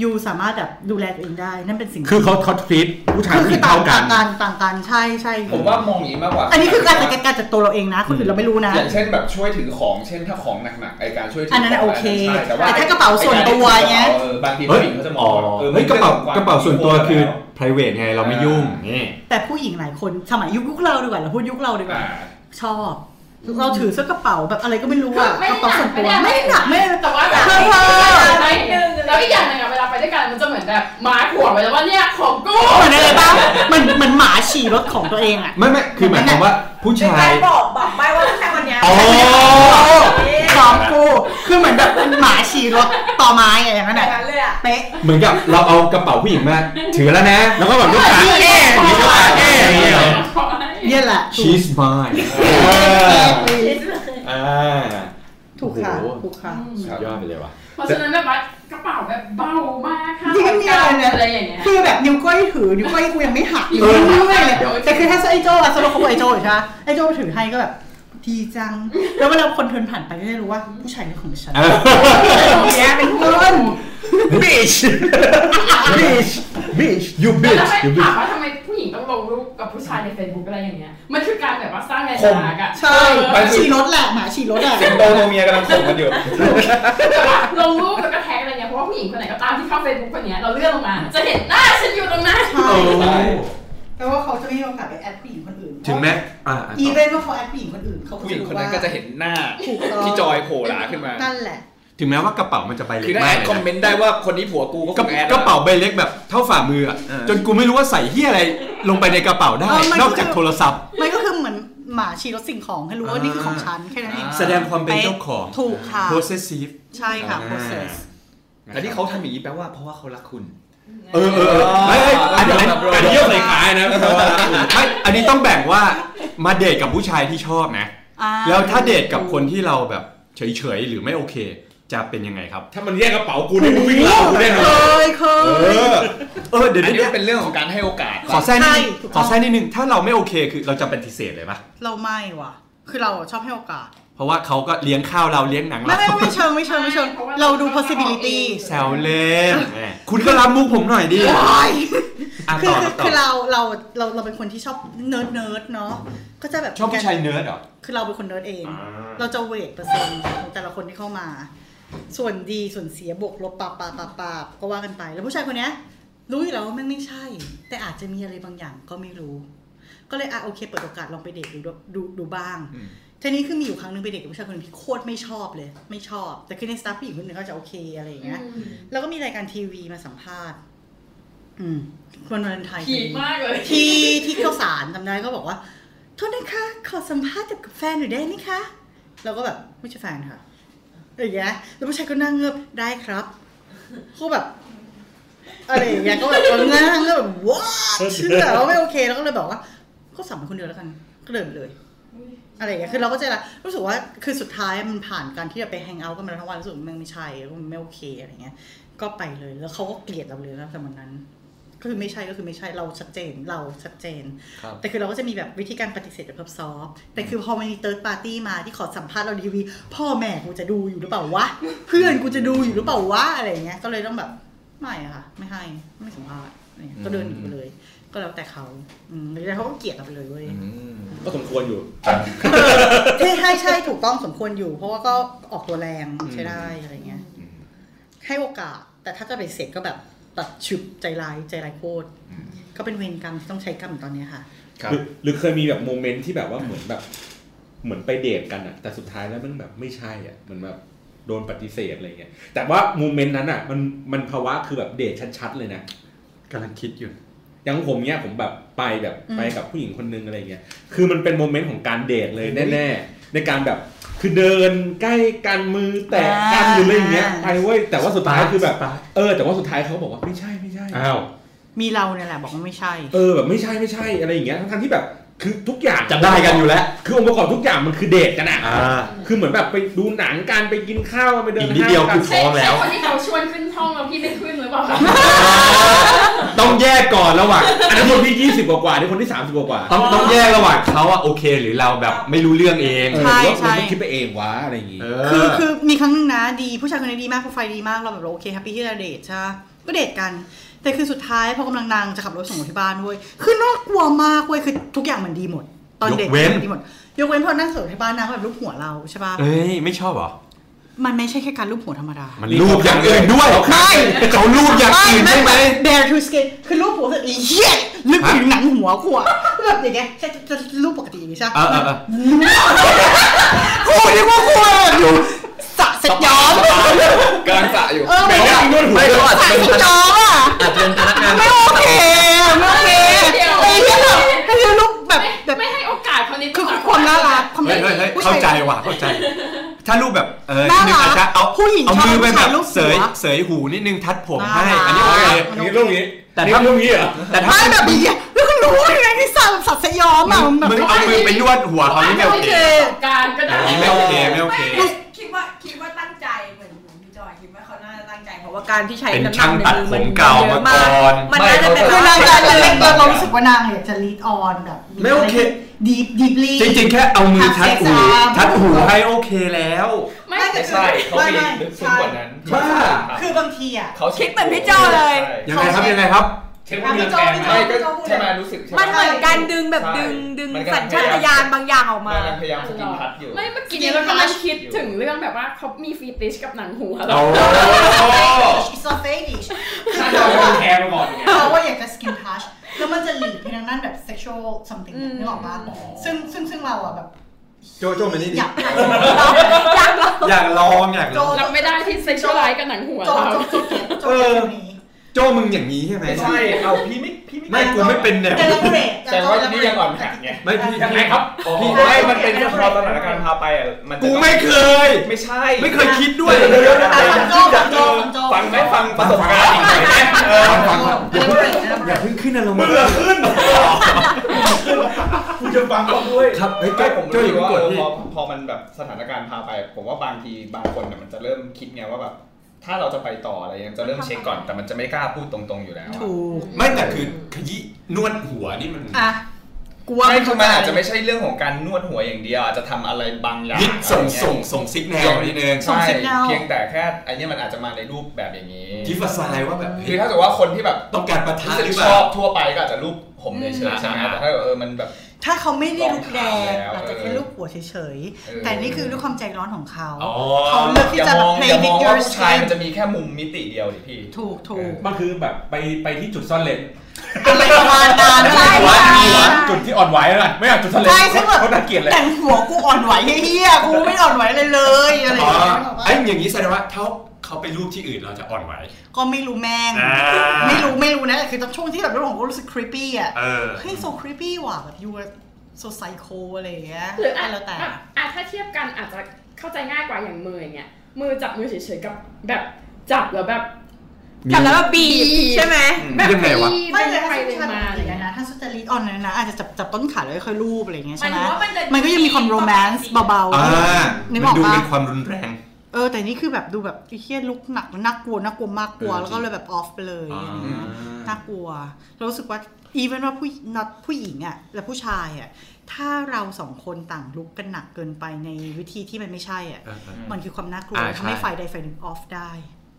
S4: ยูสามารถแบบดูแลตัวเองได้นั่นเป็นสิ่ง
S3: คือเขาเขาฟีดผู้ชาย
S4: คือ
S3: ผู้ห
S4: คื
S3: ญิ
S4: อง ต่าง
S3: เท่ากั
S4: ต่าน งกันต่างกันใช่ใช่
S6: ผมว่ามองอย่างนี้มากกว่า
S4: อันนี้คือการจัดการการจัดตัวเราเองนะ คนอื่นเราไม่รู้นะ
S6: อย่างเช่นแบบช่วยถือของเช่นถ้าของหนักๆไอการช่วยถื
S4: อันนั้น
S6: ขง
S4: โอเค
S6: ใช่แต่ว่า
S4: แต่ถ้ากระเป๋าส่วนตัวเงี้ย
S6: ไอ้การที่ถือกระเป๋าเออบางทีผู้หญิงเขาจะมองว่าออ
S1: เฮ้ยกระเป๋า
S6: มัน
S1: กระเป๋าส่วนตัวคือ
S6: แล้
S1: private ไงเราไม่ยุ่งนี่
S4: แต่ผู้หญิงหลายคนสมัยยุคยุคเราดีกว่าเราพูดยุคเราดีกว่า
S6: อ่า
S4: ชอบ เราถือเสื้อกระเป๋าแบบอะไรก็ไม่รู้อ่ะ
S9: ไม่
S4: กระ
S9: ได้
S4: เป๋าส่วนตัว
S9: ไม่
S4: ไม่
S9: ได้
S4: หนักไม่
S9: แต่ว่าแบบ
S4: เออ
S9: ไปนึงแล้วอีกอย่างหนึ่งอะเวลาไปด้วยกันมันจะเหมือนแบบหมาขวดไว้แล้วว่าเนี่ยของกู
S4: เหมือนอะไรบ้างมันเหมันหมาฉี่รถของตัวเองอ่ะ
S1: ไม่ไม่คือหมายความว่าผู้ชา
S11: ใคร
S1: ย
S11: บอกบอกไปว่าผู้ชายคนเนี้ย
S1: อ๋อ
S4: ของกูคือเหมือนแบบเป็นหมาฉี่รถต่อไม้อะไรอย่างนั้น
S11: แบ
S4: แห
S11: บ
S4: ละ
S11: นั้นเลยอ่ะ
S4: เป๊ะ
S1: เหมือนกับเราเอากระเป๋าผู้หญิงมาถือแล้วนะ แล้วก็แบบลูกค้า
S4: เย่
S1: มีลูกค้าเอ๊ะอย่างเงี้ยเหรอ
S4: เนี่ยแหละ
S1: she's mine อ่า
S4: ถูกค่ะ
S1: โอ้โห
S4: ถูกค่ะ
S1: สุดยอดไปเลยว่ะ
S9: เพราะฉะนั้นแบบว่ากระเป๋าแบบเบามากค่ะ
S4: จริงๆมีอะไรเนี่ย
S9: อะไรอย่างเงี้ย
S4: คือแบบนิ้วก้อยถือนิ้วก้อยกูยังไม่หักอยู่
S1: เอ
S4: เรื่
S1: อ
S4: อยๆเลยแต่คือถ้าไอโจ้อะสำหรับคนไอโจ้ใช่ไหมไอโจ้ถือให้ก็แบบดีจัง แล้วเวลาคนเทินผ่านไปก็จะรู้ว่าผู้ชายนี่ของฉันแย่เป็นคน
S1: bitch bitch bitch you
S9: แล้ว
S1: bitch
S9: ทำไม
S1: you bitch
S9: ถามว่าทำไมผู้หญิงต้องลงรูปกับผู้ชายใน Facebook อะไรอย่างเงี้ยมันคือการแบบว่าสร้างแรงจูงใจอะ
S4: ใช่ฉี่รถแหละหมาฉี่รถอะ
S6: สิงโตตัวเมียกำลังข่มกันอยู่
S9: แบบว่าลงรูปแล้วก็แท็กอะไรเงี้ย เพราะว่าผู้หญิงคนไหนก็ตามที่เข้าเฟซบุ๊กคนเนี้ยเราเลื่อนลงมา จะเห็นหน้าฉันอยู่ตรงนั้น
S4: ใช่
S1: ใช่
S4: แปลว่าเขาจะไม่มีโอกาสไปแอดผู้หญิงคนอื่น
S1: ถึงแม้อ่าอ่ะ
S4: อี
S1: ต่อ
S4: เวนว่าเขาแอดผู้หญิงคนอื่นเขา
S6: ผู้หญิง
S4: รู้
S6: คนนั้น
S4: ว่า
S6: ก็จะเห็นหน้า
S4: ถูกต้อง
S6: ที่จอยโผล่หลาขึ้นมา
S4: นั่นแหละ
S1: ถึงแม้ว่ากระเป๋ามันจะใบเล็ก
S6: คือถ้าแอ
S1: มากเลย
S6: ดคอมเม
S1: นะ
S6: นต์ได้ว่าคนนี้ผัวกูก็ค
S1: กระ
S6: งแอด
S1: ก
S6: แล้ว
S1: ระเป๋าใบเล็กแบบเท่าฝ่ามืออะจนกูไม่รู้ว่าใส่เฮียอะไรลงไปในกระเป๋าได้
S4: เออมันก็
S1: นอกจากโทรศัพท์
S4: มันก็คือเหมือนหมาฉี่รถสิ่งของให้รู้ว่านี่คือของฉันแค่นั้นเอง
S1: แสดงความเป็นเจ้าของ
S4: ถูกค่ะ
S1: possessive
S4: ใช่ค่ะ
S1: อ่า
S4: process
S6: แต่ที่เขาทำอย่างนี้แปลว่าเพราะว่าเขารักคุณ
S1: เออเออเออไม่ไม่อันนี้อันนี้ใส่ขายนะไม่อันนี้ต้องแบ่งว่ามาเดทกับผู้ชายที่ชอบนะ
S4: อ่า
S1: แล้วถ้าเดทกับคนที่เราแบบเฉยๆ หรือไม่โอเค จะเป็นยังไงครับ
S3: ถ้ามันแย่งกระเป๋ากูเนี่ยกูวิ่งเล่ากูแน่น
S4: เค
S3: อน
S4: ยเค
S3: เอย อ
S1: เออเดี๋ยว
S6: อัน
S1: เดี๋ยว
S6: นี้
S1: เดี๋ยว
S6: เป็นเรื่องของการให้โอกาส
S1: ขอแทรกนิดนึง
S4: ใช่ถูกต้อง
S1: ขอแทรกนิดนึงถ้าเราไม่โอเคคือเราจะปฏิเสธเลยปะ
S4: เราไม่ว่ะ คือเราอะชอบให้โอกาส
S1: เพราะว่าเขาก็เลี้ยงข้าวเราเลี้ยงหนัง
S4: ไม่
S1: เรา
S4: ไม่ไม่เชิงไม่เชิงไม่เชิง เราดู possibility
S1: แซวเล่นแหมคุณก็รับมุกผมหน่อยดิอ่ะ
S4: คือ
S1: ต่อต่อ
S4: คือคือเราเราเราเราเป็นคนที่ชอบเนิร์ดเนิร์ดเนาะก็จะแบบ
S1: ชอบผู้ชายเนิร์ดเหรอ
S4: คือเราเป็นคนเนิร์ดเอง
S1: อ่า
S4: เราจะเวทเปอร์เซ็นต์ของแต่ละคนที่เข้ามา ส่วนดีส่วนเสียบวกลบปาบปาบปาบปาบก็ว่ากันไป แล้วผู้ชายคนเนี้ยรู้อยู่แล้วว่าแม่งไม่ใช่ แต่อาจจะมีอะไรบางอย่างก็ไม่รู้ ก็เลยอ่ะโอเค เปิดโอกาสลองไปเดทดูดูดูดูบ้างทีนี้คือมีอยู่ครั้งหนึงไปเดทกับผู้ชายคนหนึงที่โคตรไม่ชอบเลย ไม่ชอบ แต่คือในสตาฟผู้หญิงคนหนึงเขาจะโอเคอะไรอย่างเงี้ย แล้วก็มีรายการทีวีมาสัมภาษณ์ อืมวันวาเลนไทน์
S9: ขีดมากเลย
S4: ที่ที่เข้าสารจำได้ก็บอกว่า โทษนะคะ ขอสัมภาษณ์กับแฟนหน่อยได้ไหมคะ เราก็แบบไม่ใช่แฟนค่ะอย่างเงี้ยแล้วผู้ชายก็นั่งเงือบได้ครับเขาแบบอะไรอย่างเงี้ยก็แบบนั่งเงือบแบบว้าชื่อแต่ว่าไม่โอเคแล้วก็เลยบอกว่า ก็สัมภาษณ์คนเดียวแล้วกัน ก็เดินไปเลย อะไรอย่างเงี้ย คือเราก็จะรู้สึกว่า คือสุดท้ายมันผ่านการที่เราไปแฮงเอาท์กันมาทั้งวันรู้สึกว่ามันไม่ใช่แล้วมันไม่โอเคอะไรเงี้ย ก็ไปเลย แล้วเขาก็เกลียดเราเลยนะแต่วันนั้น ก็คือไม่ใช่ก็คือไม่ใช่ เราชัดเจน เราชัดเจน
S1: ครับ
S4: แต่คือเราก็จะมีแบบวิธีการปฏิเสธแบบซอฟต์แต่คือพอมันมีเติร์ดปาร์ตี้มาที่ขอสัมภาษณ์เราดีวี พ่อแม่กูจะดูอยู่หรือเปล่าวะ เพื่อนกูจะดูอยู่หรือเปล่าวะอะไรอย่างเงี้ย ก็เลยต้องแบบ ไม่อะค่ะ ไม่ให้ ไม่สัมภาษณ์อะไรเงี้ยก็เดินหนีไปเลย ก็แล้วแต่เขาอืมแล้วเขาก็เกลียดเราไปเลยเว้ย
S3: ก็สมควรอยู่
S4: ใช่ใช่ใช่ถูกต้องสมควรอยู่ เพราะว่าก็ออกตัวแรงใช้ได้อะไรเงี้ยให้โอกาส แต่ถ้าจะไปเสร็จก็แบบตัดฉุบใจร้ายใจร้ายโคตรก็เป็นเวรกรรมที่ต้องใช้กรรมตอนเนี้ยค่ะ
S6: ครับ
S3: หรือหรือเคยมีแบบโมเมนต์ที่แบบว่าเหมือนแบบ เหมือนไปเดทกันอะแต่สุดท้ายแล้วมันแบบไม่ใช่อะเหมือนแบบโดนปฏิเสธอะไรเงี้ยแต่ว่าโมเมนต์นั้นอะมันมันภาวะคือแบบเดทชัดๆเลยนะ
S1: กำลังคิดอยู่
S3: อย่างผมเนี้ยผมแบบไปแบบ
S4: อืม
S3: ไปกับผู้หญิงคนนึงอะไรเงี้ยคือมันเป็นโมเมนต์ของการเดทเลยแน่ๆในการแบบคือเดินใกล้กันมือแตะกันหรืออะไรเงี้ยไปเว้ยแต่ว่าสุดท้ายคือแบบเออ แต่ว่าสุดท้ายเขาบอกว่าไม่ใช่ไม่ใช่
S1: อ้าว
S4: มีเราเนี่ยแหละบอกว่าไม่ใช่
S3: เออแบบไม่ใช่ไม่ใช่อะไรอย่างเงี้ยทั้งๆที่แบบคือทุกอย่าง
S1: จะได้กันอยู่แล้ว
S3: คือองค์ประกอบทุกอย่างมันคือเดทกันอะ
S1: อ่า
S3: คือเหมือนแบบไปดูหนังกันไปกินข้าวกันไปเดิน
S1: อีกนิดเดียว
S3: ห้าง
S1: คือ
S3: กัน
S9: ใช่ใช่คนที่เขาชวนขึ้นห้องแล้วพี่ไม่ขึ้นหรือเปล่าคะ
S1: ต้องแยกก่อนระหว่าง
S3: อันนั้นคนที่ยี่สิบกว่าๆนี่คนที่สามสิบกว่า
S1: ต้องต้องแยกระหว่างเขาอะโอเค หรือเราแบบไม่รู้เรื่องเอง
S3: ๆเออ
S4: ใช่
S3: แล้ว
S4: ใช่
S3: มันไม่คิดไปเองวะอะไรอย่างงี้
S1: เอ
S4: คือ
S1: อ
S4: คือมีครั้งหนึงนะดีผู้ชายคนนี้ดีมากโปรไฟล์ดีมากเราแบบเราโอเคแฮปปี้ที่เราเดทใช่ปะก็เดทกัน แต่คือสุดท้ายพอกำลังนางจะขับรถส่งเราที่บ้านด้วยคือน่ากลัวมากเว้ยคือทุกอย่างมันดีหมด ตอนเดททุกอย่างมันดีหมดยกเว้นพอนั่งส่งที่บ้านนางก็แบบรูปหัวเราใช่ปะ
S1: เอ้ยไม่ชอบเหรอ
S4: มันไม่ใช่แค่การรูปหัวธรรมดา
S1: มันรูปอย่างอื่นด้วยไม่เขารูปอย่างอื่นได้ไหม
S4: bare to skin คือรูปหัวแบบอีเหี้ยลึกถึงหนังหัวขวแบบอย่างเงี้ยจะจะรูปปกติอย่างงี้ใช่ไหม
S1: เออเออเออ
S4: รูป
S1: กูที่กูกลัวอยู่
S4: สะเสร็จย้อม
S6: กำลังสระอยู่
S4: เออไม่ได้
S1: ไม่รู้อาจ
S4: สะ
S1: จะเป็น
S4: เสร็จย้อมอ่ะ
S12: อาจจะเป็นพนักงาน
S4: ไม่โอเคอะไม่โอเค
S9: เดี๋ยว
S4: ไอ้เหี้ยแบบไอ้เหี้ยลูกแบบ
S9: ไม่
S4: แบบ
S9: ไม่ให้โอกาสคนนี้
S4: คือความน่ารักความ
S1: เฮ้ยเฮ้ยเฮ้ยเข้าใจว่ะเข้าใจ ถ้ารูปแบบเออ
S4: น่า
S1: หนึ่ง
S4: รั
S1: อาจจะ
S4: ก
S1: เอา
S4: ผู้หญิง
S1: เอา
S4: ชอบ
S1: มือไปแบ
S4: ถ่า
S1: บ
S4: ยรูป
S1: เส
S4: เสื
S1: ย
S4: อ
S1: เสยหูนิดนึงทัดผมให้
S4: น่ารัก
S1: อันนี้โอเค
S3: อันนี้รูปนี้
S12: แต่ถ้า
S3: รูปนี้เหรอ
S1: แต่ถ้า
S4: ไม่แบบไอ้เหี้ยแล้วก็รู้ยังไงที่สาแบบสัตว์สยองอ่ะมันแบบ
S1: มึงเอามือไปนวดหัวเขานี่ไม่โอเค
S9: การก็ได้
S1: อันนี้ไม่โอเคไม่โอเค
S11: คิดว่าคิดว่าตั้งใจเหมือนเหมือนพี่จอยคิดว่าเขาน่าจะตั้งใจเพราะว่าการที่ใช้
S1: เป็น
S11: น้ำหนั
S1: ช่าง
S11: ใน
S1: ตัด
S11: อ
S1: ผมเก่ามาก่อน
S11: มันน่าจะเป็น
S4: คือนาง
S11: แบ
S4: จะ
S11: บ
S4: เล่นเรารู้สึกว่านางอยากจะลีดออนแบบ
S1: ไม่โอเค
S4: ดีฟดีฟลี
S1: จริงๆ แค่เอามือทัดหู
S4: ทั
S1: ทัด
S4: ดหู
S1: หูให้โอเคแล้ว
S9: ไม่
S4: ไม่
S9: แต่
S4: แต่
S6: ใช่เขาไป
S4: ไม่
S6: ลึกซึ้งกว่านั้น
S1: บ้า
S4: คือบางทีอ่ะ
S6: เขา
S11: คิดเหมือนพี่จอเลย
S1: ยังไงครับยังไงครับ
S6: เทคโนโลยีแปลง
S4: พี่จ
S6: ใช่
S4: อย
S6: ก็
S4: พี่จอย
S6: ใช่ไหมรู้สึกใช่ไหม
S11: มันเหมือนการดึงแบบดึง
S6: ใช่
S11: ดึง
S6: มันกำลัง
S11: สัญชาตญาณบางอย่างออกมา
S6: มันกำลังพยายามสกินทัดอยู่
S9: ไม่เมื่อกี้เรากำลังคิดถึงเรื่องแบบว่าเขามีฟีติชกับหนังหัวแล้ว
S1: โอ้
S4: ซอฟเฟดิช
S3: เราแคร์มาก่อนไง
S4: เขาว่าอยากจะสกินทัชแล้วมันจะหลีดไปทางด้านแบบเซ็กชวล something นึกออกปะซึ่งซึ่งซึ่งเราอ่ะแบบ
S1: โจโจมันนี่ดิ
S4: อยากไป
S11: อยากลอง
S1: อยากลองอยากล
S4: โจ
S1: อง
S9: รับไม่ได้ที่เซ็กชวลไลท์กับหนังหัว
S4: โจ
S9: เรา
S4: โจโจโจแบบนี้
S1: โจมึงอย่างนี้ใช่ไหม
S6: ไม่ใช่ เอาพี่ไม่พี่ไม่
S1: ไม่กูไม่เป็นเนี่ย
S4: แต่เราเบรก
S6: แต่ว่านี่ยังอ่อนหัดไง
S1: ไม่พี่
S3: ยังไงครับ
S6: พี่ไม่มันเป็นแค่พอสถานการณ์พาไปอ่ะมันจะ
S1: กูไม่เคย
S6: ไม่ใช่
S1: ไม่เคยคิดด้วย
S4: โจโจโจ
S6: ฟังไหมฟังประสบการณ์อีกหน่อยไหมเออ
S1: ฟังๆอย่าเพิ่งอย่าเพิ่งขึ้นอารมณ์
S3: มึงเหลือขึ้นเหรอคุณจะฟังเขาด้วย
S1: ครับเฮ้ยโจ
S6: ใช่ผม
S1: โจ
S6: รู้
S1: อ
S6: สึ
S1: ย่าก เพิ่ง
S6: ว่าก เอ
S1: ด
S6: อ
S1: พี่
S6: พอพอมันแบบสถานการณ์พาไป ผมว่าบางทีบางคนเนี่ยมันจะเริ่มคิดไงว่าแบบถ้าเราจะไปต่ออะไรยังจะเริ่มเช็คก่อน แต่มันจะไม่กล้าพูดตรงๆอยู่แล้วอะ
S1: ไม่แต่คือขยี้นวดหัวนี่มัน
S4: อ่ะกูว่า
S6: ไม่คือมันอาจจะไม่ใช่เรื่องของการนวดหัวอย่างเดียวอาจจะทำอะไรบางอย่าง
S1: พิษส่ง
S6: อะไรเย
S1: ส่งส่งซิกแนลนิดนึง
S6: ใช่
S4: ส่งสัญญาณ
S6: เพียงแต่แค่ไอ้เนี่ยมันอาจจะมาในรูปแบบอย่างนี้
S1: ทิฟฟาซายว่าแบบ
S6: คื
S1: เฮ้
S6: อย ถ้าเกิดว่าคนที่แบบ
S1: ต้องการปะทะห
S6: รู้สึก
S1: รือเป
S6: ช
S1: ล่า
S6: อบทั่วไปก็อาจจะรูปผมเฉยๆใช่ไหมแต่ถ้าเกิดเออมันแบบ
S4: ถ้าเขาไม่ได้ลุกแดง
S6: ลองถามแล้ว
S4: อาจจะแค่ลูกหัวเฉย
S6: เออ
S4: ๆ แต่นี่คือด้วยความใจร้อนของเขา
S1: อ๋อ
S4: เขาเลือกที่
S6: อย่า
S4: จะ
S6: มอง
S4: play
S6: อย่ามอ
S4: with
S6: งว่า
S4: your
S6: ผู้ชาย
S4: skin
S6: มันจะมีแค่มุมมิติเดียวดิพี่
S4: ถูกถูก
S3: มันคือแบบไปไปที่จุดซ่อนเลน
S4: อะไรประมาณนั้น
S1: ใช่
S4: อะไรประมาณ
S1: ใช่
S4: นั้น
S3: จุดที่อ่อนไหวแล้วล่ะไม่อยากจุดซ่อนเลน
S4: ใช่ซึ่งแบบ
S3: เขาน่าเกลียดเลย
S4: แต่งหัวกูอ่อนไหวเฮียกูไม่อ่อนไหวเลยเลยอะไรอ
S1: อ๋อย่าง
S4: เงี้ย
S1: ไอ้อย่างนี้แสดงว่าเขาเขาไปรูปที่อื่นเราจะอ่อนไหว
S4: ก็ไม่รู้แม่ง
S1: อ่า
S4: ไม่รู้ไม่รู้นะแต่คือตอนช่วงที่แบบเรื่องของกูรู้สึก creepy อ่ะ
S1: เออ
S4: เฮ้ย so creepy ว่ะแบบ you are so psycho อะไรอย่างเงี้ย
S9: หรืออา
S4: ะ
S9: จ
S4: แล้วแต่
S9: อ่ะอ่ะถ้าเทียบกันอาจจะเข้าใจง่ายกว่าอย่างมืออย่างเงี้ยมือจับมือเฉยๆกับแบบจับแล้วแบบ
S11: จับแล้วแบบบีบใช่ไหม
S9: แบบ
S1: ยังไงวะ
S9: ที่
S4: ไม่เล
S9: เป็น
S4: ย
S9: ใคร
S4: ถ้า
S9: เลย
S4: ฉัน
S9: มาอะไร
S4: อีก
S9: เงี้ย
S4: นะถ้าฉันจะลีดออนนะนะอาจจะจับจับต้นขาแล้วค่อยรูปอะไรอย่างเงี้ย
S5: หมา
S4: ใช่
S5: ย
S4: ไหม
S5: ถึงว่ามันจะ
S4: มันก็ยังมีความโรแมนต์เบา
S1: อ่า
S4: ๆ
S1: มั
S4: นึ
S1: น
S4: กออก
S1: ดู
S4: ปะ
S1: เป็นความรุนแรง
S4: เออแต่นี่คือแบบดูแบบไอ้เฮี้ยลุกหนักน่ากลัวน่ากลัวมากกลัวแล้วก็เลยแบบออฟไปเลย
S1: อ่า
S4: อะไรเงี้ยน่ากลัวเรารู้สึกว่าอีเวนว่าผู้นัดผู้หญิงอะและผู้ชายอะถ้าเราสองคนต่างลุกกันหนักเกินไปในวิธีที่มันไม่ใช่อะ
S1: เออ
S4: มันคือความน่ากลัว
S1: อ่าใช่
S4: ทำให้ฝ่ายใดฝ่ายหนึ่งออฟได้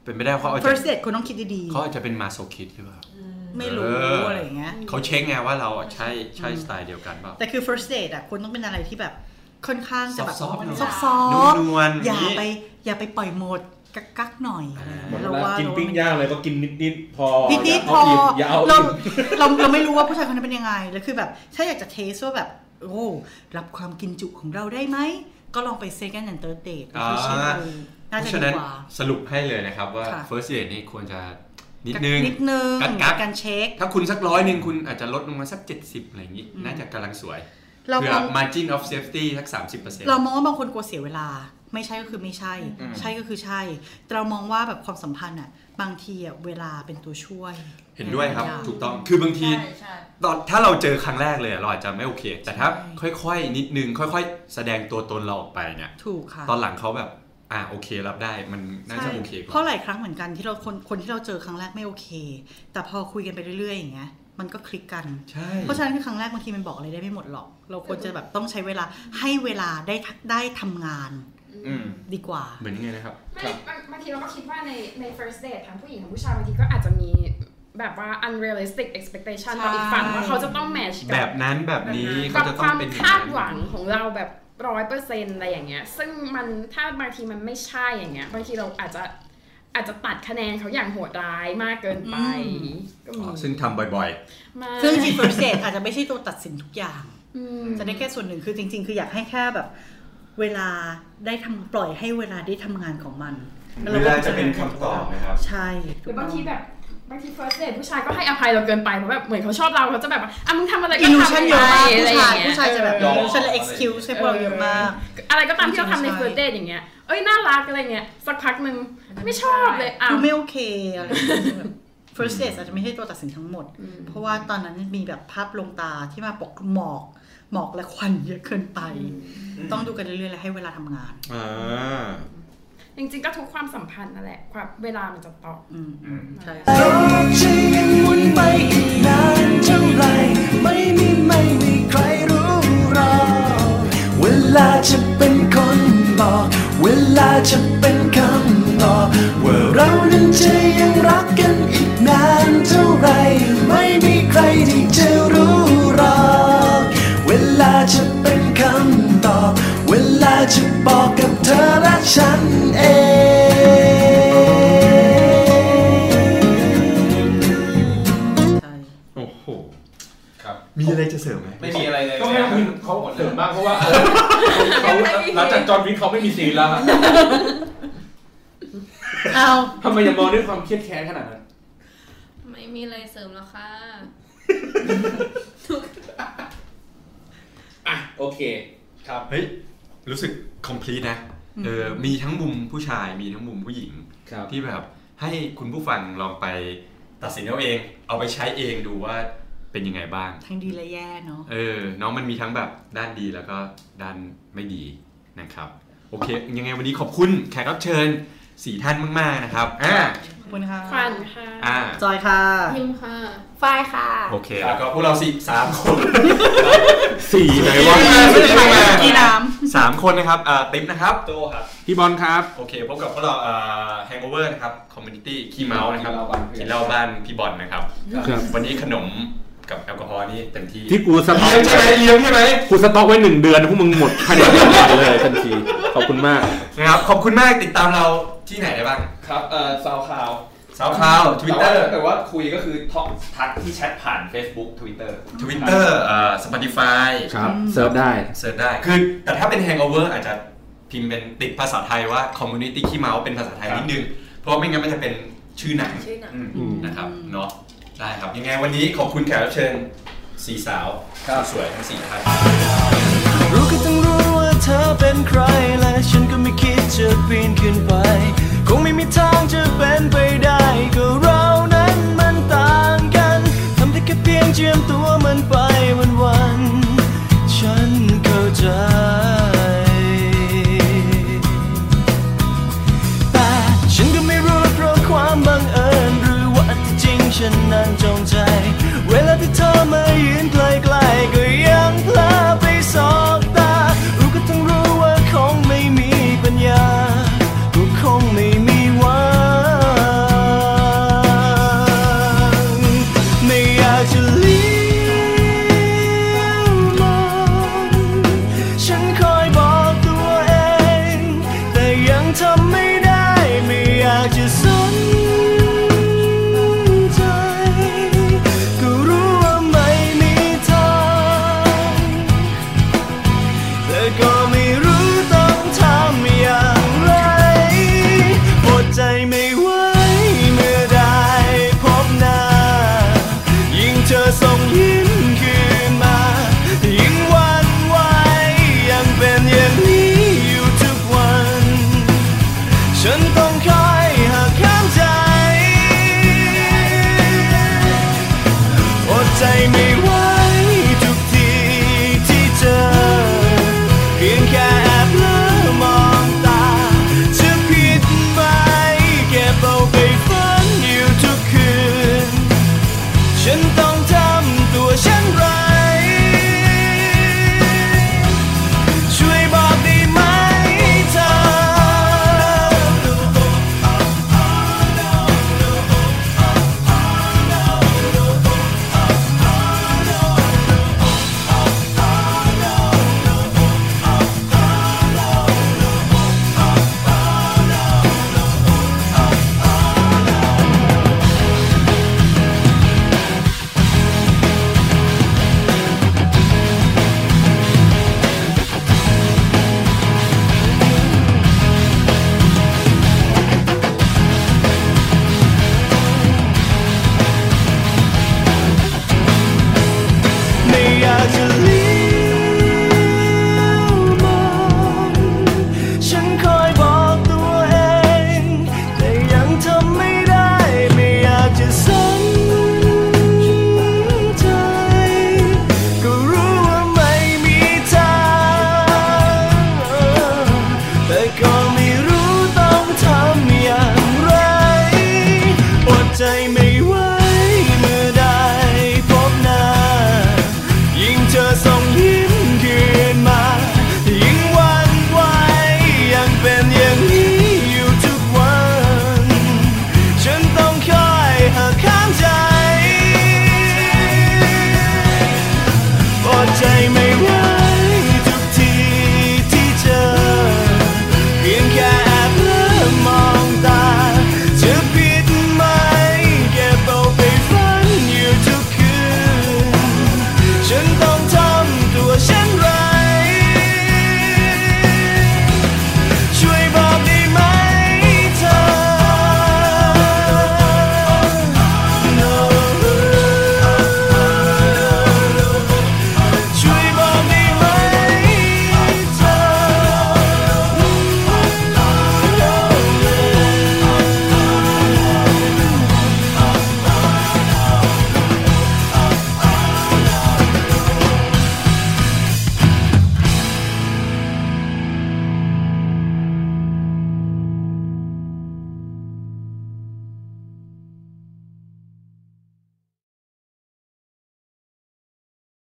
S1: เป็นไม่ได้เขาอาจจะ
S4: first date คนต้องคิดดี
S1: เขาอาจจะเป็นมาโซคิดหรือเปล่า
S4: ๆไม่รู้
S1: เอออ
S4: อะไรอย่างเงี้ย
S1: เขาเช็คไงว่าเราอ่ะใช่ใช่สไตล์เดียวกันเปล่า
S4: แต่คือ first date อะคุณต้องเป็นอะไรที่แบบค่อนข้างจะแบบ
S1: ซอฟต์ๆหน่อย
S4: ซอฟ
S1: นุ่มนวล
S4: ๆอย่าไปอย่าไปปล่อยโหมดกักกักๆหน่อยอะไรอย่าง
S3: หมดเว
S4: เงี้ยเรา
S3: ลา
S4: ว่า
S3: กิน
S4: เรา
S3: ปิ้งย่างเลยก็กินนิดๆพอ
S4: นิดนิดๆพ
S3: ย่าเามอ
S4: อ
S3: ย่าเอา
S4: เรา
S3: อิ่ม
S4: เราเราไม่รู้ว่าผู้ชายคนนั้นเป็นยังไงแล้วคือแบบถ้าอยากจะเทสว่าแบบโอ้รับความกินจุของเราได้ไหม ก็ลองไป second and third date
S1: อ่า
S4: ที่
S1: เพราะฉะ
S4: เช็คดูน่าจะดี
S1: นั้น
S4: กว่า
S1: สรุปให้เลยนะครับว่า
S4: ค่ะ
S1: first date นี่ควรจะนิ
S4: นิ
S1: ดนึง
S4: นิดนึง
S1: กักๆ
S4: การเช็ค
S1: ถ้าคุณสักร้อยหนึ่งคุณอาจจะลดลงมาสัก 70 อะไรอย่างนี้ น่าจะกำลังสวย
S4: เรา
S1: เผื่
S4: ม
S1: อ
S4: อง
S1: margin of safety สัก 30%
S4: เรามองว่าบางคนกลัวเสียเวลา ไม่ใช่ก็คือไม่ใช่ ใช่ก็คือใช่ แต่เรามองว่าแบบความสัมพันธ์อ่ะบางทีอ่ะเวลาเป็นตัวช่วย
S1: เห็นด้วยครับ
S4: าง
S1: ถูกต้องคือบางที
S11: ใช่ใช่
S1: ตอนถ้าเราเจอครั้งแรกเลยอะเราอาจจะไม่โอเค แต่ถ้า
S4: ใ
S1: ค่อยๆ นิดนึง ค่อย ๆ แสดงตัวตนเราออกไปเนี่ย
S4: ถูกค่ะ
S1: ตอนหลังเขาแบบ อ่าโอเครับได้มันน่าจะ
S4: ใช่
S1: โอเคก
S4: เพ
S1: ว่า
S4: ราะหลายครั้งเหมือนกันที่เราคนคนที่เราเจอครั้งแรกไม่โอเค แต่พอคุยกันไปเรื่อยๆอย่างเงี้ยมันก็คลิกกัน
S1: ใช่
S4: เพราะฉะนั้นคือครั้งแรกบางทีมันบอกอะไรได้ไม่หมดหรอก เราควรจะแบบต้องใช้เวลาให้เวลาได้ทักได้ทำงาน
S6: อืม
S4: ดีกว่า
S1: เหมือนยังไงนะครับ
S9: ไม่บางบางทีเราก็คิดว่าในใน first date ทั้งผู้หญิงทั้งผู้ชายบางทีก็อาจจะมีแบบว่า unrealistic expectation ต่ออีกฝั่งว่าเขาจะต้องแมช
S1: แบ
S9: กับ
S1: บนั้นแบบนี้เขา
S9: กับ
S1: จะ
S9: ค
S1: ต้อง
S9: วาม
S1: เป็นอย่
S9: คาด
S1: งนั้น
S9: หวังของเราแบบร้อยเปอร์เซ็นต์อะไรอย่างเงี้ย ซึ่งมันถ้าบางทีมันไม่ใช่อย่างเงี้ย บางทีเราอาจจะอาจจะตัดคะแนนเขาอย่างโหดร้ายมากเกินไป ก็มี
S1: อ๋อซึ่งทำบ่อย
S9: มา
S4: ซึ่งจริง first date อาจจะไม่ใช่ตัวตัดสินทุกอย่าง
S9: อืม
S4: จะได้แค่ส่วนหนึ่งคือจริง ๆ คืออยากให้แค่แบบ เวลาได้ทำปล่อยให้เวลาได้ทำงานของมัน
S1: เวลาจะเป็นคำตอบนะครับ
S4: ใช่
S9: หรือบางทีแบบบางที first date ผู้ชายก็ให้อภัยเราเกินไปเพราะแบบเหมือนเขาชอบเราเขาจะแบบว่าอ่ะมึงทำอะไรก็
S4: อิลู
S9: ทำ
S4: ชั
S9: ไป
S4: นเยอะมากผู้ชาย
S9: อะไรองเงี้
S4: ผู้ชายจะแบบ
S6: ยอม
S4: อิลูชันและ excuse ใช่พวกเราเยอะมาก
S9: อะไรก็ตามที่เราทำใน
S4: ใช่
S9: first date อย่างเงี้ยเอ้ยน่ารักอะไรเงี้ยสักพักหนึ่งไม่ชอบเลยอ่ะ
S4: ดูไม่โอเคอะไรอย่างเงี้ยแบบ first date อาจจะไม่ใช่ตัวตัดสินทั้งหมด
S9: อืม
S4: เพราะว่าตอนนั้นมีแบบภาพลวงตาที่มาปกคลุมหมอกหมอกและควันเยอะเกินไป ต้องดูกันเรื่อยๆและให้เวลาทำงาน
S3: อ่า
S9: จริงๆก็ทุกความสัมพันธ์นั่นแหละความเวลามันจะตอบ
S4: อืมใช่
S12: โลกจะยังหมุนไปอีกนานเท่าไหรไม่มีไม่มีใครรู้หรอกเวลาจะเป็นคนบอก เวลาจะเป็นคำตอบว่าเรานั้นจะยังรักกันอีกนานเท่าไหรไม่มีใครที่จะรู้หรอกเวลาจะเป็นคำตอบ เวลาจะบอกกับเธอและฉันเอง
S4: ใช่
S3: โอ้โห
S1: มีอะไรจะเสริมไหม
S6: ไม่มีอะไรเลย
S20: ก็ให้คุณเขาเสริมบ้างเพราะว่าเขาหลังจากจอห์นวินเขาไม่มีซีนแล้วฮะ
S4: เอา
S20: ทำไมยังมองด้วยความเครียดแค้นขนาดนั้น
S5: ไม่มีอะไรเสริมแล้วค่ะ
S6: อ่ะโอเคครับ
S1: เฮ้ย รู้สึก complete นะ เออ มีทั้งมุมผู้ชาย มีทั้งมุมผู้หญิง
S6: ครับ
S1: ที่แบบให้คุณผู้ฟังลองไปตัดสินเอาเอง เอาไปใช้เองดูว่าเป็นยังไงบ้าง
S4: ทั้งดีและแย่เนาะ
S1: เออ น้องมันมีทั้งแบบด้านดีแล้วก็ด้านไม่ดีนะครับ โอเค ยังไงวันนี้ขอบคุณแขกรับเชิญสี่ท่านมาก ๆ นะครับ อ่า
S4: ขอบคุณค่ะ
S9: ควันค่ะ
S1: อ่า
S4: จอยค่ะ
S5: พิมพ์ค่ะ
S11: ฝ้ายค่ะ
S1: โอเค แล้วก็พวกเราสี่สามคน สี่ไหนวะ
S4: ไม่ได้มา
S1: กี่น้ำสามคนนะครับอ่าติ๊มนะครับ
S6: โจครับ
S3: พี่บอลครับ
S1: โอเคพบกับพวกเราเอ่อ Hangover นะครับ Community ขี้เมานะครับ
S6: ขี้เมาบ้านเพื่อน
S1: กินเหล้าบ้านพี่บอลนะครับ
S3: ครับ
S1: วันนี้ขนมกับแอลกอฮอล์นี่เต็มที่
S3: ที่กูสต็อก
S1: ใช่ไหมเลี้ยงใช่ไหม
S3: กูสต็อกไว้หนึ่งเดือนพวกมึงหมดภายในเดือนเดียวเลยทันที ขอบคุณมาก
S1: นะครับ ขอบคุณมากติดตามเราที่ไหนได้บ้าง
S6: ครับเอ่อซาวคลาว
S1: สาวคลาวทวิตเตอร์
S6: แต่ว่าคุยก็คือท็อกทักที่แชทผ่าน Facebook Twitter
S1: ทวิตเตอร์เอ่อ Spotify
S3: ครับ เซิร์ฟได้
S1: เสิร์ชได้ คือแต่ถ้าเป็น Hangover อาจจะพิมพ์เป็นติดภาษาไทยว่า Community ขี้เมาเป็นภาษาไทยนิดนึง เพราะไม่งั้นมันจะเป็นชื่อหนัง
S11: ชื่อหนัง
S3: อืม
S1: นะครับเนาะได้ครับ ยังไงวันนี้ขอบคุณแขกรับเชิญสี่สาวสวยๆทั้งสี่ท่าน
S12: รู้ก็ต้องรู้ว่าเธอเป็นใคร และฉันก็ไม่คิดจะปีนขึ้นไป คงไม่มีทางจะเป็นไปได้ ก็เรานั้นมันต่างกันทำได้แค่เพียงเจียมตัวมันไปวันวันๆฉันเข้าใจ แต่ฉันก็ไม่รู้เพราะความบังเอิญหรือว่าที่จริงฉันนั้นจงใจ เวลาที่เธอมายืนใกล้ๆก็ยังเพลอไปสองตา รู้ก็ต้องรู้ว่าคงไม่มีปัญญาก็คงไม่มีหวังไม่อยากจะเลี้ยวมอง ฉันคอยบอกตัวเอง แต่ยังทำไม่ได้ ไม่อยากจะสนใจ ก็รู้ว่าไม่มีทาง แต่ก็ไม่รู้